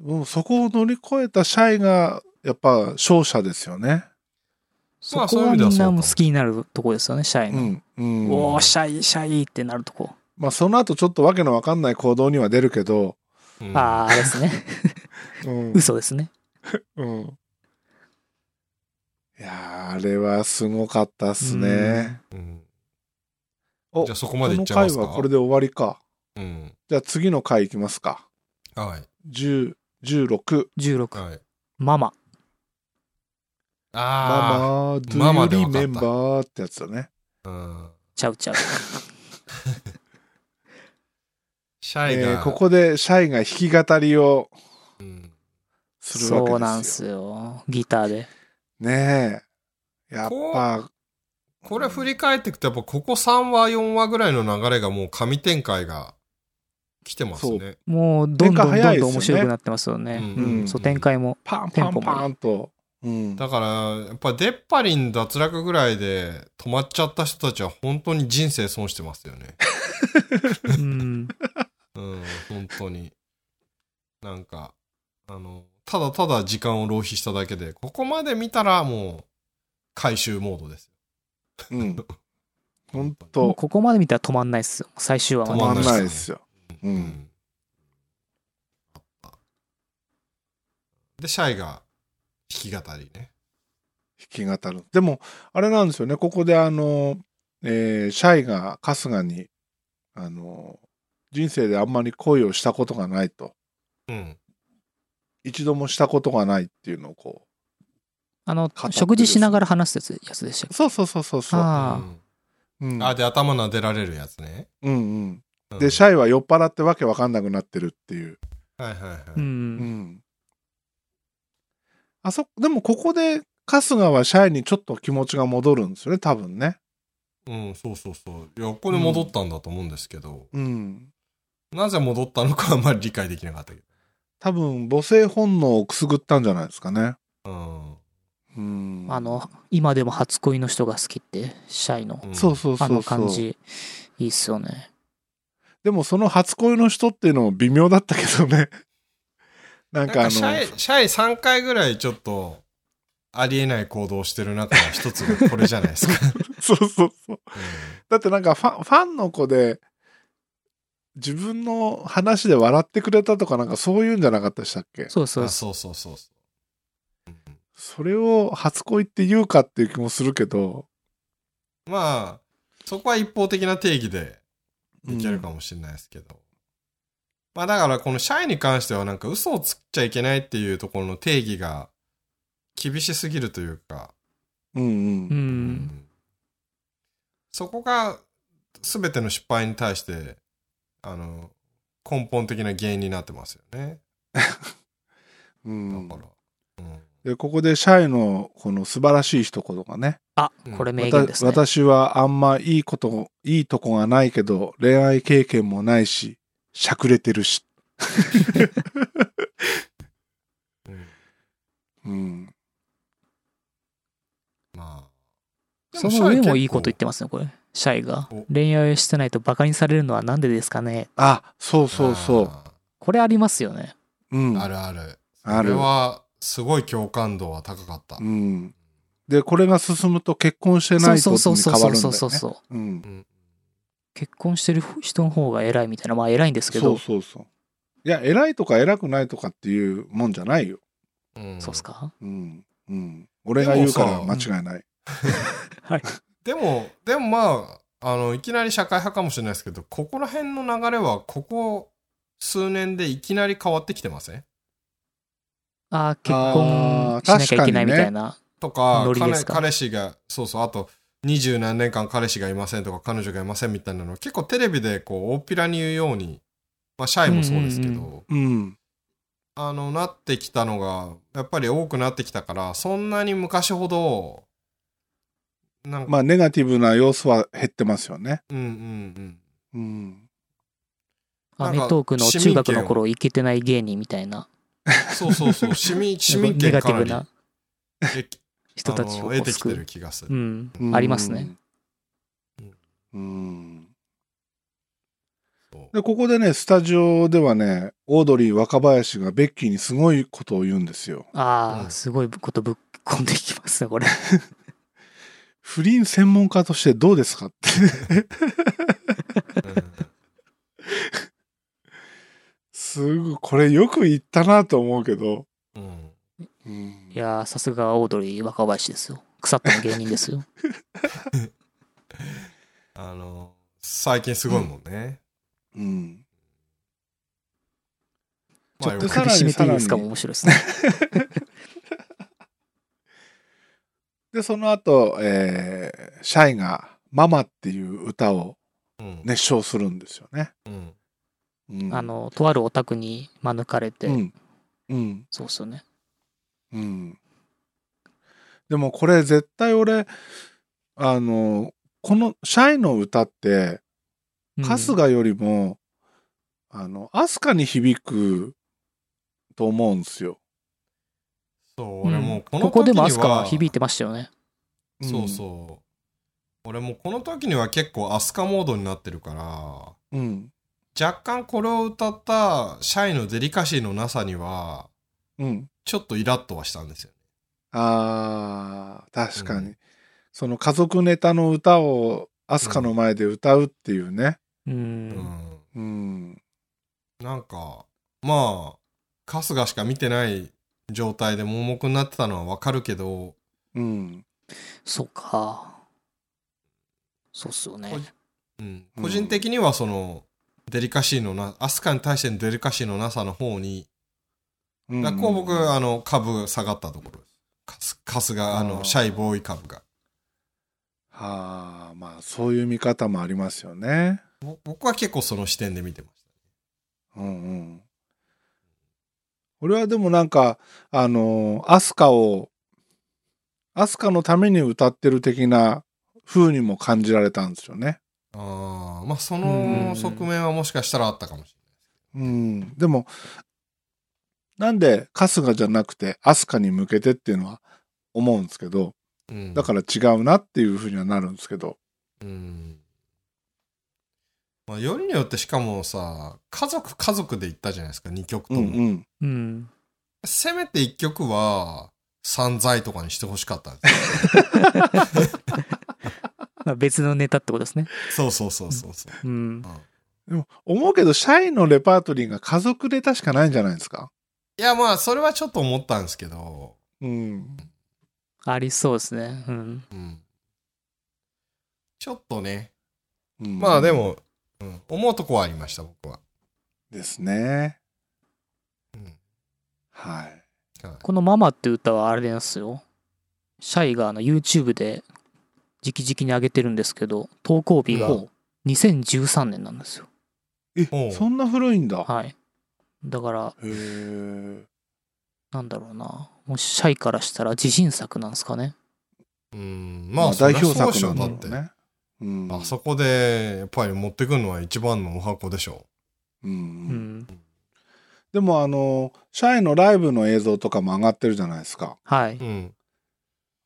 [SPEAKER 3] もうそこを乗り越えたシャイがやっぱ勝者ですよね。
[SPEAKER 2] そ
[SPEAKER 1] まあそうい
[SPEAKER 2] こ
[SPEAKER 1] う意味で
[SPEAKER 2] は
[SPEAKER 1] は
[SPEAKER 2] み
[SPEAKER 1] そ
[SPEAKER 2] ん
[SPEAKER 1] うか
[SPEAKER 2] な
[SPEAKER 1] も
[SPEAKER 2] も好きになるとこですよね、シャイ
[SPEAKER 3] う
[SPEAKER 2] の。
[SPEAKER 3] ん。うん、
[SPEAKER 2] おー、シャイ、シャイってなるとこ。
[SPEAKER 3] まあその後ちょっとわけのわかんない行動には出るけど。
[SPEAKER 1] うん
[SPEAKER 2] ああ、あれですね。
[SPEAKER 3] うん
[SPEAKER 2] 嘘ですね。
[SPEAKER 3] うん。いやーあれはすごかったっすね。
[SPEAKER 1] うん
[SPEAKER 3] お
[SPEAKER 1] じゃあそこ
[SPEAKER 3] こ
[SPEAKER 1] までいっ
[SPEAKER 3] の
[SPEAKER 1] ちゃいま
[SPEAKER 3] 回
[SPEAKER 1] すか。
[SPEAKER 3] はこれで終わりか。
[SPEAKER 1] うん。
[SPEAKER 3] じゃあ次の回いきますか。
[SPEAKER 1] はい。
[SPEAKER 3] 10、16。
[SPEAKER 2] 16。
[SPEAKER 1] はい。
[SPEAKER 2] ママ。
[SPEAKER 1] あ
[SPEAKER 3] ママ、ド
[SPEAKER 1] ママ
[SPEAKER 3] ゥ
[SPEAKER 1] で
[SPEAKER 3] ユ
[SPEAKER 1] わ
[SPEAKER 3] リ
[SPEAKER 1] かった
[SPEAKER 3] メンバーってやつだね。
[SPEAKER 1] あ。うん。
[SPEAKER 2] ちゃうちゃう。
[SPEAKER 1] シャイが、
[SPEAKER 3] えーここでシャイが弾き語りを
[SPEAKER 1] うん
[SPEAKER 3] するわけですよ。
[SPEAKER 2] そうなんすよ。ギターで。
[SPEAKER 3] ねえ。やっぱ、
[SPEAKER 1] これ振り返っていくと、やっぱここ3話、4話ぐらいの流れがもう神展開が来てますね。
[SPEAKER 2] もう、どんど
[SPEAKER 3] 展
[SPEAKER 2] んどん
[SPEAKER 3] 開早いです
[SPEAKER 2] ど
[SPEAKER 3] よ
[SPEAKER 2] ん
[SPEAKER 3] ね
[SPEAKER 2] 面白くなってますよね。
[SPEAKER 1] うん
[SPEAKER 2] うん。そう、展 開も。
[SPEAKER 3] パン
[SPEAKER 2] テ
[SPEAKER 3] パ
[SPEAKER 2] ン
[SPEAKER 3] ン
[SPEAKER 2] ポも
[SPEAKER 3] パンと。うん。
[SPEAKER 1] だから、やっぱ出っ張りに脱落ぐらいで止まっちゃった人たちは本当に人生損してますよ ね。
[SPEAKER 2] うん。
[SPEAKER 1] うん、本当に。なんか、あの、ただただ時間を浪費しただけで、ここまで見たらもう、回収モードです。
[SPEAKER 3] うん。ほん
[SPEAKER 2] もう
[SPEAKER 3] と、
[SPEAKER 2] ここまで見たら止まんないっすよ。最終話
[SPEAKER 3] 止
[SPEAKER 2] ま
[SPEAKER 3] ま
[SPEAKER 2] で。
[SPEAKER 3] んないですよ。うん。
[SPEAKER 1] あったで、シャイが弾き語りね。
[SPEAKER 3] 弾き語る。でも、あれなんですよね。ここで、あの、えーシャイが春日に、あの、人生であんまり恋をしたことがないと。
[SPEAKER 1] うん。
[SPEAKER 3] 一度もしたことがないっていうのをこ
[SPEAKER 2] あ
[SPEAKER 3] 語
[SPEAKER 2] の
[SPEAKER 3] って、る
[SPEAKER 2] 食事しながら話すやつやつでしたっ
[SPEAKER 3] う。そうそうそうそう
[SPEAKER 2] け
[SPEAKER 3] そう。
[SPEAKER 2] ああ。
[SPEAKER 3] うん、
[SPEAKER 1] あ、で、頭撫でられるやつね。
[SPEAKER 3] うんうん。
[SPEAKER 1] うん
[SPEAKER 3] で、シャイは酔っ払ってわけわかんなくなってるっていう。
[SPEAKER 1] はいはいはい。
[SPEAKER 3] う
[SPEAKER 2] う。
[SPEAKER 3] んん。あそ、でもここで、春日はシャイにちょっと気持ちが戻るんですよね、多分ね。
[SPEAKER 1] うん、そうそうそう。いや、ここで戻ったんだと思うんですけど、
[SPEAKER 3] うん。
[SPEAKER 1] なぜ戻ったのかはあまり理解できなかったけ
[SPEAKER 3] 多分、母性本能をくすぐったんじゃないですかね。
[SPEAKER 1] ど。うん。
[SPEAKER 3] うん
[SPEAKER 2] あの今でも初恋の人が好きってシャイの
[SPEAKER 1] うん
[SPEAKER 3] そうそうそ
[SPEAKER 2] あ
[SPEAKER 3] うそう
[SPEAKER 2] の感じいいっすよね
[SPEAKER 3] でもその初恋の人っていうのも微妙だったけどね なん
[SPEAKER 1] なんか
[SPEAKER 3] かあの
[SPEAKER 1] シャイ、シャイ3回ぐらいちょっと、ありえない行動をしてる中の一つがこれじゃないですか。
[SPEAKER 3] そうそうそう
[SPEAKER 1] う
[SPEAKER 3] だってなんかファンファンの子で自分の話で笑ってくれたとかなんかそういうんじゃなかったでしたっけ
[SPEAKER 2] そうんそう
[SPEAKER 1] あ そ
[SPEAKER 2] そ
[SPEAKER 1] うそうそうそう。
[SPEAKER 3] それを初恋って言うかっていう気もするけど
[SPEAKER 1] まあ、そこは一方的な定義でできるか
[SPEAKER 3] も、
[SPEAKER 1] もしれないですけど。まあだからこのシャイに関してはなんか嘘をつっちゃいけないっていうところの定義が厳しすぎるというか、
[SPEAKER 3] うんうん
[SPEAKER 2] う
[SPEAKER 3] う
[SPEAKER 2] う
[SPEAKER 3] ん
[SPEAKER 1] うんんそこが全ての失敗に対して、あの、根本的な原因になってますよね。
[SPEAKER 3] うん
[SPEAKER 1] だから。うん
[SPEAKER 3] でここでシャイのこの素晴らしい一言がね
[SPEAKER 2] あ
[SPEAKER 1] うん
[SPEAKER 2] これ
[SPEAKER 3] わ
[SPEAKER 2] 名言
[SPEAKER 3] た
[SPEAKER 2] ですね
[SPEAKER 3] 私はあんまいいこといいとこがないけど恋愛経験もないししゃくれてるし、
[SPEAKER 1] うん
[SPEAKER 3] うん、
[SPEAKER 1] まあ。
[SPEAKER 2] その上もいいこと言
[SPEAKER 1] で
[SPEAKER 2] っ。てますねこれシャイが
[SPEAKER 1] お
[SPEAKER 2] 恋愛をしてないとバカにされるのはなんでですかね
[SPEAKER 3] あそうそう
[SPEAKER 1] う
[SPEAKER 3] そ。
[SPEAKER 2] これありますよね
[SPEAKER 3] う、うん、
[SPEAKER 1] あるある。
[SPEAKER 3] あ
[SPEAKER 1] あれ
[SPEAKER 3] る
[SPEAKER 1] は、すごい共感度は高かった。
[SPEAKER 3] う
[SPEAKER 1] うん
[SPEAKER 3] ん、でこれが進むと結婚して
[SPEAKER 2] そ
[SPEAKER 3] な
[SPEAKER 2] う
[SPEAKER 3] いと
[SPEAKER 2] そう
[SPEAKER 3] に
[SPEAKER 2] そう
[SPEAKER 3] 変
[SPEAKER 2] そ
[SPEAKER 3] わる
[SPEAKER 2] うそ
[SPEAKER 3] んだよ
[SPEAKER 2] うそう
[SPEAKER 3] ね
[SPEAKER 2] そう
[SPEAKER 3] うん
[SPEAKER 2] 結婚してる人の方が偉いみたいなまあ偉いんですけ
[SPEAKER 3] そ
[SPEAKER 2] ど
[SPEAKER 3] うそうそういや偉いとか偉くないとかっていうもんじゃないよ、
[SPEAKER 1] うん
[SPEAKER 2] そうっすか
[SPEAKER 3] うんうん、俺が言うから間違いない
[SPEAKER 1] でも、でもまあ、あの、いきなり社会派かもしれないですけど、ここら辺の流れは、ここ数年でいきなり変わってきてません
[SPEAKER 2] ああ結
[SPEAKER 3] あ
[SPEAKER 2] 婚
[SPEAKER 3] ー
[SPEAKER 2] しなきゃいけな
[SPEAKER 3] 確か
[SPEAKER 2] い
[SPEAKER 3] にね
[SPEAKER 2] みたいな
[SPEAKER 1] とか
[SPEAKER 2] ノリで
[SPEAKER 1] 彼
[SPEAKER 2] すか
[SPEAKER 1] 彼氏が、そうそう、あと、二十何年間彼氏がいませんとか、彼女がいませんみたいなの、結構テレビで、こう、大っぴらに言うように、まあ、シャイもそうですけど、
[SPEAKER 2] うんうん
[SPEAKER 3] うん
[SPEAKER 1] あの、なってきたのが、やっぱり多くなってきたから、そんなに昔ほど、なんか、
[SPEAKER 3] まあネガティブな要素は減ってますよね
[SPEAKER 1] うんうんうん。
[SPEAKER 3] うん
[SPEAKER 2] ア
[SPEAKER 1] なん
[SPEAKER 2] メ
[SPEAKER 1] か
[SPEAKER 2] トークの中学の頃イケてない芸人みたいな
[SPEAKER 1] そうそうそう、市 民、市民
[SPEAKER 2] ネ
[SPEAKER 1] 権
[SPEAKER 2] ガ
[SPEAKER 1] か
[SPEAKER 2] ティ
[SPEAKER 1] な
[SPEAKER 2] ブ
[SPEAKER 1] り
[SPEAKER 2] な
[SPEAKER 1] え
[SPEAKER 2] 人たち
[SPEAKER 1] あ
[SPEAKER 2] を
[SPEAKER 1] の得てき
[SPEAKER 2] 救
[SPEAKER 1] て
[SPEAKER 2] う
[SPEAKER 1] る気がす
[SPEAKER 2] う
[SPEAKER 1] る。
[SPEAKER 2] ん
[SPEAKER 3] うん
[SPEAKER 2] ありますね
[SPEAKER 3] うん
[SPEAKER 1] そう
[SPEAKER 3] でここでねスタジオではねオードリー若林がベッキーにすごいことを言うんですよ
[SPEAKER 2] あ
[SPEAKER 1] う
[SPEAKER 2] あ
[SPEAKER 1] ん
[SPEAKER 2] すごいことぶっ込んでいきます ねこれ
[SPEAKER 3] 不倫専門家としてどうですかってすごいこれよく言ったなと思うけど、
[SPEAKER 1] うんうん
[SPEAKER 3] うん
[SPEAKER 2] いやーさすがオードリー若林ですよ腐ったの芸人です よ
[SPEAKER 1] あの、最近すごいもんね。
[SPEAKER 3] うん
[SPEAKER 2] ちょっ
[SPEAKER 3] で
[SPEAKER 2] と
[SPEAKER 1] まあ
[SPEAKER 3] さ
[SPEAKER 2] 首
[SPEAKER 3] らに
[SPEAKER 2] 絞めていいです
[SPEAKER 3] さ
[SPEAKER 2] から
[SPEAKER 3] に
[SPEAKER 2] も面白いですね
[SPEAKER 3] でその後、えーシャイが「ママ」っていう歌を
[SPEAKER 1] うん
[SPEAKER 3] 熱唱するんですよね。
[SPEAKER 1] うん
[SPEAKER 3] うん、
[SPEAKER 2] あのとあるお宅に免れて
[SPEAKER 3] うんうん
[SPEAKER 2] そうっすよね
[SPEAKER 3] うん、でもこれ絶対俺あのこのシャイの歌って
[SPEAKER 2] うん
[SPEAKER 3] 春日よりも、あの飛鳥に響くと思うんですよ。
[SPEAKER 1] そう、
[SPEAKER 2] うん
[SPEAKER 1] 俺もうこの
[SPEAKER 2] ここ
[SPEAKER 1] 時
[SPEAKER 2] で
[SPEAKER 1] に
[SPEAKER 2] も
[SPEAKER 1] は、
[SPEAKER 2] 飛鳥は響いてましたよね
[SPEAKER 3] ん
[SPEAKER 1] そうそう。俺もうこの時には結構アスカモードになってるから、
[SPEAKER 3] うん
[SPEAKER 1] 若干これを歌ったシャイのデリカシーのなさには、
[SPEAKER 3] うん、
[SPEAKER 1] ちょっとイラッとはしたんですよね。
[SPEAKER 3] あー確かに、
[SPEAKER 1] うん
[SPEAKER 3] その家族ネタの歌を飛鳥の前で歌うっていうね。
[SPEAKER 2] うん
[SPEAKER 1] うん。
[SPEAKER 3] うん
[SPEAKER 1] なんか、まあ、春日しか見てない状態で盲目になってたのはわかるけど、
[SPEAKER 3] うん
[SPEAKER 2] そうかそうっすよね
[SPEAKER 1] こうん、
[SPEAKER 3] うん
[SPEAKER 1] 個人的にはその、デリカシーのな、アスカに対してのデリカシーのなさの方に、
[SPEAKER 3] うん
[SPEAKER 1] だからこう僕、あの、株下がったところです。かす春日、あ
[SPEAKER 3] あー
[SPEAKER 1] の、シャイボーイ株が。
[SPEAKER 3] はあまあそういう見方もありますよね。
[SPEAKER 1] ぼ僕は結構その視点で見てまし
[SPEAKER 3] うんうん。俺はでもなんかあのアスカをアスカのために歌ってる的な風にも感じられたんですよね。
[SPEAKER 1] た。ああ、まあそ
[SPEAKER 2] うん
[SPEAKER 1] の側面はもしかしたらあったかもし
[SPEAKER 3] うん。でもなんで春日じゃなくてアスカに向けてっていうのは思うんですけど、
[SPEAKER 1] うん
[SPEAKER 3] だから違うなっていうふうにはなるんですけど。
[SPEAKER 1] うんまあ、よりによってしかもさ家族家族で行ったじゃないですか2曲と
[SPEAKER 3] うん
[SPEAKER 1] も、
[SPEAKER 3] うん。
[SPEAKER 2] うん。
[SPEAKER 1] せめて1曲は散財とかにしてほしかったんですよ
[SPEAKER 2] まあ、別のネタってことですね。
[SPEAKER 1] そうそうそうそうそう
[SPEAKER 2] うん。
[SPEAKER 3] でも、思うけど、シャイのレパートリーが家族ネタしかないんじゃないですか
[SPEAKER 1] いやまあそれはちょっと思ったんですけど、
[SPEAKER 3] うん。
[SPEAKER 2] ありそうですね。うん。
[SPEAKER 1] うん、ちょっとね
[SPEAKER 3] うん
[SPEAKER 1] まあで。も、うん、思うとこはありました僕は、
[SPEAKER 3] ですね。
[SPEAKER 1] うん
[SPEAKER 3] はい。
[SPEAKER 1] はい
[SPEAKER 2] このママって歌はあれですよ。シャイがあの YouTube で直々に上げてるんですけど、投稿日が
[SPEAKER 1] ほ
[SPEAKER 2] 2013年なんですよ。
[SPEAKER 1] ほう
[SPEAKER 3] え、そんな古いんだ。
[SPEAKER 2] はい。だから、
[SPEAKER 3] へえ。
[SPEAKER 2] なんだろうな。もうシャイからしたら自信作なんですかね。
[SPEAKER 1] うん、まあ
[SPEAKER 3] 代表作
[SPEAKER 1] そりゃ
[SPEAKER 3] な
[SPEAKER 1] そ
[SPEAKER 3] ん
[SPEAKER 1] う
[SPEAKER 3] だ
[SPEAKER 1] でしょ
[SPEAKER 3] ろ
[SPEAKER 1] だ
[SPEAKER 3] う
[SPEAKER 1] って
[SPEAKER 3] ね。うん。
[SPEAKER 1] あそこでやっぱり持ってくるのは一番のお箱でしょ、。
[SPEAKER 3] うんう。
[SPEAKER 2] うんん。
[SPEAKER 3] でもあの、シャイのライブの映像とかも上がってるじゃないですか。
[SPEAKER 2] はいう
[SPEAKER 1] ん、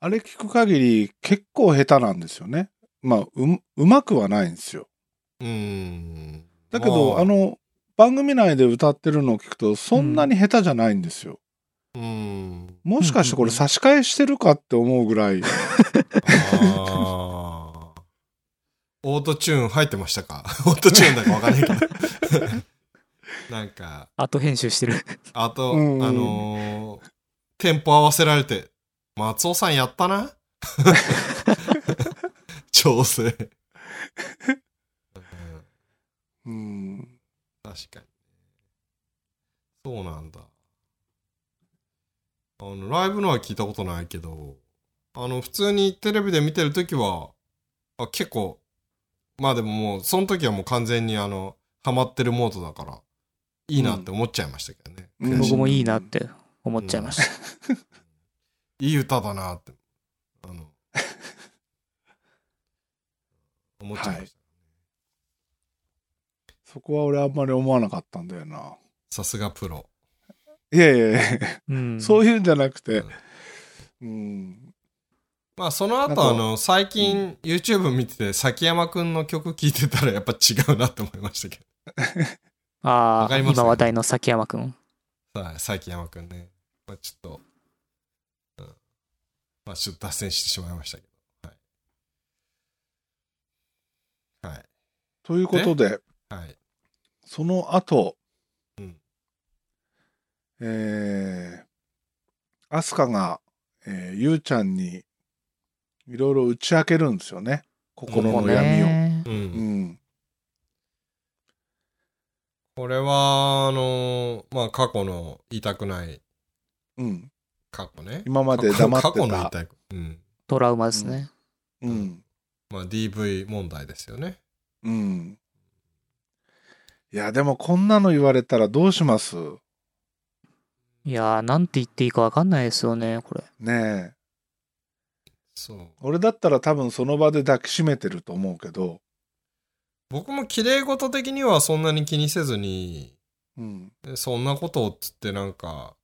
[SPEAKER 3] あれ聞く限り結構下手なんですよね。まあ、う、うまくはないんですよ。
[SPEAKER 1] うん、
[SPEAKER 3] だけど、
[SPEAKER 1] ま
[SPEAKER 3] あ、の、番組内で歌ってるのを聞くと、そんなに下手じゃないんですよ。
[SPEAKER 1] うん、
[SPEAKER 3] もしかしてこ
[SPEAKER 2] うん
[SPEAKER 3] れ
[SPEAKER 2] うんうん
[SPEAKER 3] 差し替えしてるかって思うぐらい、
[SPEAKER 1] あー オートチューン入ってましたか オートチューンだかわかんないけど。 なんか、
[SPEAKER 2] 後編集してる。
[SPEAKER 1] あと、
[SPEAKER 3] うんうん
[SPEAKER 1] あのーテンポ合わせられて、松尾さんやった な調整。うん
[SPEAKER 3] うん、
[SPEAKER 1] 確かに。そうなんだ。あの、ライブのは聞いたことないけど、あの、普通にテレビで見てるときは、あ、結構、まあでももう、その時はもう完全にあの、ハマってるモードだから、いいなって思っちゃいましたけどね。
[SPEAKER 3] うん
[SPEAKER 1] 悔しい
[SPEAKER 2] 僕もいいなって思っちゃいました。
[SPEAKER 1] いい歌だなって、あ の、思っちゃいました。
[SPEAKER 3] そこは俺あんまり思わなかったんだよな。
[SPEAKER 1] さすがプロ。
[SPEAKER 3] いやいやいや、
[SPEAKER 2] うん。
[SPEAKER 3] そう
[SPEAKER 2] う。
[SPEAKER 3] いうんじゃなくて
[SPEAKER 1] うん、
[SPEAKER 3] うん、
[SPEAKER 1] まあその
[SPEAKER 3] なん
[SPEAKER 1] 後
[SPEAKER 3] か
[SPEAKER 1] あの最近 YouTube 見てて崎山くんの曲聴いてたらやっぱ違うなって思いましたけ
[SPEAKER 2] あ
[SPEAKER 1] わか
[SPEAKER 2] あ、
[SPEAKER 1] ります
[SPEAKER 2] 今話題の崎山くん。
[SPEAKER 1] どはい崎山くんね、まあ、ちょっと、うんまあちょっと脱線してしまいましたけどはいはい
[SPEAKER 3] ということで、
[SPEAKER 1] はい
[SPEAKER 3] その後、
[SPEAKER 1] うん
[SPEAKER 3] えー、アスカが、えー、ゆうちゃんにいろいろ打ち明けるんですよね。心
[SPEAKER 1] こ
[SPEAKER 3] の闇を。
[SPEAKER 1] う
[SPEAKER 3] うんん。
[SPEAKER 1] これはあのーまあ過去の言いたくない
[SPEAKER 3] うん。
[SPEAKER 1] 過去ね
[SPEAKER 3] 今まで黙って
[SPEAKER 1] 過去の言い
[SPEAKER 3] た。
[SPEAKER 1] たくうん
[SPEAKER 2] トラウマですね。
[SPEAKER 3] うん。
[SPEAKER 1] まあ DV 問題ですよね
[SPEAKER 3] うん。いや、でもこんなの言われたらどうします
[SPEAKER 2] いやー、なんて言っていいかわかんないですよね、これ。
[SPEAKER 3] ねえ。
[SPEAKER 1] そう
[SPEAKER 3] 俺だったら多分その場で抱きしめてると思うけど。
[SPEAKER 1] 僕も綺麗事的にはそんなに気にせずに
[SPEAKER 3] うん。
[SPEAKER 1] そんなことをっつってなんか、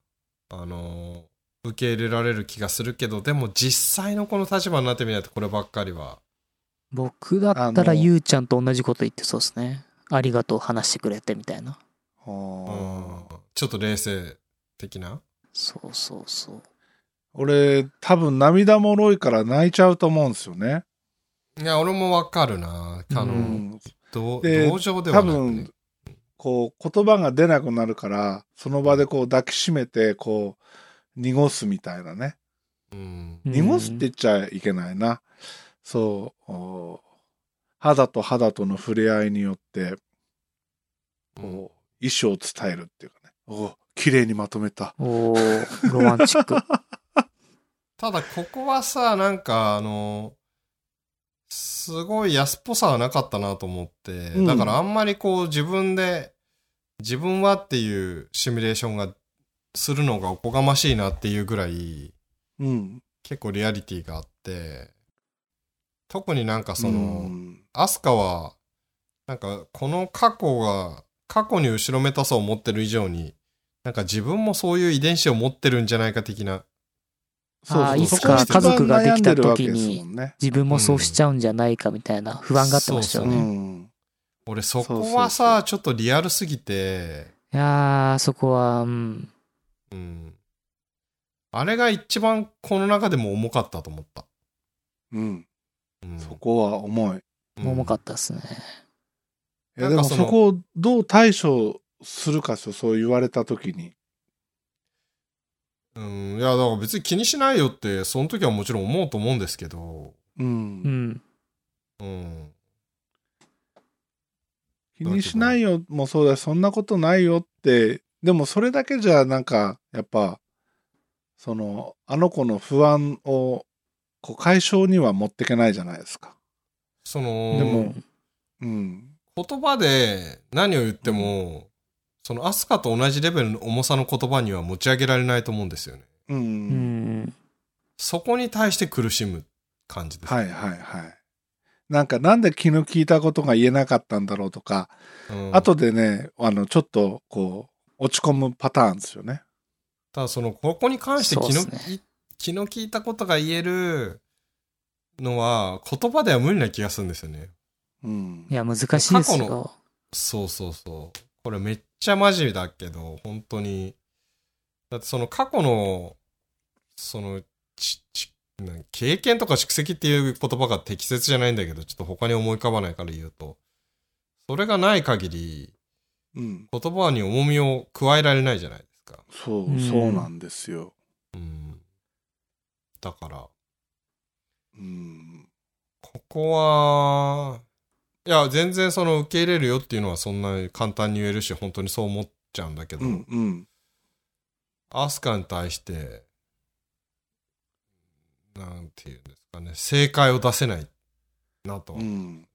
[SPEAKER 1] あのー受け入れられる気がするけど、でも実際のこの立場になってみないとこればっかりは。
[SPEAKER 2] 僕だったら
[SPEAKER 3] あの
[SPEAKER 2] ゆうちゃんと同じこと言ってそうですね。ありがとう話してくれてみたいな。
[SPEAKER 1] うん
[SPEAKER 3] はあ。
[SPEAKER 1] ちょっと冷静的な
[SPEAKER 2] そうそうそう。
[SPEAKER 3] 俺、多分涙もろいから泣いちゃうと思うんですよね。
[SPEAKER 1] いや、俺もわかるな。あの、
[SPEAKER 2] う
[SPEAKER 3] うんん。
[SPEAKER 1] 同
[SPEAKER 3] で
[SPEAKER 1] 同情で
[SPEAKER 3] 多
[SPEAKER 1] はなく、ね
[SPEAKER 3] 分、、こう、言葉が出なくなるから、その場でこう抱きしめて、こう、濁すみたいなね。
[SPEAKER 1] うん。
[SPEAKER 2] うん
[SPEAKER 3] 濁すって言っちゃいけないな。そうお。肌と肌との触れ合いによって、
[SPEAKER 1] うん
[SPEAKER 3] こう、意思を伝えるっていうかね。お綺麗にまとめた。
[SPEAKER 2] おー、ロマンチッ ク。
[SPEAKER 1] ただ、ここはさ、なんか、あのーすごい安っぽさはなかったなと思って、
[SPEAKER 3] ん
[SPEAKER 1] だからあんまりこう自分で、自分はっていうシミュレーションが、するのがおこがましいなっていうぐらい、
[SPEAKER 3] うん。
[SPEAKER 1] 結構リアリティがあって特になんかその、
[SPEAKER 3] うん
[SPEAKER 1] アスカはなんかこの過去が過去に後ろめたさを持ってる以上になんか自分もそういう遺伝子を持ってるんじゃないか的な
[SPEAKER 3] そう
[SPEAKER 2] あ
[SPEAKER 3] そ
[SPEAKER 2] ー
[SPEAKER 3] う
[SPEAKER 2] い
[SPEAKER 3] そ
[SPEAKER 2] つ
[SPEAKER 3] こ
[SPEAKER 2] か
[SPEAKER 3] が一番
[SPEAKER 2] 家族ができた
[SPEAKER 3] 悩んるわけ
[SPEAKER 2] 時
[SPEAKER 3] ですも
[SPEAKER 2] に
[SPEAKER 3] んね。
[SPEAKER 2] 自分もそうしちゃうんじゃないかみたいな不安があってましたよ
[SPEAKER 1] う
[SPEAKER 3] う
[SPEAKER 2] ね。
[SPEAKER 3] ん。
[SPEAKER 1] 俺そこは
[SPEAKER 3] そうそうそ
[SPEAKER 1] さ、ちょっとリアルすぎて、
[SPEAKER 2] いやー、そこは、うん。
[SPEAKER 1] うん。あれが一番この中でも重かったと思った。
[SPEAKER 3] うん。
[SPEAKER 1] うん、
[SPEAKER 3] そこは重い。
[SPEAKER 2] 重か
[SPEAKER 1] っ
[SPEAKER 2] ったっすね。
[SPEAKER 3] い
[SPEAKER 1] な
[SPEAKER 3] や
[SPEAKER 1] ん
[SPEAKER 3] で
[SPEAKER 1] か
[SPEAKER 3] も
[SPEAKER 1] その
[SPEAKER 3] そこをどう対処するかですよ、そう言われた時に。
[SPEAKER 1] た。うん。いや、だから別に気にしないよって、その時はもちろん思うと思うんですけど、
[SPEAKER 3] う。
[SPEAKER 2] うんん。
[SPEAKER 1] うん。
[SPEAKER 3] 気にしないよもそうだし、そんなことないよって、でもそれだけじゃなんか、やっぱ、その、あの子の不安を、こう解消には持ってけないじゃないですか。
[SPEAKER 1] そ
[SPEAKER 3] で
[SPEAKER 1] の、
[SPEAKER 3] もうん。
[SPEAKER 1] 言葉で何を言っても、そのアスカと同じレベルの重さの言葉には持ち上げられないと思うんですよね。
[SPEAKER 3] う。
[SPEAKER 2] うんん。
[SPEAKER 1] そこに対して苦しむ感じです。
[SPEAKER 3] はいはいはい。なんか、なんで気の利いたことが言えなかったんだろうとか、
[SPEAKER 1] うん
[SPEAKER 3] 後でね、あの、ちょっと、こう、落ち込むパターンですよね。
[SPEAKER 1] ただその、ここに関して気の,、
[SPEAKER 2] そうっす
[SPEAKER 1] 気の利いたことが言えるのは、言葉では無理な気がするんですよね。
[SPEAKER 3] うん
[SPEAKER 2] い。や、難しいです
[SPEAKER 1] 過去
[SPEAKER 2] よ。
[SPEAKER 1] そうそうそう。これめっちゃマジだけど、本当に。だってその過去の、その、ち、ち、なん経験とか蓄積っていう言葉が適切じゃないんだけど、ちょっと他に思い浮かばないから言うと、それがない限り、
[SPEAKER 3] うん。
[SPEAKER 1] 言葉に重みを加えられないじゃないですか。
[SPEAKER 3] そうう、
[SPEAKER 2] ん
[SPEAKER 3] そうなんですよ。
[SPEAKER 1] うん。だから、
[SPEAKER 3] うん。
[SPEAKER 1] ここは、いや、全然その受け入れるよっていうのはそんな簡単に言えるし、本当にそう思っちゃうんだけど、
[SPEAKER 3] うん。うん。
[SPEAKER 1] アスカに対して、なんていうんですかね、正解を出せないなと。
[SPEAKER 3] うん。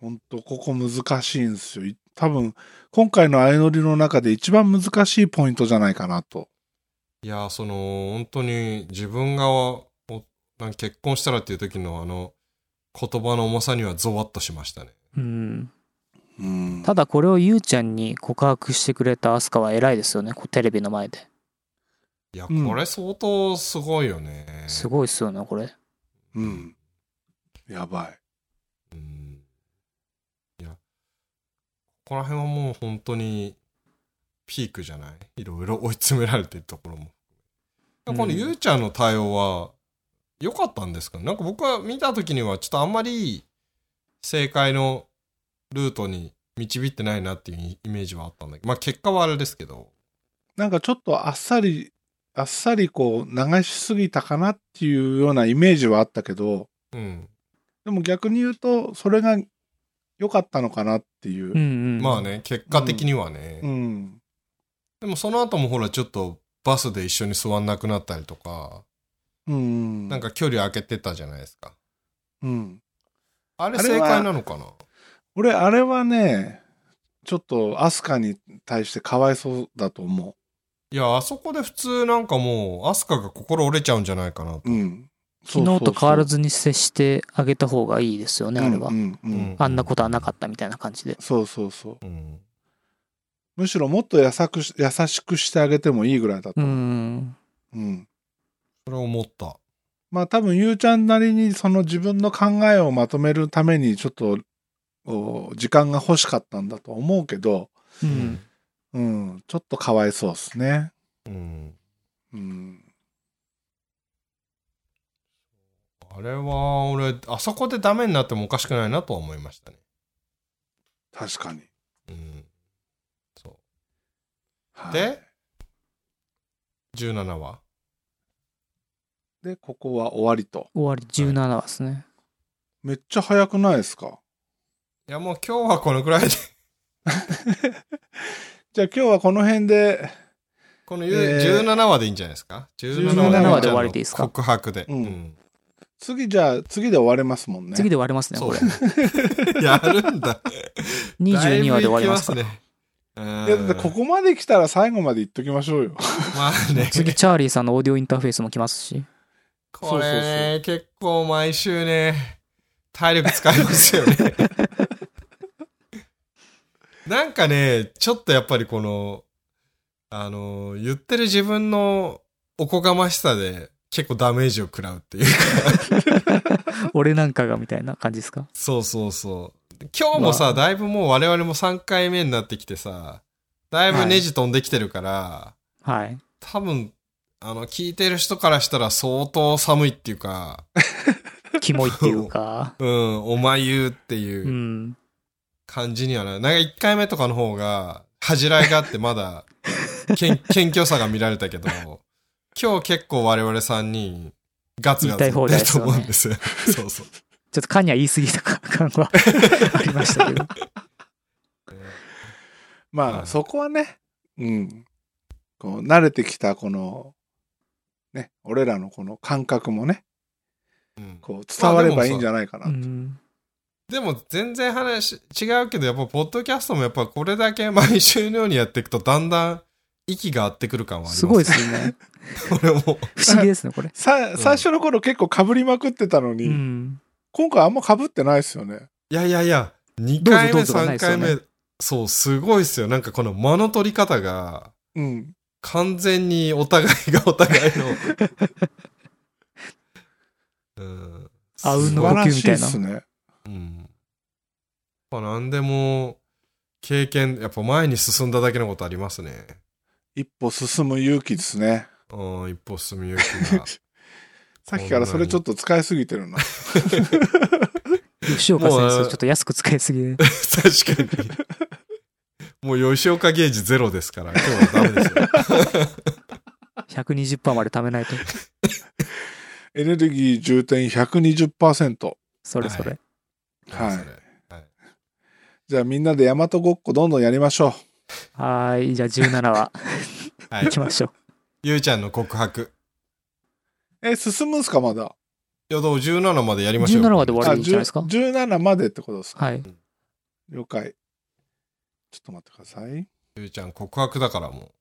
[SPEAKER 3] ほんと、ここ難しいんですよ。い多分、今回の相乗りの中で一番難しいポイントじゃないかなと。
[SPEAKER 1] いや、その、本当に自分がおなんか結婚したらっていう時のあの、言葉の重さにはゾワッとしましたね。
[SPEAKER 2] うん。
[SPEAKER 3] うん。
[SPEAKER 2] ただこれをゆうちゃんに告白してくれたアスカは偉いですよね。こうテレビの前で。
[SPEAKER 1] いや、
[SPEAKER 3] うん
[SPEAKER 1] これ相当すごいよね。
[SPEAKER 2] すごいっすよね、これ。
[SPEAKER 3] うん。やばい。
[SPEAKER 1] うんいや、ここら辺はもう本当にピークじゃないいろいろ追い詰められてるところも。
[SPEAKER 2] うん
[SPEAKER 1] このゆうちゃんの対応は良かったんですかなんか僕は見た時にはちょっとあんまり正解のルートに導いてないなっていうイメージはあったんだけど、まあ結果はあれですけど。
[SPEAKER 3] なんかちょっとあっさり、あっさりこう流しすぎたかなっていうようなイメージはあったけど、
[SPEAKER 1] うん。
[SPEAKER 3] でも逆に言うと、それが良かったのかなっていうう。
[SPEAKER 2] んうん。
[SPEAKER 1] まあ。ね、結果的にはね。
[SPEAKER 3] うん。
[SPEAKER 1] でもその後もほらちょっとバスで一緒に座んなくなったりとか、
[SPEAKER 3] うん。
[SPEAKER 1] なん、か距離空けてたじゃないですか。
[SPEAKER 3] うん。
[SPEAKER 1] あれ
[SPEAKER 3] あれ
[SPEAKER 1] 正
[SPEAKER 3] は
[SPEAKER 1] 解なのかな
[SPEAKER 3] 俺、あれはね、ちょっとアスカに対してかわいそうだと思
[SPEAKER 1] いや、あそこで普通なんかもう、アスカが心折れちゃうんじゃないかなと。
[SPEAKER 3] う。うん。
[SPEAKER 2] 昨日と変わら
[SPEAKER 3] ず
[SPEAKER 2] ずに接してあげた方がいいですよね、あれは
[SPEAKER 3] う。んうんうん
[SPEAKER 1] うん
[SPEAKER 2] あんなことはなかったみたいな感じで。
[SPEAKER 3] そうそうそ
[SPEAKER 1] う
[SPEAKER 3] う。
[SPEAKER 1] ん。
[SPEAKER 3] むしろもっと優しくし優しくしてあげてもいいぐらいだと。
[SPEAKER 2] う。ん。
[SPEAKER 3] うん、
[SPEAKER 1] それ思った。
[SPEAKER 3] まあ多分、ゆうちゃんなりにその自分の考えをまとめるためにちょっと、こう時間が欲しかったんだと思うけど、
[SPEAKER 2] う。。
[SPEAKER 1] うん
[SPEAKER 3] うん、ちょっとかわいそうですね。
[SPEAKER 1] うん。
[SPEAKER 3] うん。
[SPEAKER 1] あれは、俺、あそこでダメになってもおかしくないなとは思いましたね。
[SPEAKER 3] 確かに。
[SPEAKER 1] うん。そ
[SPEAKER 3] は
[SPEAKER 1] う。
[SPEAKER 3] い
[SPEAKER 1] で、17話。
[SPEAKER 3] で、ここは終わりと。
[SPEAKER 2] 終わり17話ですね。
[SPEAKER 3] めっちゃ早くないですか
[SPEAKER 1] いや、もう今日はこのくらいで、
[SPEAKER 3] じゃあ今日はこの辺で、
[SPEAKER 1] この
[SPEAKER 3] えー
[SPEAKER 1] 17話でいいんじゃないですか ?17
[SPEAKER 3] 17話
[SPEAKER 2] で終わりでいいですか
[SPEAKER 1] 告白で。
[SPEAKER 3] うん次じゃあ、次で終わりますもんね。
[SPEAKER 2] 次で終わりますね、
[SPEAKER 1] そ
[SPEAKER 2] こ
[SPEAKER 1] う
[SPEAKER 2] れ。。
[SPEAKER 1] やるん だ。
[SPEAKER 2] 22話で終わりますか
[SPEAKER 1] だい
[SPEAKER 2] ら。
[SPEAKER 1] ぶいきます
[SPEAKER 3] い
[SPEAKER 1] ね。
[SPEAKER 3] や
[SPEAKER 1] う
[SPEAKER 3] だ
[SPEAKER 1] ん
[SPEAKER 3] ってここまで来たら最後まで言っときましょうよ。
[SPEAKER 1] まあね。
[SPEAKER 2] 次、チャーリーさんのオーディオインターフェースも来ますし。
[SPEAKER 1] これね、結構毎週ね、体力使います よね。なんかね、ちょっとやっぱりこの、あの、言ってる自分のおこがましさで結構ダメージを食らうっていうか。
[SPEAKER 2] 俺なんかがみたいな感じですか
[SPEAKER 1] そうそうそう。で今日もさ、
[SPEAKER 2] まあ
[SPEAKER 1] だいぶもう我々も3回目になってきてさ、だいぶネジ飛んできてるから、
[SPEAKER 2] はい。
[SPEAKER 1] 多分、あの、聞いてる人からしたら相当寒いっていうか、
[SPEAKER 2] キモいっていうか。
[SPEAKER 1] うん、お前言うって
[SPEAKER 2] う。
[SPEAKER 1] いうん感じにはなる。なんか1回目とかの方が、恥じらいがあってま だ、謙謙虚さが見られたけど、今日結構我々3人、ガツガツ言ってると思うんですよ。そうそう。
[SPEAKER 2] ちょっとカニは言い過ぎた感は ありましたけど。
[SPEAKER 3] ま
[SPEAKER 1] は
[SPEAKER 3] あ、
[SPEAKER 1] い
[SPEAKER 3] そこはね、うん。こう、慣れてきた、この、ね、俺らのこの感覚もね、
[SPEAKER 1] うん
[SPEAKER 3] こう、伝わればいいんじゃないかな
[SPEAKER 2] う。ん。
[SPEAKER 1] でも全然話違うけど、やっぱポッドキャストもやっぱこれだけ毎週のようにやっていくとだんだん息が合ってくる感はあります。
[SPEAKER 2] すごいですね。
[SPEAKER 1] これも。
[SPEAKER 2] 不思議ですね、これ。
[SPEAKER 3] さ、最初の頃結構被りまくってたのに、
[SPEAKER 2] うん。
[SPEAKER 3] 今回あんま被ってないですよね。
[SPEAKER 1] いやいやいや、2回
[SPEAKER 2] ど
[SPEAKER 1] 目、
[SPEAKER 2] うぞどうぞがない
[SPEAKER 1] 3
[SPEAKER 2] ですよ
[SPEAKER 1] 回
[SPEAKER 2] ね
[SPEAKER 1] 目、そう、すごいっすよ。なんかこの間の取り方が、
[SPEAKER 3] うん。
[SPEAKER 1] 完全にお互いがお互い の。うん。
[SPEAKER 2] あうん
[SPEAKER 1] す
[SPEAKER 3] 素
[SPEAKER 2] の
[SPEAKER 1] ごい
[SPEAKER 3] 晴ら
[SPEAKER 2] 呼吸み
[SPEAKER 3] しい
[SPEAKER 2] た
[SPEAKER 3] で
[SPEAKER 2] いな
[SPEAKER 3] すね。
[SPEAKER 1] うん。まあ何でも、経験、やっぱ前に進んだだけのことありますね。
[SPEAKER 3] 一歩進む勇気ですね。
[SPEAKER 1] うん、一歩進む勇気が。
[SPEAKER 3] さっきからそれちょっと使いすぎてるな。
[SPEAKER 2] 吉岡先
[SPEAKER 1] もうあ
[SPEAKER 2] 生、
[SPEAKER 1] の
[SPEAKER 2] ちょっと安く使いすぎで。
[SPEAKER 1] 確かに。 もう吉岡ゲージゼロですから、今日はダメですよ。
[SPEAKER 2] 120%まで貯めないと。
[SPEAKER 3] エネルギー充填120%。
[SPEAKER 2] それそれ。
[SPEAKER 3] はい
[SPEAKER 1] それ
[SPEAKER 3] じゃあみんなで大和ごっこどんどんやりましょう。
[SPEAKER 2] はーい。じゃあ17話、
[SPEAKER 1] はい
[SPEAKER 2] 行きましょう。
[SPEAKER 1] ゆうちゃんの告白。
[SPEAKER 3] え、進むんすかまだ。
[SPEAKER 1] いや、どう17までやりましょう。
[SPEAKER 2] 17まで終わ
[SPEAKER 3] あ
[SPEAKER 2] りいいんじゃないですか
[SPEAKER 3] 10 17までってことですか。
[SPEAKER 2] はい。
[SPEAKER 3] 了解。ちょっと待ってください。
[SPEAKER 1] ゆうちゃん告白だからもう。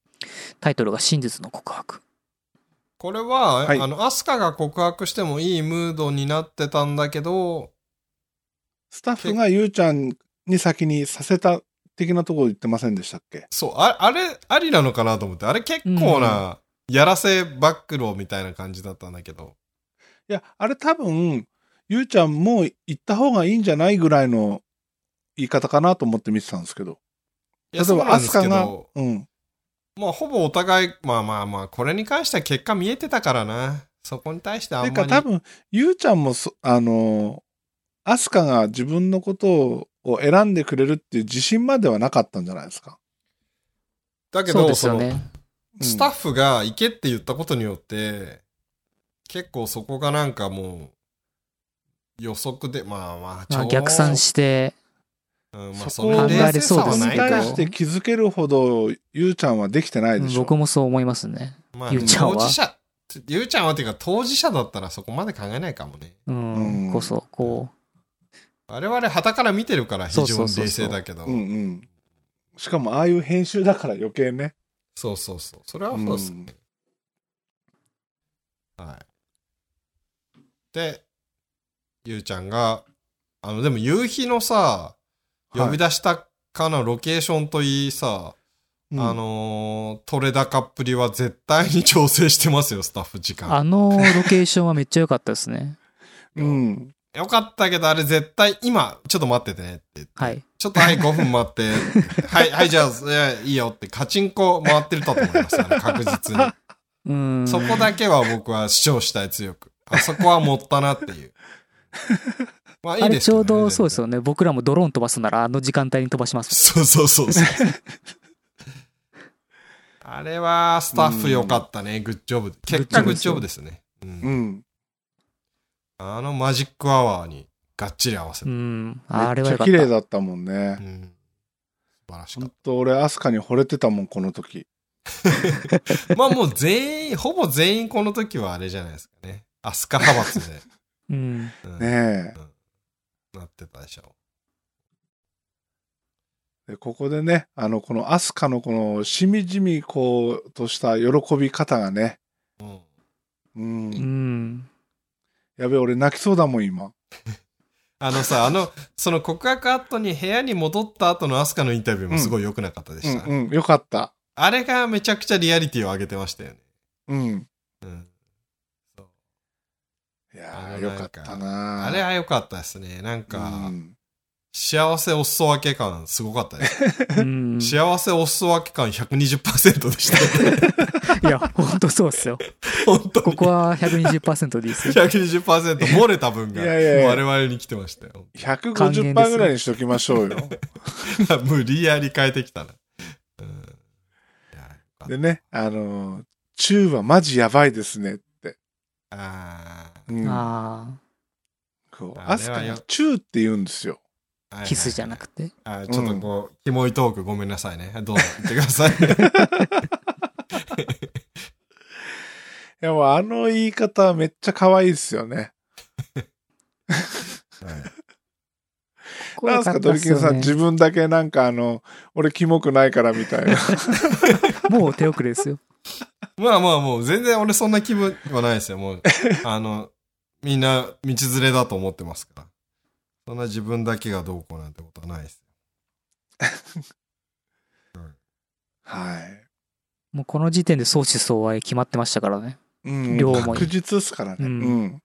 [SPEAKER 2] タイトルが真実の告白。
[SPEAKER 1] これは、
[SPEAKER 3] はい
[SPEAKER 1] あの、アスカが告白してもいいムードになってたんだけど、
[SPEAKER 3] スタッフがゆうちゃんに先にさせた的なところ言ってませんでしたっけ
[SPEAKER 1] そう、ああれ、ありなのかなと思って、あれ結構な、やらせバックローみたいな感じだったんだけど。
[SPEAKER 3] いや、あれ多分、ゆうちゃんもう行った方がいいんじゃないぐらいの言い方かなと思って見てたんですけど。
[SPEAKER 1] い
[SPEAKER 3] 例
[SPEAKER 1] や、
[SPEAKER 3] え
[SPEAKER 1] そう
[SPEAKER 3] ば、
[SPEAKER 1] な
[SPEAKER 3] ア
[SPEAKER 1] んで
[SPEAKER 3] ス
[SPEAKER 1] すけ
[SPEAKER 3] カが、
[SPEAKER 1] ど、
[SPEAKER 3] うん。
[SPEAKER 1] まあ、ほぼお互い、まあまあまあ、これに関しては結果見えてたからな。そこに対してあんま
[SPEAKER 3] て
[SPEAKER 1] り。
[SPEAKER 3] か多分、ゆうちゃんもそ、あの、アスカが自分のことを選んでくれるっていう自信まではなかったんじゃないですか。
[SPEAKER 1] だけど、
[SPEAKER 2] そうですよ
[SPEAKER 1] その
[SPEAKER 2] ね。
[SPEAKER 3] うん
[SPEAKER 1] スタッフが行けって言ったことによって、結構そこがなんかもう、予測で、まあまあ、
[SPEAKER 2] まあ、逆算
[SPEAKER 1] し、
[SPEAKER 2] して、
[SPEAKER 1] うんまあ、
[SPEAKER 3] そ
[SPEAKER 1] そ
[SPEAKER 3] こを
[SPEAKER 1] の冷静さは
[SPEAKER 2] 考えれ
[SPEAKER 3] そ
[SPEAKER 2] そう
[SPEAKER 3] れ
[SPEAKER 1] な
[SPEAKER 3] に
[SPEAKER 1] いか
[SPEAKER 3] 対
[SPEAKER 1] ら
[SPEAKER 2] です
[SPEAKER 3] し
[SPEAKER 2] ね
[SPEAKER 3] て気づけるほど、ゆうちゃんはできてないでしょ。
[SPEAKER 2] 僕もそう思いますね。
[SPEAKER 1] ま
[SPEAKER 2] ゆうちゃんは
[SPEAKER 1] 当事者、ゆうちゃんはっていうか当事者だったらそこまで考えないかもね。
[SPEAKER 2] うん。
[SPEAKER 3] うん
[SPEAKER 2] こそ、こ
[SPEAKER 1] 我々、旗から見てるから非
[SPEAKER 2] そう
[SPEAKER 1] 常
[SPEAKER 2] そう
[SPEAKER 1] に
[SPEAKER 2] そう
[SPEAKER 1] 冷
[SPEAKER 2] そう
[SPEAKER 1] 静だけど。
[SPEAKER 3] うんうん。しかも、ああいう編集だから余計ね。
[SPEAKER 1] そうそうそう。それはそうですね。はい。で、ゆうちゃんが、あの、でも夕日のさ、
[SPEAKER 3] はい
[SPEAKER 1] 呼び出したかなロケーションといいさ、
[SPEAKER 3] うん
[SPEAKER 1] あ、のー、取れ高っぷりは絶対に調整してますよ、スタッフ時
[SPEAKER 2] う。
[SPEAKER 1] 間。
[SPEAKER 2] あのロケーションはめっちゃ良かったですね。
[SPEAKER 3] うん。
[SPEAKER 1] よかったけど、あれ絶対今、ちょっと待っててねって言って
[SPEAKER 2] はい。
[SPEAKER 1] ちょっとはい、5分待 って。はい、はい、じゃあ、いやいいよって、カチンコ回ってると思います、あの確実に。
[SPEAKER 2] うん。
[SPEAKER 1] そこだけは僕は主張したい強く。あそこは持ったなって いう。まあい
[SPEAKER 2] あ
[SPEAKER 1] い
[SPEAKER 2] れ
[SPEAKER 1] です
[SPEAKER 2] ち
[SPEAKER 1] け
[SPEAKER 2] ょ
[SPEAKER 1] ね
[SPEAKER 2] うどそうですよね。僕らもドローン飛ばすならあの時間帯に飛ばします。
[SPEAKER 1] そうそうそう そう。あれはスタッフ良かったね。グッジョブ。結果グッジョブですね。う、
[SPEAKER 3] うんん。
[SPEAKER 1] あのマジックアワーにがっちり合わせ
[SPEAKER 2] う
[SPEAKER 1] た。
[SPEAKER 2] ん。あ
[SPEAKER 3] あれ
[SPEAKER 2] れは
[SPEAKER 3] は
[SPEAKER 2] 良かっ
[SPEAKER 3] 綺麗
[SPEAKER 2] た。
[SPEAKER 3] だったもんね
[SPEAKER 1] う。ん素晴らしか
[SPEAKER 3] 本
[SPEAKER 1] っ
[SPEAKER 3] 当俺、アスカに惚れてたもん、この時。
[SPEAKER 1] た。 まあもう全員、ほぼ全員この時はあれじゃないですかね。アスカ派閥 で。
[SPEAKER 2] うん。
[SPEAKER 1] うん
[SPEAKER 3] ね
[SPEAKER 1] なってたでしょ。
[SPEAKER 3] え。でここでね、あの、このアスカのこの、しみじみこう、とした喜び方がね、
[SPEAKER 1] うん、
[SPEAKER 3] う。
[SPEAKER 2] うんん。
[SPEAKER 3] やべえ、俺泣きそうだもん、今。
[SPEAKER 1] あのさ、あの、その告白後に部屋に戻った後のアスカのインタビューもすごい良くなかったで
[SPEAKER 3] う
[SPEAKER 1] した。
[SPEAKER 3] んうん、よかった。
[SPEAKER 1] あれがめちゃくちゃリアリティを上げてましたよね。
[SPEAKER 3] うん。
[SPEAKER 1] うん。そう。
[SPEAKER 3] いや
[SPEAKER 1] あ
[SPEAKER 3] ー、
[SPEAKER 1] の
[SPEAKER 3] よ
[SPEAKER 1] なんか
[SPEAKER 3] かったなー
[SPEAKER 1] あれは良かったですね。なんか、
[SPEAKER 3] うん
[SPEAKER 1] 幸せお裾分け感すごかったです。
[SPEAKER 2] うん。い
[SPEAKER 1] 幸せお裾分け感120%でした。
[SPEAKER 2] や、ほんとそうっすよ。
[SPEAKER 1] 本当
[SPEAKER 2] こ
[SPEAKER 1] に。
[SPEAKER 2] こは120%でいい っすよ。
[SPEAKER 1] 120%漏れた分が
[SPEAKER 3] いやいやいや
[SPEAKER 1] 我々に来てましたよ。
[SPEAKER 3] 150%ぐらいにしときましょうよ。
[SPEAKER 1] 無理やり変えてきたな。うんいやよかった
[SPEAKER 3] でね、あのー、中はマジやばいですねって。
[SPEAKER 1] あ
[SPEAKER 3] うん、
[SPEAKER 2] あ
[SPEAKER 3] こう
[SPEAKER 1] あ
[SPEAKER 3] ア
[SPEAKER 1] れ
[SPEAKER 3] ス
[SPEAKER 1] は
[SPEAKER 3] カ
[SPEAKER 1] よ
[SPEAKER 3] が中って言うんですよ。
[SPEAKER 1] ー
[SPEAKER 2] あ、キスじゃなくて。
[SPEAKER 1] はいはいあーちょっとこう、キモいトークごめんなさいね。どうぞ言ってください。
[SPEAKER 3] いやもうあの言い方めっちゃ可愛いですよね。
[SPEAKER 2] これ
[SPEAKER 3] なん
[SPEAKER 2] よ
[SPEAKER 3] す
[SPEAKER 2] か
[SPEAKER 3] か、
[SPEAKER 2] っ
[SPEAKER 3] ド
[SPEAKER 2] たっ
[SPEAKER 3] リ
[SPEAKER 2] す
[SPEAKER 3] キン
[SPEAKER 2] よ
[SPEAKER 3] さん、
[SPEAKER 2] ね
[SPEAKER 3] 自分だけなんかあの、俺キモくないからみた いな。
[SPEAKER 2] もう手遅れですよ。
[SPEAKER 1] まあまあもう全然俺そんな気分はないですよ。もう、あの、みんな道連れだと思ってますから。そんな自分だけがどうこうなんてことはないです。
[SPEAKER 3] はい。
[SPEAKER 2] もうこの時点で相思相愛決まってましたからね。
[SPEAKER 3] うん、
[SPEAKER 2] 両思い
[SPEAKER 3] 確実ですからね、う
[SPEAKER 2] うんん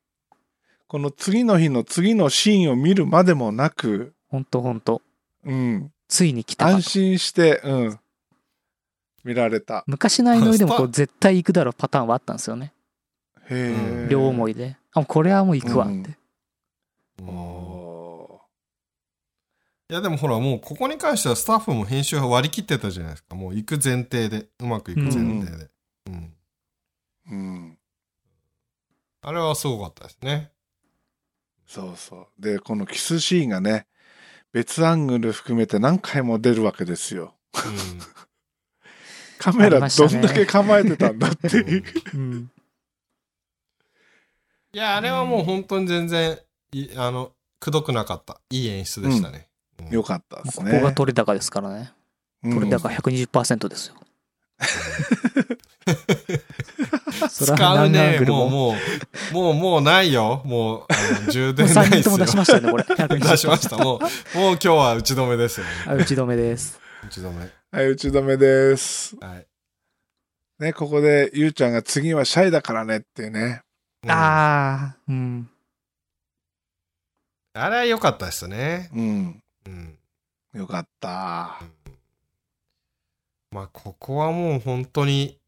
[SPEAKER 3] この次の日の次のシーンを見るまでもなく、
[SPEAKER 2] ほんとほんと。
[SPEAKER 3] うん、
[SPEAKER 2] ついに来たか
[SPEAKER 3] 安
[SPEAKER 2] と。
[SPEAKER 3] 心して、うん、見られた。
[SPEAKER 2] 昔の愛のいでも
[SPEAKER 1] ス
[SPEAKER 2] こう絶対行くだろうパターンはあったんですよね。
[SPEAKER 3] へ
[SPEAKER 1] うん
[SPEAKER 3] え。
[SPEAKER 2] 両思
[SPEAKER 3] い。
[SPEAKER 2] いで。あ、もうこれはもう行くわっ
[SPEAKER 3] うん
[SPEAKER 2] て。
[SPEAKER 1] い
[SPEAKER 3] お
[SPEAKER 1] やでもほらもうここに関してはスタッフも編集は割り切ってたじゃないですか。もう行く前提で。うまくいく前提で。うん。
[SPEAKER 3] ーうん。
[SPEAKER 1] あれはすごかったですね。
[SPEAKER 3] そうそう。で、このキスシーンがね、別アングル含めて何回も出るわけですよ。カメ
[SPEAKER 2] あり
[SPEAKER 3] ラ
[SPEAKER 2] ました
[SPEAKER 3] ど
[SPEAKER 2] ね
[SPEAKER 3] んだけ構えてたんだって
[SPEAKER 1] うん。。
[SPEAKER 3] いううん
[SPEAKER 2] うん。
[SPEAKER 1] いや、あれはもう本当に全然、いあの、くどくなかった。いい演出でしたね。うん
[SPEAKER 3] よかったで
[SPEAKER 2] もう
[SPEAKER 3] す
[SPEAKER 2] こ
[SPEAKER 3] ね。
[SPEAKER 2] こが取れ高ですからね。
[SPEAKER 3] うん
[SPEAKER 2] 取れ高120%ですよ。 それは
[SPEAKER 1] 使う
[SPEAKER 2] 何アン
[SPEAKER 1] ね
[SPEAKER 2] グ。ル
[SPEAKER 1] もう、
[SPEAKER 2] も。
[SPEAKER 1] もう、もう、もうないよ。もう、あの充電ない
[SPEAKER 2] 3
[SPEAKER 1] です
[SPEAKER 2] 人と
[SPEAKER 1] よ。
[SPEAKER 2] も出しましたよね、これ。120%
[SPEAKER 1] 出しました。もう、もう今日は打ち止めですよ、ね。
[SPEAKER 2] あ打ち止めです。
[SPEAKER 1] 打ち止め。
[SPEAKER 3] はい、打ち止めです。
[SPEAKER 1] はい。
[SPEAKER 3] ね、ここで、ゆうちゃんが次はシャイだからねっていうね。
[SPEAKER 1] うん
[SPEAKER 2] ああ、うん。
[SPEAKER 1] あれは良かったですね。
[SPEAKER 3] うん。
[SPEAKER 1] うん。
[SPEAKER 3] よかった。
[SPEAKER 1] まあ、ここはもう本当に、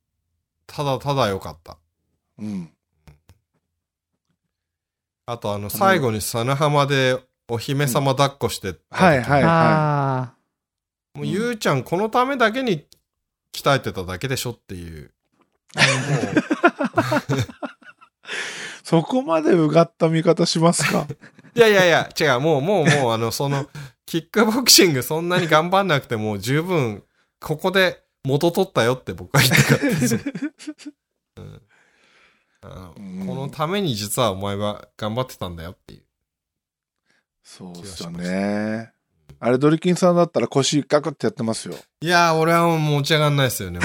[SPEAKER 1] ただただ良かった。
[SPEAKER 3] うん。
[SPEAKER 1] あと、あの、最後に砂浜で、お姫様抱っこしてった時、
[SPEAKER 3] はいはい
[SPEAKER 2] あ
[SPEAKER 1] もう、ゆうちゃん、このためだけに鍛えてただけでしょっていう。もう
[SPEAKER 3] そこまでうがった見方します か
[SPEAKER 1] いやいやいや、違う、もう、もう、もう、あの、その、キックボクシングそんなに頑張んなくてもう十分、ここで元取ったよって僕は言ってたんです よ。うんあ
[SPEAKER 3] うん
[SPEAKER 1] のこのために実はお前は頑張ってたんだよっていう。
[SPEAKER 3] そうですよね。あれ、ドリキンさんだったら腰ガクってやってますよ。
[SPEAKER 1] いやー、俺はもう持ち上がんないですよ ね、も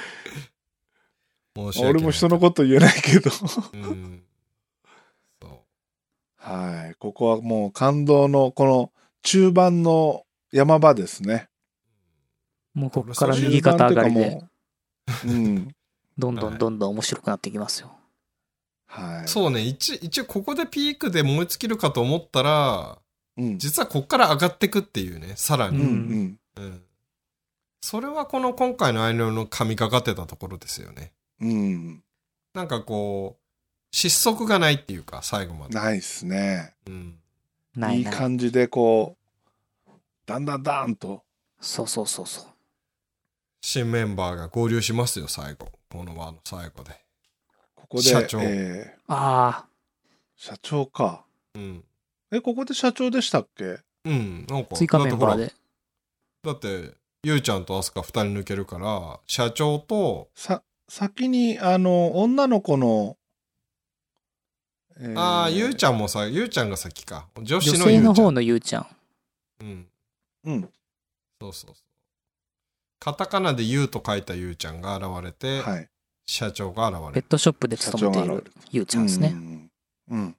[SPEAKER 1] う申し訳ない
[SPEAKER 3] 俺も人のこと言えないけど。
[SPEAKER 1] うんそ
[SPEAKER 3] はい。ここはもう感動の、この中盤の山場ですね。
[SPEAKER 2] あ、もうここから
[SPEAKER 1] そう
[SPEAKER 2] 右肩上がり
[SPEAKER 3] 中盤
[SPEAKER 2] で、
[SPEAKER 3] っていうかもう。うん。
[SPEAKER 2] どんどんどんどん面白くなっていきますよ。
[SPEAKER 3] は
[SPEAKER 1] う
[SPEAKER 3] い。
[SPEAKER 1] そうね、一一応ここでピークで燃え尽きるかと思ったら、
[SPEAKER 3] うん。
[SPEAKER 1] 実はこっから上がってくっていうね、さら
[SPEAKER 3] うん
[SPEAKER 1] に。
[SPEAKER 3] うん。
[SPEAKER 1] うんそれはこの今回のアイの神がかってたところですよね。
[SPEAKER 3] うん。
[SPEAKER 1] なんかこう、失速がないっていうか、最後まで。
[SPEAKER 3] ないっすね。
[SPEAKER 1] うん。
[SPEAKER 2] ないい
[SPEAKER 3] い
[SPEAKER 2] ない。
[SPEAKER 3] 感じでこう、だんだんだんと。
[SPEAKER 2] そうそうそうそう。
[SPEAKER 1] 新メンバーが合流しますよ、最後。この輪の最後で。
[SPEAKER 3] ここで、
[SPEAKER 1] 社長
[SPEAKER 3] え
[SPEAKER 2] ああ、
[SPEAKER 3] ー社長か。
[SPEAKER 1] うん。
[SPEAKER 3] え、ここで社長でしたっけ
[SPEAKER 1] うん、なんか。
[SPEAKER 2] 追加メンバ
[SPEAKER 1] だっ
[SPEAKER 2] ー
[SPEAKER 1] て
[SPEAKER 2] で。
[SPEAKER 1] ほら。だって、ゆうちゃんとアスカ二人抜けるから、社長と、
[SPEAKER 3] さ、先に、あの、女の子の、えー
[SPEAKER 1] ああ、ゆうちゃんもさ、ゆうちゃんが先か。女子
[SPEAKER 2] 女
[SPEAKER 1] のゆ
[SPEAKER 2] 性
[SPEAKER 1] う
[SPEAKER 2] の
[SPEAKER 1] ちゃ
[SPEAKER 2] 方
[SPEAKER 1] ん。
[SPEAKER 2] のゆうちゃん。
[SPEAKER 1] うん。
[SPEAKER 3] うん。
[SPEAKER 1] そうそうそう。カタカナでゆうと書いたゆうちゃんが現れて、
[SPEAKER 3] はい。
[SPEAKER 1] 社長が現れる
[SPEAKER 2] ペッ。トショップで勤めてい
[SPEAKER 3] 社長が
[SPEAKER 2] る
[SPEAKER 3] 現
[SPEAKER 2] ゆうちゃんですね。
[SPEAKER 3] うん。うん。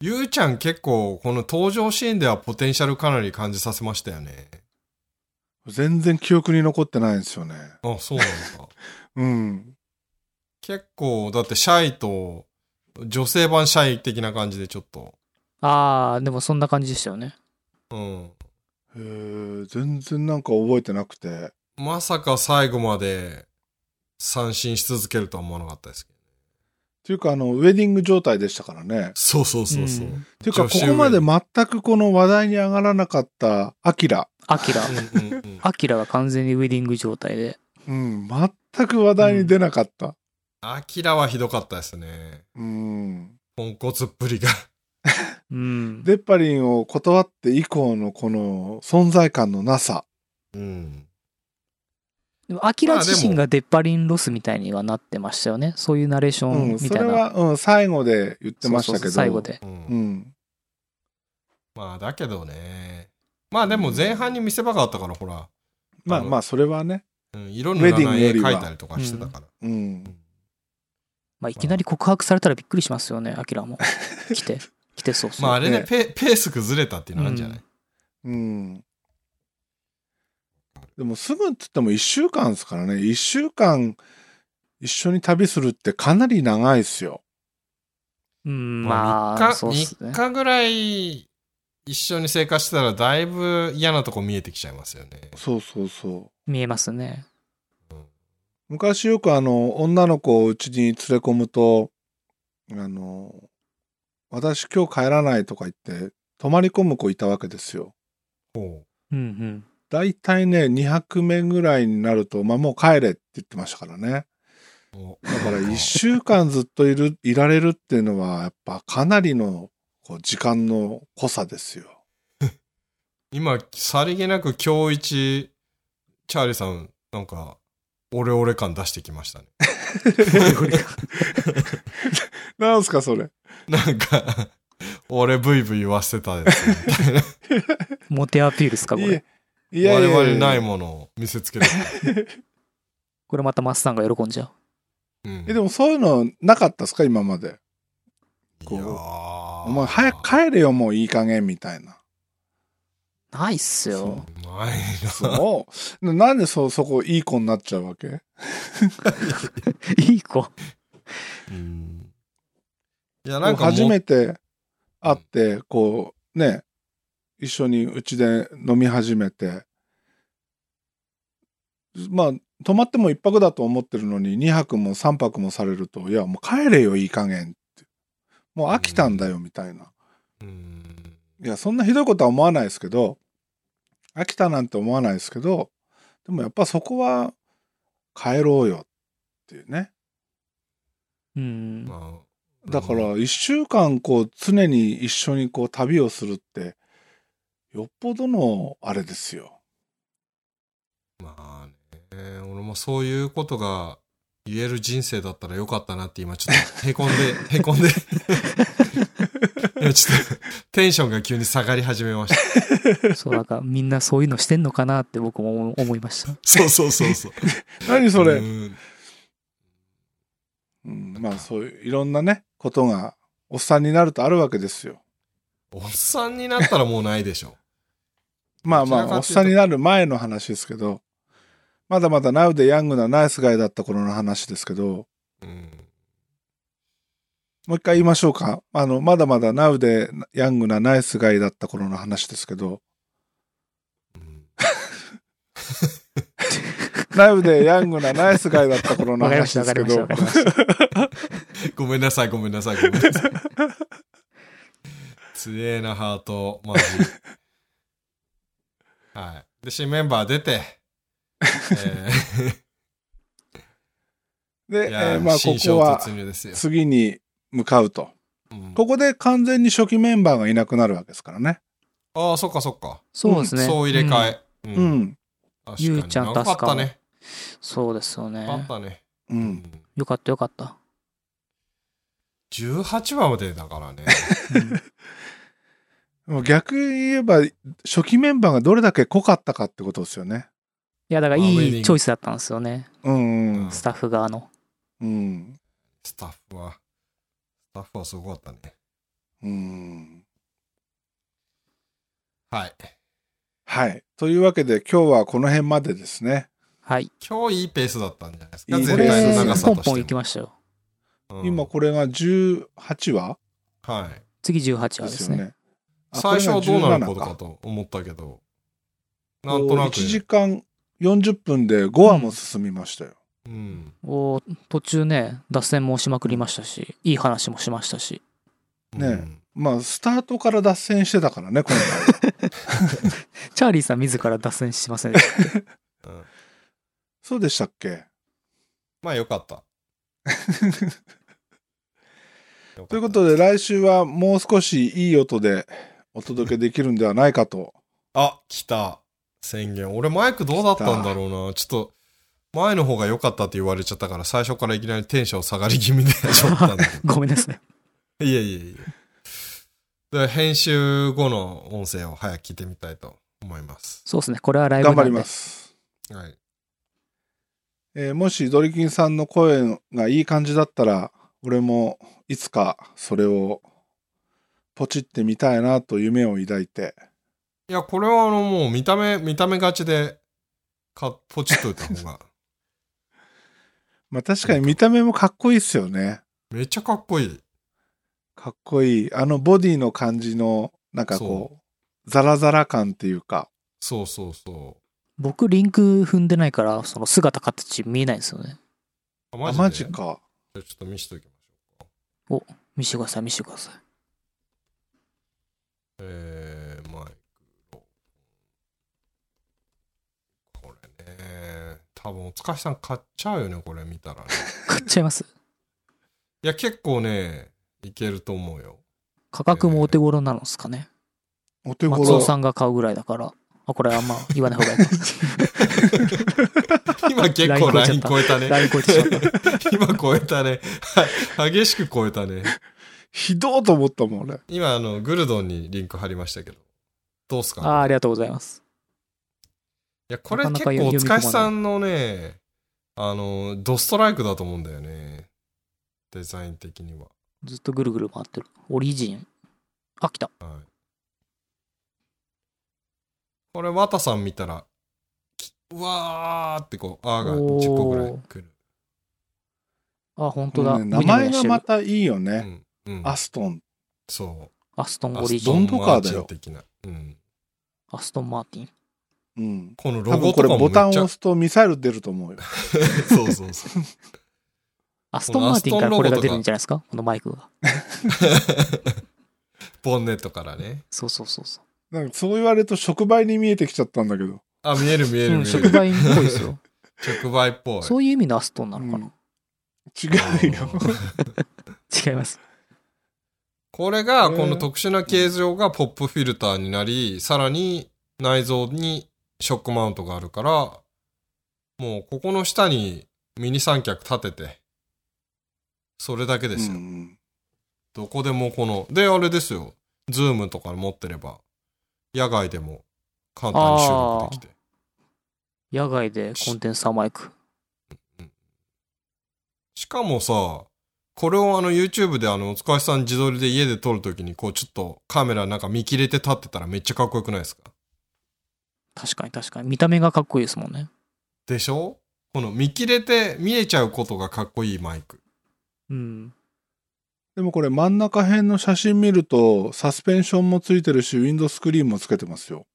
[SPEAKER 1] ゆうちゃん結構この登場シーンではポテンシャルかなり感じさせましたよね。
[SPEAKER 3] 全然記憶に残ってないんですよね。
[SPEAKER 1] あ、そうなのか。
[SPEAKER 3] うん。
[SPEAKER 1] 結構、だってシャイと、女性版シャイ的な感じでちょっと、
[SPEAKER 2] ああ、でもそんな感じでしたよね。
[SPEAKER 1] うん。
[SPEAKER 3] へえ、全然なんか覚えてなくて。
[SPEAKER 1] まさか最後まで三振し続けるとは思わなかったですけど。
[SPEAKER 3] っていうか、あの、ウェディング状態でしたからね。
[SPEAKER 1] そうそうそうそう。
[SPEAKER 2] ん
[SPEAKER 3] っていうか、
[SPEAKER 1] 女
[SPEAKER 3] こ
[SPEAKER 1] 子ウェディン
[SPEAKER 3] こ
[SPEAKER 1] グ
[SPEAKER 3] まで全くこの話題に上がらなかった、アキラ。
[SPEAKER 2] アキラ。
[SPEAKER 1] うんうんうん
[SPEAKER 2] アキラが完全にウェディング状態で。
[SPEAKER 3] うん、全く話題に出なかった。
[SPEAKER 1] アキラはひどかったですね。
[SPEAKER 3] うん。
[SPEAKER 1] ポンコツっぷりが。
[SPEAKER 2] うん。
[SPEAKER 3] デッパリンを断って以降のこの存在感のなさ。
[SPEAKER 1] うん。
[SPEAKER 2] でもアキラ
[SPEAKER 1] まあでも
[SPEAKER 2] 自身がデッパリンロスみたいにはなってましたよね。そういうナレーショ
[SPEAKER 3] うん、
[SPEAKER 2] ンみ
[SPEAKER 3] そ
[SPEAKER 2] たい
[SPEAKER 3] れ
[SPEAKER 2] な。
[SPEAKER 3] は、うん、最後で言って
[SPEAKER 2] そう
[SPEAKER 3] ま
[SPEAKER 2] そ
[SPEAKER 3] し
[SPEAKER 2] う
[SPEAKER 3] たけど。
[SPEAKER 2] そう最後。で。
[SPEAKER 1] う、
[SPEAKER 3] うんん。
[SPEAKER 1] まあ、だけどね。まあでも前半に見せ場があったから、ほら。
[SPEAKER 3] まあ
[SPEAKER 1] あの
[SPEAKER 3] まあ、それはね。
[SPEAKER 1] うん、色塗らな
[SPEAKER 3] ウェディン
[SPEAKER 1] い
[SPEAKER 3] グ
[SPEAKER 1] 絵
[SPEAKER 3] よりは
[SPEAKER 1] 描いたりとかしてたから。
[SPEAKER 3] うん。
[SPEAKER 2] まあ、いきなり告白されたらびっくりしますよね、アキラも。来て。来てそうそう。
[SPEAKER 1] まああれね
[SPEAKER 3] ね
[SPEAKER 1] ペ、ペース崩れたっていうのあるんじゃない、
[SPEAKER 3] うん。でもすぐっつっても1週間ですからね。1週間一緒に旅するってかなり長いですよ。
[SPEAKER 2] うん、
[SPEAKER 1] ま
[SPEAKER 2] ま
[SPEAKER 1] あ、
[SPEAKER 2] あ、
[SPEAKER 1] 3
[SPEAKER 2] そうっ
[SPEAKER 1] 日
[SPEAKER 2] す、ね
[SPEAKER 1] 3。日ぐらい一緒に生活してたら、だいぶ嫌なとこ見えてきちゃいますよね。
[SPEAKER 3] そうそうそう。
[SPEAKER 2] 見えますね。
[SPEAKER 3] 昔よくあの、女の子をうちに連れ込むと、あの、私今日帰らないとか言って、泊まり込む子いたわけですよ。
[SPEAKER 1] ほ
[SPEAKER 2] うんうん。
[SPEAKER 3] だいたいね、2泊目ぐらいになると、まあもう帰れって言ってましたからね。
[SPEAKER 1] うお
[SPEAKER 3] だから1週間ずっといる、いられるっていうのは、やっぱかなりのこう時間の濃さですよ。
[SPEAKER 1] 今、さりげなく今日一、チャーリーさん、なんか、オレオレ感出してきましたね。
[SPEAKER 3] なんすかそれ。
[SPEAKER 1] なんか、俺ブイブイ言わせてたですね、みたいな。
[SPEAKER 2] モテアピールですか、こ
[SPEAKER 3] い
[SPEAKER 2] れ。
[SPEAKER 3] え いやいやいや
[SPEAKER 1] 我々にないものを見せつける。
[SPEAKER 2] これまたマスさんが喜んじゃ
[SPEAKER 1] う
[SPEAKER 2] う。
[SPEAKER 1] ん、
[SPEAKER 3] えでもそういうのなかったですか今まで。こう
[SPEAKER 1] お
[SPEAKER 3] お前早く帰れよもういい加減みた いな。
[SPEAKER 2] ないっすよ。
[SPEAKER 1] ない
[SPEAKER 3] そう。ななんでそう、そこいい子になっちゃうわけ
[SPEAKER 2] い い子。
[SPEAKER 1] な。うんいや、なんかもう
[SPEAKER 3] 初めて会って、こう、ね、一緒にうちで飲み始めて、まあ、泊まっても一泊だと思ってるのに、二泊も三泊もされると、いや、もう帰れよ、いい加減って。もう飽きたんだよ、みたいな。
[SPEAKER 1] うん
[SPEAKER 3] いや、そんなひどいことは思わないですけど、飽きたなんて思わないですけど、でもやっぱそこは、帰ろうよっていうね。
[SPEAKER 2] うん。
[SPEAKER 1] まあ
[SPEAKER 3] だか
[SPEAKER 1] うん
[SPEAKER 3] ら一週間こう常に一緒にこう旅をするってよっぽどのあれですよ。
[SPEAKER 1] まあね、俺もそういうことが言える人生だったらよかったなって今ちょっとへこん で、へこんで。今ちょっとテンションが急に下がり始めました。
[SPEAKER 2] そう、なんかみんなそういうのしてんのかなって僕も思思いました。
[SPEAKER 1] そうそうそうそう。
[SPEAKER 3] 何それ、
[SPEAKER 1] う
[SPEAKER 3] うん
[SPEAKER 1] ん
[SPEAKER 3] まあそういういろんなねことがおっさんになるとあるわけですよ。
[SPEAKER 1] おっさんになったらもうないでしょ。
[SPEAKER 3] まあ
[SPEAKER 1] ど
[SPEAKER 3] ま
[SPEAKER 1] ちら
[SPEAKER 3] あおっ
[SPEAKER 1] かというと
[SPEAKER 3] さんになる前の話ですけどまだまだ Now でヤングなナイスガイだった頃の話ですけど
[SPEAKER 1] うん。
[SPEAKER 3] もう一回言いましょうか。あのまだまだ Now でヤングなナイスガイだった頃の話ですけど
[SPEAKER 1] うん
[SPEAKER 3] Now でヤングなナイスガイだった頃の
[SPEAKER 2] わかりまし
[SPEAKER 3] 話
[SPEAKER 2] た、
[SPEAKER 3] で
[SPEAKER 2] わか
[SPEAKER 3] す
[SPEAKER 2] り
[SPEAKER 3] け
[SPEAKER 2] ました、
[SPEAKER 3] ど
[SPEAKER 2] わか。りました。
[SPEAKER 1] ごめんなさい、ごめんなさい、ごめんなさい。強えな、ハート。マジ。はい。で、新メンバー出て、えー
[SPEAKER 3] で、
[SPEAKER 1] い
[SPEAKER 3] え
[SPEAKER 1] や
[SPEAKER 3] ーまあこ
[SPEAKER 1] 新章
[SPEAKER 3] こは
[SPEAKER 1] 突入ですよ。
[SPEAKER 3] 次に向かうと。
[SPEAKER 1] うん
[SPEAKER 3] ここで完全に初期メンバーがいなくなるわけですからね。
[SPEAKER 1] ああ、そっかそっか。
[SPEAKER 2] そうですね。
[SPEAKER 1] そう入れ替え。う。
[SPEAKER 3] うんん。
[SPEAKER 1] 確
[SPEAKER 2] ゆうちゃん
[SPEAKER 1] 長かったね。
[SPEAKER 2] うんそうですよ
[SPEAKER 1] あっ
[SPEAKER 2] ね。
[SPEAKER 1] たね。
[SPEAKER 3] う。。
[SPEAKER 1] うん
[SPEAKER 2] よかった、よかった。
[SPEAKER 1] 18話までだからね。
[SPEAKER 3] もう逆に言えば、初期メンバーがどれだけ濃かったかってことですよね。
[SPEAKER 2] いや、だから
[SPEAKER 1] まあウェディン
[SPEAKER 2] い
[SPEAKER 1] グ
[SPEAKER 2] いチョイスだったんですよね。
[SPEAKER 3] うんうん
[SPEAKER 1] ん。
[SPEAKER 2] スタッフ側の。
[SPEAKER 3] うん。
[SPEAKER 1] スタッフは、スタッフはすごかったね。
[SPEAKER 3] うん。
[SPEAKER 1] はい。
[SPEAKER 3] はい。というわけで今日はこの辺までですね。
[SPEAKER 2] はい。
[SPEAKER 1] 今日いいペースだったんじゃないですか
[SPEAKER 3] いい
[SPEAKER 1] 全体の長さ
[SPEAKER 2] ポン
[SPEAKER 1] として
[SPEAKER 2] ポ
[SPEAKER 1] も
[SPEAKER 2] ン行きましたよ。
[SPEAKER 1] うん
[SPEAKER 3] 今これが18話
[SPEAKER 1] はい
[SPEAKER 2] 次
[SPEAKER 3] で
[SPEAKER 2] 18話ですす
[SPEAKER 3] よ
[SPEAKER 2] ね。
[SPEAKER 3] ね。あ
[SPEAKER 1] 最初はどうなるこ
[SPEAKER 3] ことれ
[SPEAKER 1] か
[SPEAKER 3] が17
[SPEAKER 1] と思ったけどなんとなく
[SPEAKER 3] 1時間40分で5話も進みましたよ。
[SPEAKER 1] うん
[SPEAKER 2] おー途中ね、脱線もしまくりましたし、いい話もしましたし。
[SPEAKER 3] ね
[SPEAKER 1] うん
[SPEAKER 3] まあ、スタートから脱線してたからね、今 回は。
[SPEAKER 2] チャーリーさん自ら脱線しませんでした。
[SPEAKER 1] うん
[SPEAKER 3] そうでしたっけ
[SPEAKER 1] まあよか った
[SPEAKER 3] ということ
[SPEAKER 1] で
[SPEAKER 3] で、来週はもう少しいい音でお届けできるんではないかと。
[SPEAKER 1] あ来た宣言俺マイクどうだったんだろうなちょっと前の方が良かったって言われちゃったから最初からいきなりテンション下がり気味でちょっとなんだけ
[SPEAKER 2] ごめんなさい。
[SPEAKER 1] どいやいやいやで編集後の音声を早く聞いてみたいと思います
[SPEAKER 2] そうですね。これはライブな
[SPEAKER 3] 頑張
[SPEAKER 2] んで
[SPEAKER 3] ります。
[SPEAKER 1] はい
[SPEAKER 3] えーもしドリキンさんの声がいい感じだったら、俺もいつかそれをポチってみたいなと夢を抱いて。
[SPEAKER 1] いやこれはあのもう見た目見た目勝ちでかポチっといた方が
[SPEAKER 3] まあ確かに見た目もかっこいいっすよね。
[SPEAKER 1] めっちゃかっこいい
[SPEAKER 3] かっこいい。あのボディの感じの、なんかこう、ザラザラ感っていうか。
[SPEAKER 1] そうそうそ
[SPEAKER 2] 僕、リンク踏んでないから、その姿形見えないんですよね。
[SPEAKER 1] うあマ
[SPEAKER 3] あ
[SPEAKER 1] ジで
[SPEAKER 3] マジか。
[SPEAKER 1] ちょっと見せておきましょうか
[SPEAKER 2] 見せてください、見せてください。
[SPEAKER 1] えー、マイクロフォン。これね、多分おつかしさん買っちゃうよね、これ見たらね。
[SPEAKER 2] 買っちゃいます。
[SPEAKER 1] いや、結構ね、いけると思うよ。
[SPEAKER 2] 価格もお手頃なのですかね。
[SPEAKER 3] お手
[SPEAKER 2] 松尾
[SPEAKER 3] 頃。
[SPEAKER 2] さんが買うぐらいだから。あ、これあんま言わない方がいいか。
[SPEAKER 1] 今結構ラ
[SPEAKER 2] ラ
[SPEAKER 1] イ
[SPEAKER 2] イ
[SPEAKER 1] ン
[SPEAKER 2] ン
[SPEAKER 1] 超
[SPEAKER 2] 超
[SPEAKER 1] えた
[SPEAKER 2] ラ
[SPEAKER 1] ね。
[SPEAKER 2] イン超えてしまった。
[SPEAKER 1] 今超えたね。はい激しく超えたね。
[SPEAKER 3] ひどーと思ったもん、俺。
[SPEAKER 1] 今、あの、グルドンにリンク貼りましたけど。どうすか、
[SPEAKER 2] あーありがとうございます。
[SPEAKER 1] いや、これ
[SPEAKER 2] なか
[SPEAKER 1] 結
[SPEAKER 2] なか
[SPEAKER 1] 構お
[SPEAKER 2] 読
[SPEAKER 1] つ
[SPEAKER 2] み込まな
[SPEAKER 1] か
[SPEAKER 2] い
[SPEAKER 1] しさんのね、あの、ドストライクだと思うんだよね。デザイン的には。
[SPEAKER 2] ずっとぐるぐる回ってる。オリジン。あ、来た。
[SPEAKER 1] はい。これ、ワタさん見たら、きうわーってこう、あーが
[SPEAKER 2] おー
[SPEAKER 1] 10個ぐらいくる。
[SPEAKER 2] あ、本当だ。
[SPEAKER 3] ね名
[SPEAKER 2] グニグニ
[SPEAKER 3] 前
[SPEAKER 2] し
[SPEAKER 3] が
[SPEAKER 2] てる
[SPEAKER 3] またいいよ
[SPEAKER 1] う
[SPEAKER 3] ね。
[SPEAKER 1] ん。うん、
[SPEAKER 3] アストン。
[SPEAKER 1] そう。
[SPEAKER 2] アストン
[SPEAKER 1] ア
[SPEAKER 2] オ
[SPEAKER 1] ス
[SPEAKER 2] リジ
[SPEAKER 1] ト
[SPEAKER 2] ン。
[SPEAKER 1] ン
[SPEAKER 3] ドントカーだよ
[SPEAKER 1] マチン的な。うん。
[SPEAKER 2] アストンマーティン。
[SPEAKER 3] うん。
[SPEAKER 1] このロ
[SPEAKER 3] 多
[SPEAKER 1] ゴ
[SPEAKER 3] 分
[SPEAKER 1] と
[SPEAKER 3] こ
[SPEAKER 1] か
[SPEAKER 3] れ
[SPEAKER 1] も
[SPEAKER 3] ボタ
[SPEAKER 1] め
[SPEAKER 3] ンを
[SPEAKER 1] っちゃ
[SPEAKER 3] 押すとミサイル出ると思うよ。
[SPEAKER 1] そうそうそう。
[SPEAKER 2] アストンマーティンからこれが出るんじゃないですかこのマイクが。
[SPEAKER 1] ボンネットからね。
[SPEAKER 2] そうそうそうそう。
[SPEAKER 3] なんかそう言われると触媒に見えてきちゃったんだけど。
[SPEAKER 1] あ、見える見える
[SPEAKER 2] う
[SPEAKER 1] 見
[SPEAKER 2] ん、
[SPEAKER 1] え
[SPEAKER 2] 触
[SPEAKER 1] る。
[SPEAKER 2] 媒っぽいです よ。
[SPEAKER 1] 直売っぽい。
[SPEAKER 2] そういう意味のアストンなのかな、
[SPEAKER 3] 違うよ。
[SPEAKER 2] 違います。
[SPEAKER 1] これが、
[SPEAKER 3] えー
[SPEAKER 1] この特殊な形状がポップフィルターになり、さらに内蔵にショックマウントがあるから、もうここの下にミニ三脚立てて、それだけですよ。
[SPEAKER 3] うん
[SPEAKER 1] どこでもこの、で、あれですよ。ズームとか持ってれば、野外でも簡単に収録できて。
[SPEAKER 2] 野外でコンデンサーマイク。
[SPEAKER 1] しかもさ、これをあの YouTube であの、おつかしさん自撮りで家で撮るときに、こうちょっとカメラなんか見切れて立ってたらめっちゃかっこよくないですか
[SPEAKER 2] 確かに確かに。見た目がかっこいいですもんね。
[SPEAKER 1] でしょこの見切れて見えちゃうことがかっこいいマイク。
[SPEAKER 2] うん。
[SPEAKER 3] でもこれ真ん中辺の写真見ると、サスペンションもついてるし、ウィンドスクリーンもつけてますよ。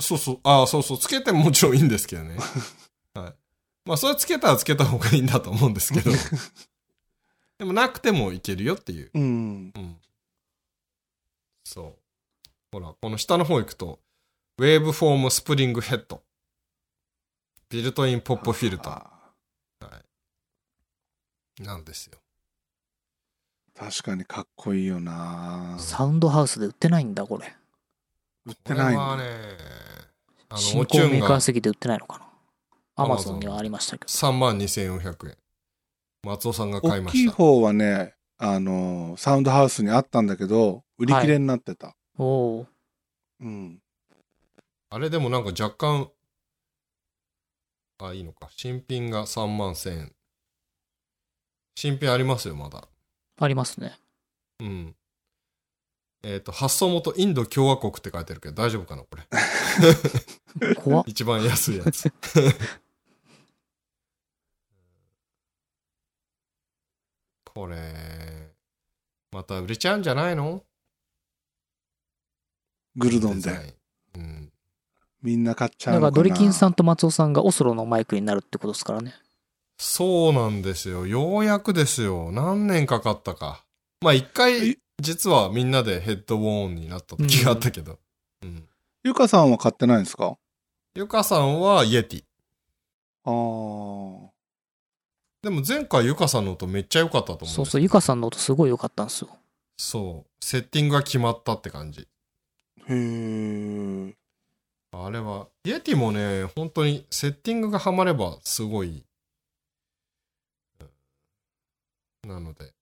[SPEAKER 1] そうそう、ああ、そうそう、つけてももちろんいいんですけど ね。はい。まあ、それつけたらつけた方がいいんだと思うんです けど。でもなくてもいけるよっていう。
[SPEAKER 3] うん。
[SPEAKER 1] うん。そう。ほら、この下の方行くと、ウェーブフォームスプリングヘッド。ビルトインポップフィルターなんですよ。
[SPEAKER 3] ー。確かにかっこいいよな
[SPEAKER 2] サウンドハウスで売ってないんだ、これ。
[SPEAKER 3] 売っ
[SPEAKER 1] こ
[SPEAKER 3] て
[SPEAKER 1] れ
[SPEAKER 3] ない
[SPEAKER 1] は
[SPEAKER 3] の。
[SPEAKER 1] ね、あの、
[SPEAKER 2] 新
[SPEAKER 1] おチュ
[SPEAKER 2] 興
[SPEAKER 1] ーン
[SPEAKER 2] メーカ
[SPEAKER 1] が
[SPEAKER 2] ー席で売ってないのかなアマゾ
[SPEAKER 1] Amazon
[SPEAKER 2] ンにはありましたけど。
[SPEAKER 1] 3万2400円。松尾さんが買い
[SPEAKER 3] 大
[SPEAKER 1] ま
[SPEAKER 3] きい
[SPEAKER 1] した。
[SPEAKER 3] 方はね、あの、サウンドハウスにあったんだけど、売り切れになってた。
[SPEAKER 2] おお
[SPEAKER 3] うん。
[SPEAKER 1] あれでもなんか若干、あ、いいのか。新品が3万1000円。新品ありますよ、まだ。
[SPEAKER 2] ー、あります ね。
[SPEAKER 1] うん。えっ、と、発送元インド共和国って書いてるけど、大丈夫かな、これ。
[SPEAKER 2] 怖っ。
[SPEAKER 1] 一番安いやつ。 これ、また売れちゃうんじゃないの
[SPEAKER 3] グルドンで
[SPEAKER 1] デザ。インうん。
[SPEAKER 3] みんな買っちゃう
[SPEAKER 2] だ
[SPEAKER 3] の
[SPEAKER 2] か
[SPEAKER 3] からな
[SPEAKER 2] ドリキンさんと松尾さんがオスロのマイクになるってことですからね。
[SPEAKER 1] そうなんですよ。ようやくですよ。何年かかったか。まあ一回
[SPEAKER 3] え、
[SPEAKER 1] 実はみんなでヘッドボーンになった時があったけど。うん。
[SPEAKER 3] ゆかさんは買ってないんですか
[SPEAKER 1] ゆかさんはイエティ。
[SPEAKER 3] ああ。
[SPEAKER 1] でも前回ゆかさんの音めっちゃ良かったと思うんです
[SPEAKER 2] そうそう、ゆか
[SPEAKER 1] ん。
[SPEAKER 2] さんの音すごい良かったんですよ。
[SPEAKER 1] そう。セッティングが決まったって感じ。
[SPEAKER 3] へえ。
[SPEAKER 1] あれは、イエティもね、本当にセッティングがハマればすごい。うんなので。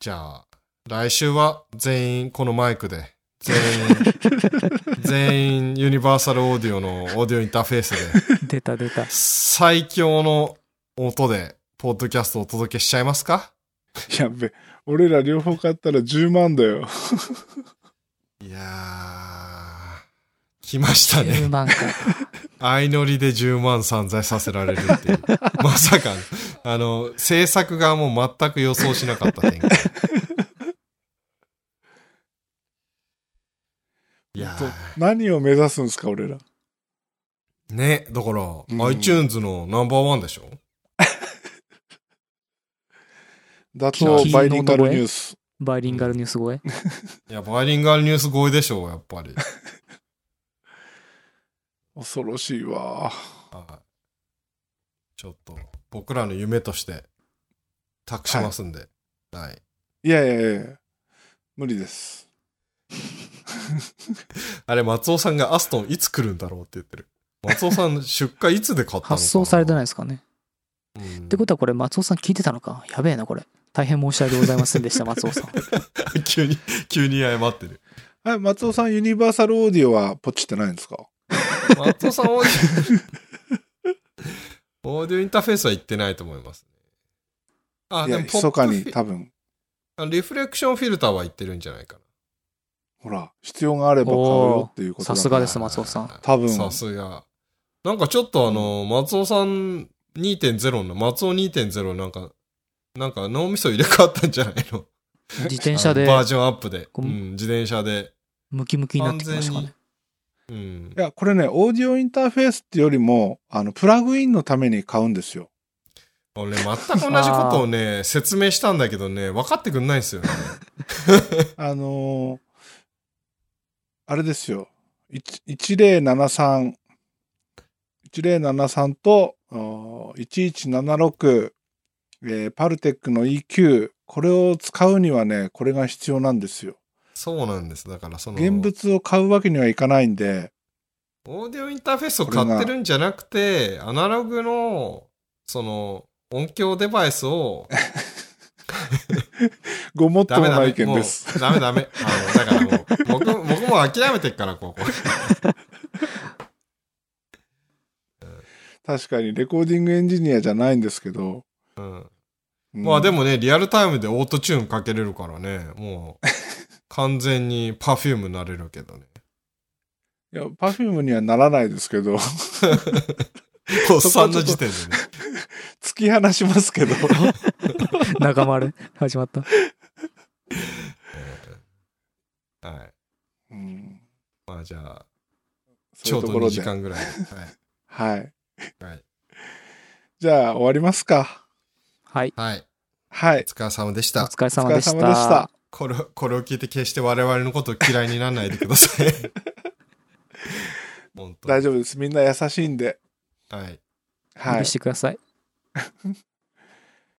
[SPEAKER 1] じゃあ、来週は全員このマイクで、全員、全員ユニバーサルオーディオのオーディオインターフェースで、
[SPEAKER 2] 出た出た。
[SPEAKER 1] 最強の音で、ポッドキャストをお届けしちゃいますか
[SPEAKER 3] やべ。俺ら両方買ったら10万だよ。
[SPEAKER 1] いやー、来ましたね。
[SPEAKER 2] 10万回。
[SPEAKER 1] 相乗りで10万散財させられるって いう。まさかの、あの、制作側も全く予想しなかった展開。いや
[SPEAKER 3] 本当何を目指すんですか、俺ら。
[SPEAKER 1] ー、ね、だから、
[SPEAKER 3] ん
[SPEAKER 1] iTunes のナンバーワンでしょ
[SPEAKER 3] 打倒バイリンガルニュース。
[SPEAKER 2] バイリンガルニュース 超え。
[SPEAKER 1] いや、バイリンガルニュース超えでしょう、やっぱり。
[SPEAKER 3] 恐ろしいわ。
[SPEAKER 1] はいちょっと、僕らの夢として、託しますんで。はい
[SPEAKER 3] いやいやいや無理です。
[SPEAKER 1] あれ、松尾さんがアストンいつ来るんだろうって言ってる。松尾さん、出荷いつで買ったのかな
[SPEAKER 2] 発送されてないですかね。
[SPEAKER 1] うん
[SPEAKER 2] ってことはこれ松尾さん聞いてたのか。やべえな、これ。大変申し訳ございませんでした、松尾さん。
[SPEAKER 1] 急に、急に謝ってる。
[SPEAKER 3] はい、松尾さん、ユニバーサルオーディオはポチってないんですか
[SPEAKER 1] 松尾さん、オーディオ、オーディオインターフェースは行ってないと思います。あ、
[SPEAKER 3] い
[SPEAKER 1] で
[SPEAKER 3] や、
[SPEAKER 1] も、ポ
[SPEAKER 3] 密
[SPEAKER 1] ッ
[SPEAKER 3] か
[SPEAKER 1] プ
[SPEAKER 3] に
[SPEAKER 1] フィ
[SPEAKER 3] 多分、
[SPEAKER 1] あリフレクションフィルターは行ってるんじゃないかな。
[SPEAKER 3] ほら、必要があれば買うよっていうことだから
[SPEAKER 2] おーさすがです松尾さん
[SPEAKER 1] はい
[SPEAKER 3] 多分
[SPEAKER 1] さすが。なんかちょっとあの、松尾さん2.0の、松尾2.0なんか、なんか脳みそ入れ替わったんじゃないの
[SPEAKER 2] 自転車で
[SPEAKER 1] あのバージョンアップで。
[SPEAKER 2] こ
[SPEAKER 1] うんん、自転車で。
[SPEAKER 2] ムキムキになってきましたかね。
[SPEAKER 1] うん
[SPEAKER 3] い。や、これね、オーディオインターフェースってよりも、あの、プラグインのために買うんですよ。
[SPEAKER 1] 俺ね、全く同じことをね、説明したんだけどね、分かってくんないんですよね。
[SPEAKER 3] あのーあれですよ。1 1073、1073と、おー1176、えーパルテックの EQ、これを使うにはね、これが必要なんですよ。
[SPEAKER 1] そうなんです。だからその、
[SPEAKER 3] 現物を買うわけにはいかないんで、
[SPEAKER 1] オーディオインターフェースを買ってるんじゃなくて、アナログの、その、音響デバイス を、
[SPEAKER 3] ごもっと
[SPEAKER 1] ダ
[SPEAKER 3] も
[SPEAKER 1] メダ
[SPEAKER 3] な
[SPEAKER 1] メ。
[SPEAKER 3] 意見
[SPEAKER 1] もう
[SPEAKER 3] です。、
[SPEAKER 1] ダメダメ。あの、だからもう、僕、 僕も諦めてっから、ここ。
[SPEAKER 3] 確かに、レコーディングエンジニアじゃないんですけど。
[SPEAKER 1] うん
[SPEAKER 3] うん
[SPEAKER 1] まあでもね、リアルタイムでオートチューンかけれるからね、も う、完全にパフュームになれるけどね。
[SPEAKER 3] いや、パフュームにはならないですけど、
[SPEAKER 1] おっさんの時点でね。
[SPEAKER 3] 突き放しま すけど。
[SPEAKER 2] 仲間で始まった。
[SPEAKER 1] はい。
[SPEAKER 3] うん
[SPEAKER 1] まあじゃあ、ち
[SPEAKER 3] そう
[SPEAKER 1] ょ
[SPEAKER 3] いう
[SPEAKER 1] うど
[SPEAKER 3] ところ
[SPEAKER 1] 2
[SPEAKER 3] で
[SPEAKER 1] 時。間ぐらいで。は
[SPEAKER 3] はい。
[SPEAKER 1] い。はい。
[SPEAKER 3] じゃあ、終わりますか。
[SPEAKER 2] はい。
[SPEAKER 1] はい。
[SPEAKER 3] は
[SPEAKER 1] お
[SPEAKER 3] い。
[SPEAKER 1] 疲れ様でし
[SPEAKER 2] お
[SPEAKER 1] た。
[SPEAKER 2] 疲れ
[SPEAKER 3] お疲
[SPEAKER 2] 様
[SPEAKER 3] れ
[SPEAKER 2] でした。
[SPEAKER 3] 様でした。
[SPEAKER 1] これ、これを聞いて決して我々のことを嫌いにならないでください。本当
[SPEAKER 3] 大丈夫です。みんな優しいんで。
[SPEAKER 1] 夫。はい。
[SPEAKER 3] は
[SPEAKER 2] 許
[SPEAKER 3] い
[SPEAKER 2] し。てください。